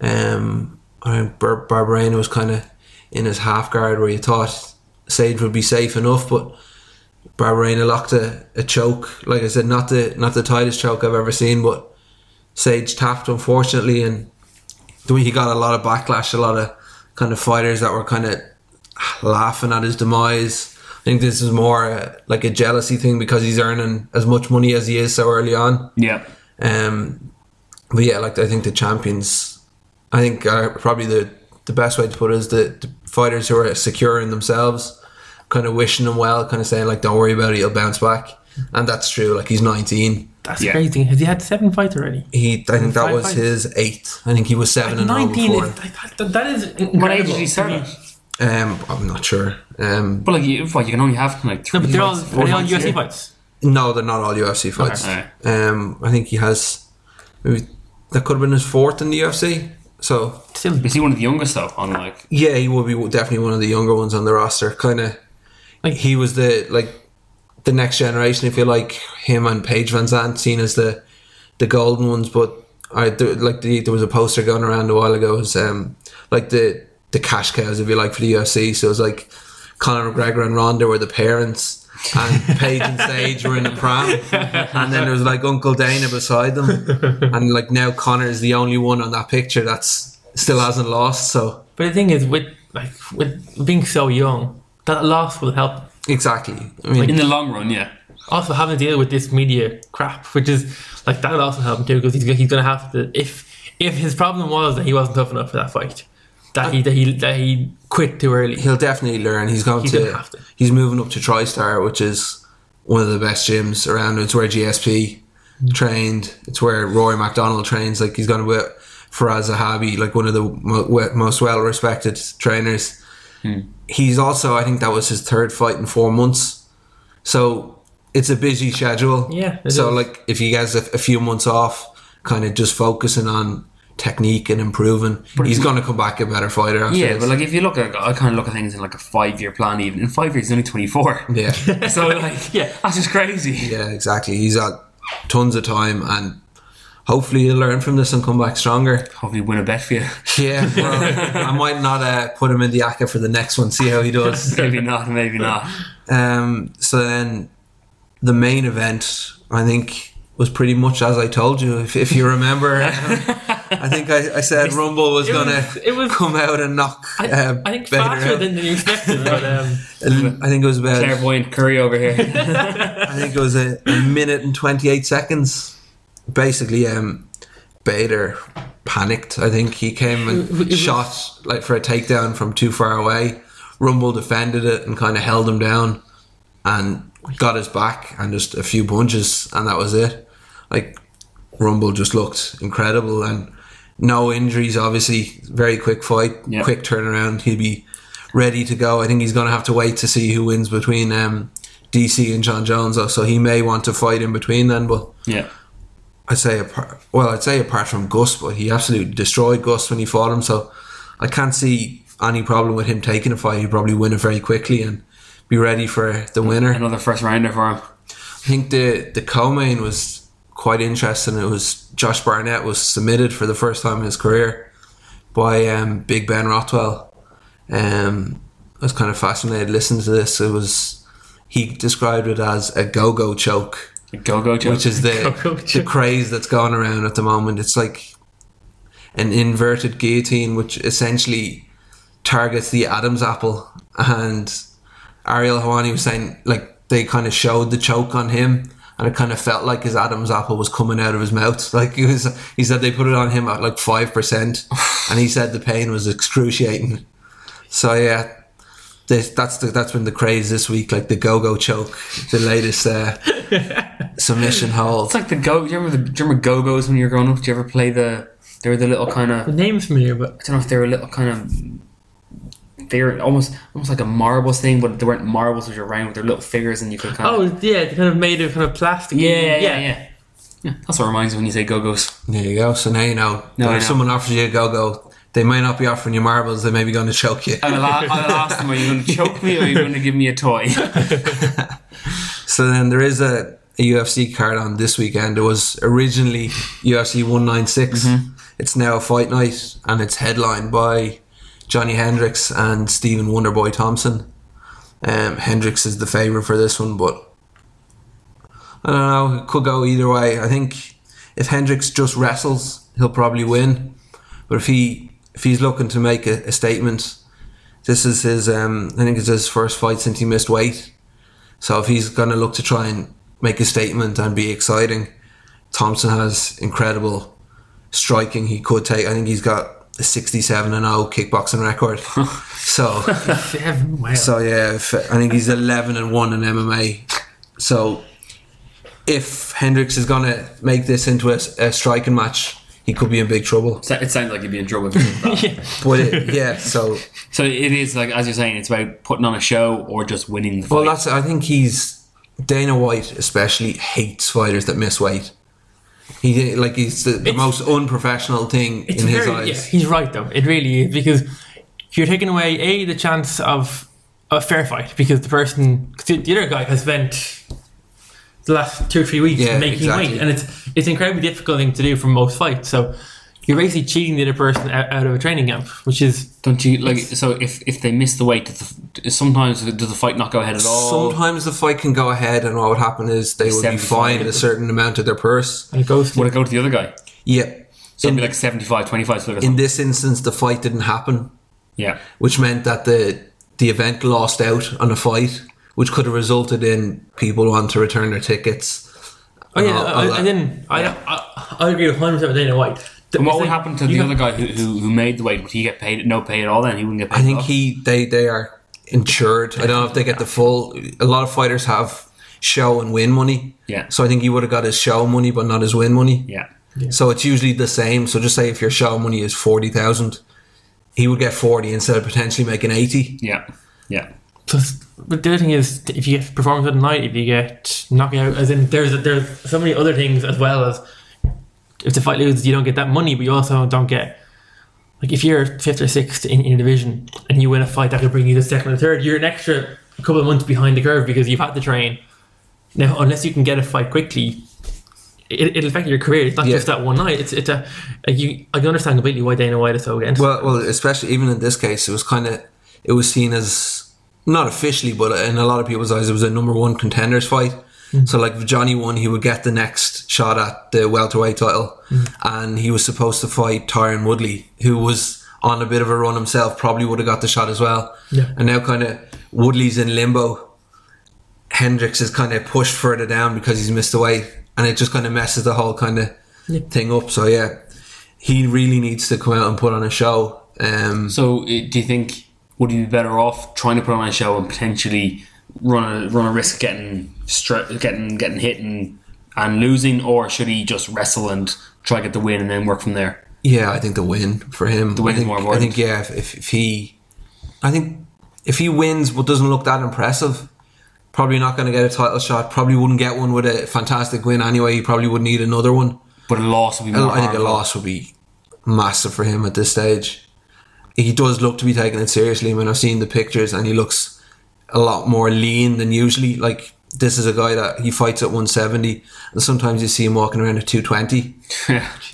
S2: Um, I think Bar- Barberena was kind of in his half guard where you thought Sage would be safe enough, but Barberena locked a, a choke. Like I said, not the not the tightest choke I've ever seen, but Sage tapped, unfortunately, and the way he got a lot of backlash, a lot of kind of fighters that were kind of laughing at his demise. I think this is more uh, like a jealousy thing because he's earning as much money as he is so early on.
S3: Yeah.
S2: Um, but yeah, like I think the champions, I think are probably the the best way to put it is the, the fighters who are secure in themselves, kind of wishing him well, kind of saying like, "Don't worry about it, he'll bounce back," and that's true. Like he's nineteen.
S4: that's
S3: Yeah.
S4: crazy has he had seven fights already
S2: He, I think that
S4: Five
S2: was
S4: fights.
S2: his eighth. I think he was seven and
S4: 19
S2: all
S4: is,
S2: before.
S4: that, that- that is
S3: What age did
S4: incredible
S3: he start at?
S2: Um, I'm not sure. Um,
S3: But like, you, well, you can only have like three
S4: no but they're all,
S3: fights,
S4: they're
S3: four
S4: all
S3: fights a
S4: UFC
S3: year.
S4: fights
S2: no, they're not all UFC fights.
S3: Okay.
S2: Um, I think he has maybe that could have been his fourth in the UFC. So
S4: still
S3: Is he one of the youngest though? On like,
S2: yeah, he will be definitely one of the younger ones on the roster. Kind of
S4: Like-
S2: he was the like the next generation, if you like. Him and Paige Van Zandt seen as the the golden ones, but I there- like the, there was a poster going around a while ago. It was um like the the cash cows, if you like, for the UFC. So it was like Conor McGregor and Ronda were the parents. and Paige and Sage were in the pram, and then there was like Uncle Dana beside them, and like now Connor is the only one on that picture that's still hasn't lost. So
S4: but the thing is with like with being so young that loss will help
S2: Exactly. I mean,
S3: in the long run, yeah.
S4: also having to deal with this media crap, which is like that'll also help him too because he's, he's going to have to if if his problem was that he wasn't tough enough for that fight, that he that he that he quit too early.
S2: he'll definitely learn. He's going
S4: He's
S2: to,
S4: gonna have to.
S2: He's moving up to TriStar, which is one of the best gyms
S4: Mm.
S2: around. It's where GSP trained. It's where Roy McDonald trains. Like he's going to Faraz Zahabi, like one of the mo- we- most well respected trainers.
S4: Hmm.
S2: He's also, I think that was his third fight in four months. So it's a busy schedule.
S4: Yeah, it
S2: So,
S4: is.
S2: like, if he has a, a few months off, kind of just focusing on technique and improving, he's going to come back a better fighter. After
S3: Yeah,
S2: this.
S3: but like if you look at, I kind of look at things in like a five year plan. Even in five years, he's only twenty four.
S2: yeah.
S3: so like,
S4: Yeah.
S3: that's just crazy.
S2: Yeah, exactly. He's had tons of time, and hopefully he'll learn from this and come back stronger.
S3: Hopefully, win a bet for you.
S2: Yeah, well, I might not uh, put him in the acca for the next one. See how he does.
S3: maybe not. Maybe not.
S2: Um, so then, the main event, I think, was pretty much as I told you. If, if you remember, um, I think I, I said Rumble was
S4: it
S2: gonna
S4: was- it was-
S2: come out and knock.
S4: I,
S2: uh,
S4: I think
S2: Bader
S4: faster
S2: out.
S4: than you expected, but um,
S2: And I think it was about.
S3: Clairvoyant Curry over here.
S2: I think it was a, a minute and 28 seconds. Basically, um, Bader panicked. I think he came and shot like for a takedown from too far away. Rumble defended it and kind of held him down and got his back and just a few punches and that was it. Like Rumble just looked incredible and no injuries. Obviously, very quick fight,
S3: Yeah.
S2: quick turnaround. He'll be ready to go. I think he's going to have to wait to see who wins between um, DC and John Jones, though. So he may want to fight in between then. But
S3: yeah.
S2: I'd say, apart, well, I'd say apart from Gus, but he absolutely destroyed Gus when he fought him. So I can't see any problem with him taking a fight. He'd probably win it very quickly and be ready for the winner.
S3: Another first rounder for him.
S2: I think the the co-main was quite interesting. It was Josh Barnett was submitted for the first time in his career by um, Big Ben Rothwell. Um, I was kind of fascinated listening to this. It was he described it as a go-go choke,
S3: Go go Joe.
S2: which is the
S4: Go-go
S2: the
S4: choke.
S2: craze that's going around at the moment. It's like an inverted guillotine, which essentially targets the Adam's apple. And Ariel Hawani was saying, like, they kind of showed the choke on him, and it kind of felt like his Adam's apple was coming out of his mouth. Like, he, was, he said they put it on him at like 5%, and he said the pain was excruciating. So, yeah. This, that's the, that's been the craze this week, like the go-go choke, the latest uh, submission hold.
S3: It's like the go. Do you remember the do you remember go go's when you were growing up? Do you ever play the? They were the little kind of.
S4: the name's familiar, but
S3: I don't know if they were a little kind of they were almost almost like a marbles thing, but they weren't marbles which were round with their little figures and you could kind
S4: oh
S3: of
S4: yeah, they kind of made of kind of plastic.
S3: yeah, yeah, yeah, yeah. Yeah, that's what reminds me when you say go go's.
S2: There you go. So now you know.
S3: Now
S2: But
S3: I
S2: if
S3: know.
S2: someone offers you a go go, they may not be offering you marbles, they may be going to choke you.
S3: I'll, a- I'll ask them, are you going to choke me or are you going to give me a toy?
S2: So then there is a, a UFC card on this weekend. It was originally UFC 196. It's now a fight night and it's headlined by Johnny Hendricks and Stephen Wonderboy Thompson. Um, Hendricks is the favourite for this one, but I don't know. It could go either way. I think if Hendricks just wrestles, he'll probably win. But if he if he's looking to make a, a statement, this is his. Um, I think it's his first fight since he missed weight. So if he's going to look to try and make a statement and be exciting, Thompson has incredible striking he could take. I think he's got a 67 and 0 kickboxing record. so
S4: Seven, wow.
S2: so yeah, if, I think he's 11 and 1 in MMA. So if Hendricks is going to make this into a, a striking match, he could be in big trouble.
S3: So- it sounds like you'd be in trouble. if you did that.
S2: But it, yeah, so
S3: So it is like as you're saying, it's about putting on a show or just winning the fight.
S2: Well, that's. I think he's Dana White, especially hates fighters that miss weight. He like he's the, the
S4: It's-
S2: most unprofessional thing in
S4: It's
S2: his
S4: very-
S2: eyes.
S4: yeah, he's right though. It really is because you're taking away a the chance of a fair fight because the person, 'cause the the other guy has spent the last two or three weeks
S2: Yeah,
S4: making
S2: exactly.
S4: weight, and it's it's an incredibly difficult thing to do for most fights. So you're basically cheating the other person out, out of a training camp, which is
S3: don't you like? So if if they miss the weight, does the, sometimes does the fight not go ahead at all?
S2: Sometimes the fight can go ahead, and what would happen is they would be
S3: 75.
S2: fined a certain amount of their purse.
S4: and it goes.
S3: Would it go to the other guy?
S2: Yeah.
S3: So it'd
S2: in,
S3: be like 75, 25 split or
S2: in
S3: something.
S2: this instance, the fight didn't happen,
S3: yeah.
S2: which meant that the the event lost out on a fight, which could have resulted in people wanting to return their tickets.
S4: oh yeah,
S2: I'll-
S4: I-
S2: I'll-
S4: I- and then I, I I agree 100 percent with Dana White. The-
S3: And what
S4: it's
S3: would
S4: like
S3: happen to the
S4: you
S3: other
S4: have-
S3: guy who, who, who made the weight? Would he get paid no pay at all then? He wouldn't get paid
S2: I
S3: at
S2: think
S3: all?
S2: he they they are insured. I don't know if they get the full. A lot of fighters have show and win money.
S3: Yeah.
S2: So I think he would have got his show money, but not his win money.
S3: Yeah.
S2: So it's usually the same. So just say if your show money is 40,000, he would get 40 instead of potentially making 80.
S3: Yeah. Yeah.
S4: Plus, but the other thing is, if you get performance at night, if you get knocking out, as in there's there's so many other things as well as if the fight loses, you don't get that money, but you also don't get like if you're fifth or sixth in, in a division and you win a fight that could bring you to second or third, you're an extra couple of months behind the curve because you've had to train. Now, unless you can get a fight quickly, it, it'll affect your career. It's not
S2: Yeah.
S4: just that one night. It's it's a, a you. I can understand completely why Dana White is so against.
S2: Well, well, especially even in this case, it was kind of, it was seen as, not officially, but in a lot of people's eyes, it was a number one contenders fight. So like if Johnny won, he would get the next shot at the welterweight title. And he was supposed to fight Tyron Woodley, who was on a bit of a run himself, probably would have got the shot as well.
S4: Yeah.
S2: And now kind of Woodley's in limbo. Hendricks is kind of pushed further down because he's missed away, and it just kind of messes the whole kind of thing up. So yeah, he really needs to come out and put on a show. Um,
S3: So, uh, do you think would you be better off trying to put on a show and potentially run a run a risk of getting stre- getting getting hit and and losing, or should he just wrestle and try to get the win and then work from there?
S2: yeah, I think the win for him. The
S3: win is
S2: I think,
S3: more
S2: I
S3: important.
S2: think yeah, if, if, if he, I think if he wins but doesn't look that impressive, probably not going to get a title shot. Probably wouldn't get one with a fantastic win anyway. He probably would need another one.
S3: But a loss would be. More
S2: I think a
S3: harmful.
S2: loss would be massive for him at this stage. He does look to be taking it seriously. I mean, I've seen the pictures, and he looks a lot more lean than usually. Like this is a guy that he fights at 170, and sometimes you see him walking around at 220.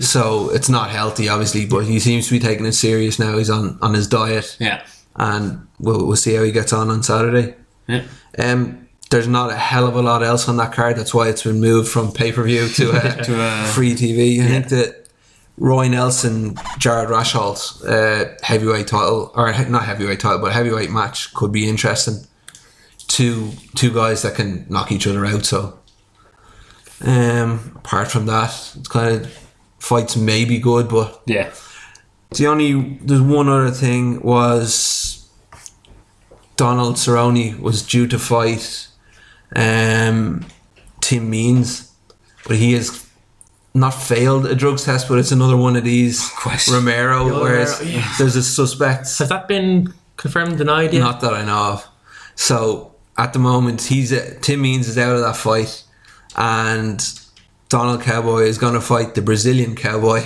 S2: so it's not healthy, obviously, but he seems to be taking it serious now. He's on on his diet,
S3: Yeah.
S2: and we'll, we'll see how he gets on on Saturday.
S3: Yeah.
S2: Um, there's not a hell of a lot else on that card. That's why it's been moved from pay per view to, uh,
S3: To, uh,
S2: free TV. I think that Roy Nelson, Jared Rashholt's uh, heavyweight title, or he- not heavyweight title, but heavyweight match could be interesting. Two two guys that can knock each other out. So, um, apart from that, it's kind of fights may be good, but
S3: Yeah.
S2: the only there's one other thing was Donald Cerrone was due to fight um, Tim Means, but he has not failed a drugs test, but it's another one of these
S3: course.
S2: Romero,
S4: other
S2: whereas
S4: Romero, yeah.
S2: there's a suspect,
S4: Has that been confirmed, denied yet?
S2: not that I know of. So at the moment, he's uh, Tim Means is out of that fight, and Donald Cowboy is going to fight the Brazilian Cowboy,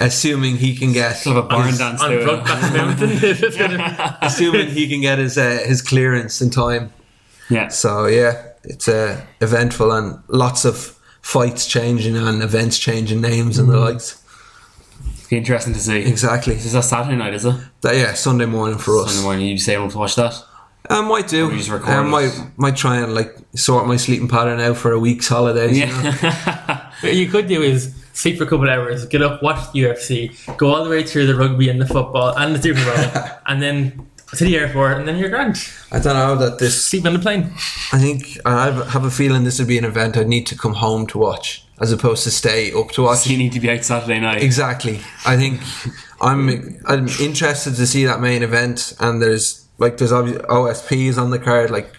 S2: assuming he can get
S3: Sort of a barn
S2: his-
S3: dance.
S4: on
S3: to it.
S4: Brokeback Mountain. It's gonna-
S2: assuming he can get his uh, his clearance in time.
S3: Yeah.
S2: So yeah, it's uh, eventful and lots of fights changing and events changing names and the
S3: Mm.
S2: likes.
S3: Be interesting to see.
S2: Exactly.
S3: Is that Saturday night? Is it?
S2: That, yeah, Sunday morning for us.
S3: Sunday morning. You say able to watch that?
S2: I Um, might do.
S3: just record
S2: I
S3: us.
S2: might might try and like sort my sleeping pattern out for a week's holidays. you know?
S4: what you could do is sleep for a couple of hours, get up, watch the UFC, go all the way through the rugby and the football and the Super Bowl, and then to the airport, and then you're grand.
S2: I don't know that this.
S4: Sleep on the plane.
S2: I think I have- have a feeling this would be an event I'd need to come home to watch as opposed to stay up to watch.
S3: So you need to be out Saturday night.
S2: Exactly. I think I'm I'm interested to see that main event, and there's like there's obvious OSP is on the card. Like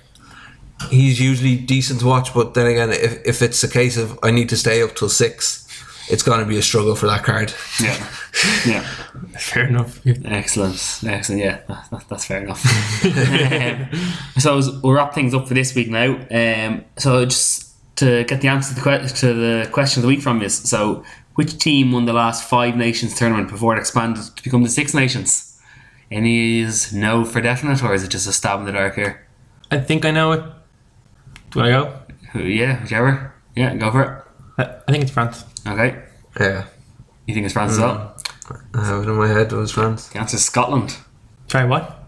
S2: he's usually decent to watch, but then again, if if it's a case of I need to stay up till six, it's going to be a struggle for that card.
S3: Yeah. Yeah.
S4: Fair enough.
S3: Excellent, excellent. Yeah, that, that, that's fair enough. um, so as we'll wrap things up for this week now. Um, so just to get the answer to the, que- to the question of the week from you. So which team won the last Five Nations tournament before it expanded to become the Six Nations? Any is no for definite, or is it just a stab in the dark here?
S4: I think I know it. Do I go?
S3: Who- Yeah, whichever. Yeah, go for
S4: Uh, I I think it's France.
S3: it. Okay.
S2: Yeah,
S3: You think it's France as well?
S2: I have it in my head. Those fans.
S3: The answer is Scotland.
S4: Try what?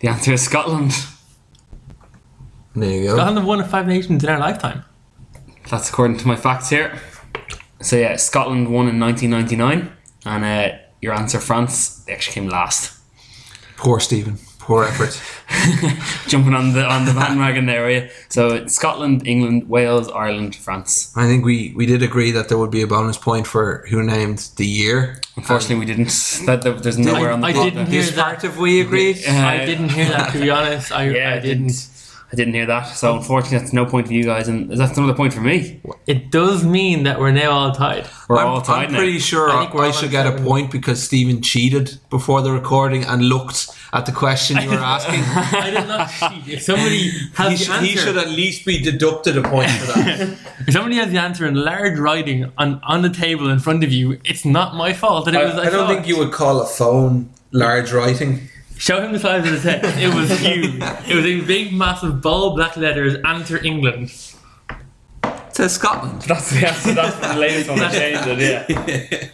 S3: The answer is Scotland.
S2: There you go.
S4: Scotland have won Five Nations in our lifetime.
S3: That's according to my facts here. So yeah, Scotland won in 1999, and uh, your answer, France, they actually came last.
S2: Poor Stephen. Poor effort.
S3: Jumping on the on the bandwagon there, are you? So it's Scotland, England, Wales, Ireland, France.
S2: I think we we did agree that there would be a bonus point for who named the year.
S3: Unfortunately, we didn't. That, that- there's nowhere on the
S4: I
S3: plot
S4: didn't
S3: there.
S4: hear
S2: This
S4: that.
S2: part of we agreed.
S3: Yeah.
S4: I didn't hear that. To be honest, I,
S3: Yeah,
S4: I
S3: I didn't.
S4: didn't.
S3: I didn't hear that. So unfortunately, that's no point for you guys, and that's another point for me.
S4: It does mean that we're now all tied.
S3: We're
S2: I'm,
S3: all tied
S2: I'm
S3: now.
S2: pretty sure
S4: I
S2: I,
S4: think we're all
S2: should
S4: on
S2: get a
S4: seven.
S2: point because Stephen cheated before the recording and looked at the question you were asking.
S4: I did not cheat. If somebody has
S2: he,
S4: the
S2: sh-
S4: answer,
S2: he should at least be deducted a point for that.
S4: if somebody has the answer in large writing on, on the table in front of you, it's not my fault that it
S2: I,
S4: was. I,
S2: I don't
S4: saw
S2: think
S4: it.
S2: you would call a phone large writing.
S4: Show him the size of the text. It was huge. it was a big, massive bold black letters. Answer England.
S2: It says Scotland.
S3: That's yeah, so that's the latest one that changed it, yeah.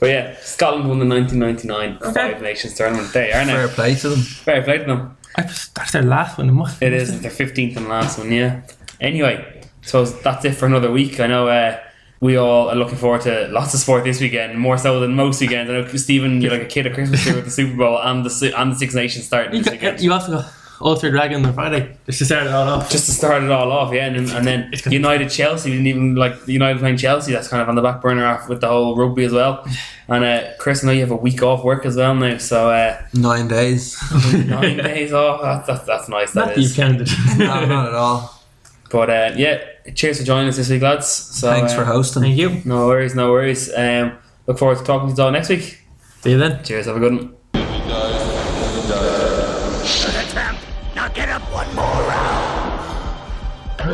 S3: But yeah, Scotland won the 1999 Five Nations tournament. They are
S2: Fair
S3: now.
S2: play to them.
S3: Fair play to them.
S4: I just, that's their last one. It must.
S3: It is their 15th and last one, yeah. Anyway, so that's it for another week. I know uh, we all are looking forward to lots of sport this weekend, more so than most weekends. I know, Stephen, you're like a kid at Christmas here with the Super Bowl and the, Su- and the Six Nations starting
S4: You,
S3: this
S4: got,
S3: weekend.
S4: you also got Ulster Dragon on Friday. Just to start it all off.
S3: just to start it all off, yeah, and then, and then
S4: It's gonna-
S3: United Chelsea we didn't even like United playing Chelsea. That's kind of on the back burner off with the whole rugby as well. And uh, Chris, I know you have a week off work as well now, so uh,
S2: Nine days.
S3: nine days off. That's, that's, that's nice.
S4: Not
S3: That
S4: that you've
S3: is.
S4: counted.
S2: no, not at all.
S3: But uh, yeah, cheers for joining us this week, lads. So
S2: Thanks
S3: uh,
S2: for hosting.
S4: Thank you.
S3: No worries, no worries. Um, look forward to talking to you all next week.
S4: See you then.
S3: Cheers. Have a good one.
S1: Good attempt. Now get up one more round. Get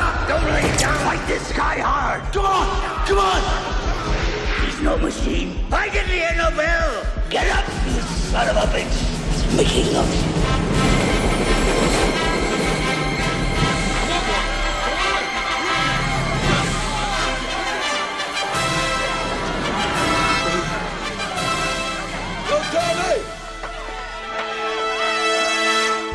S1: up. Don't lay down like this guy hard. Come on. Come on. He's no machine. I can hear no bell. Get up, you son of a bitch. It's Mickey loves you.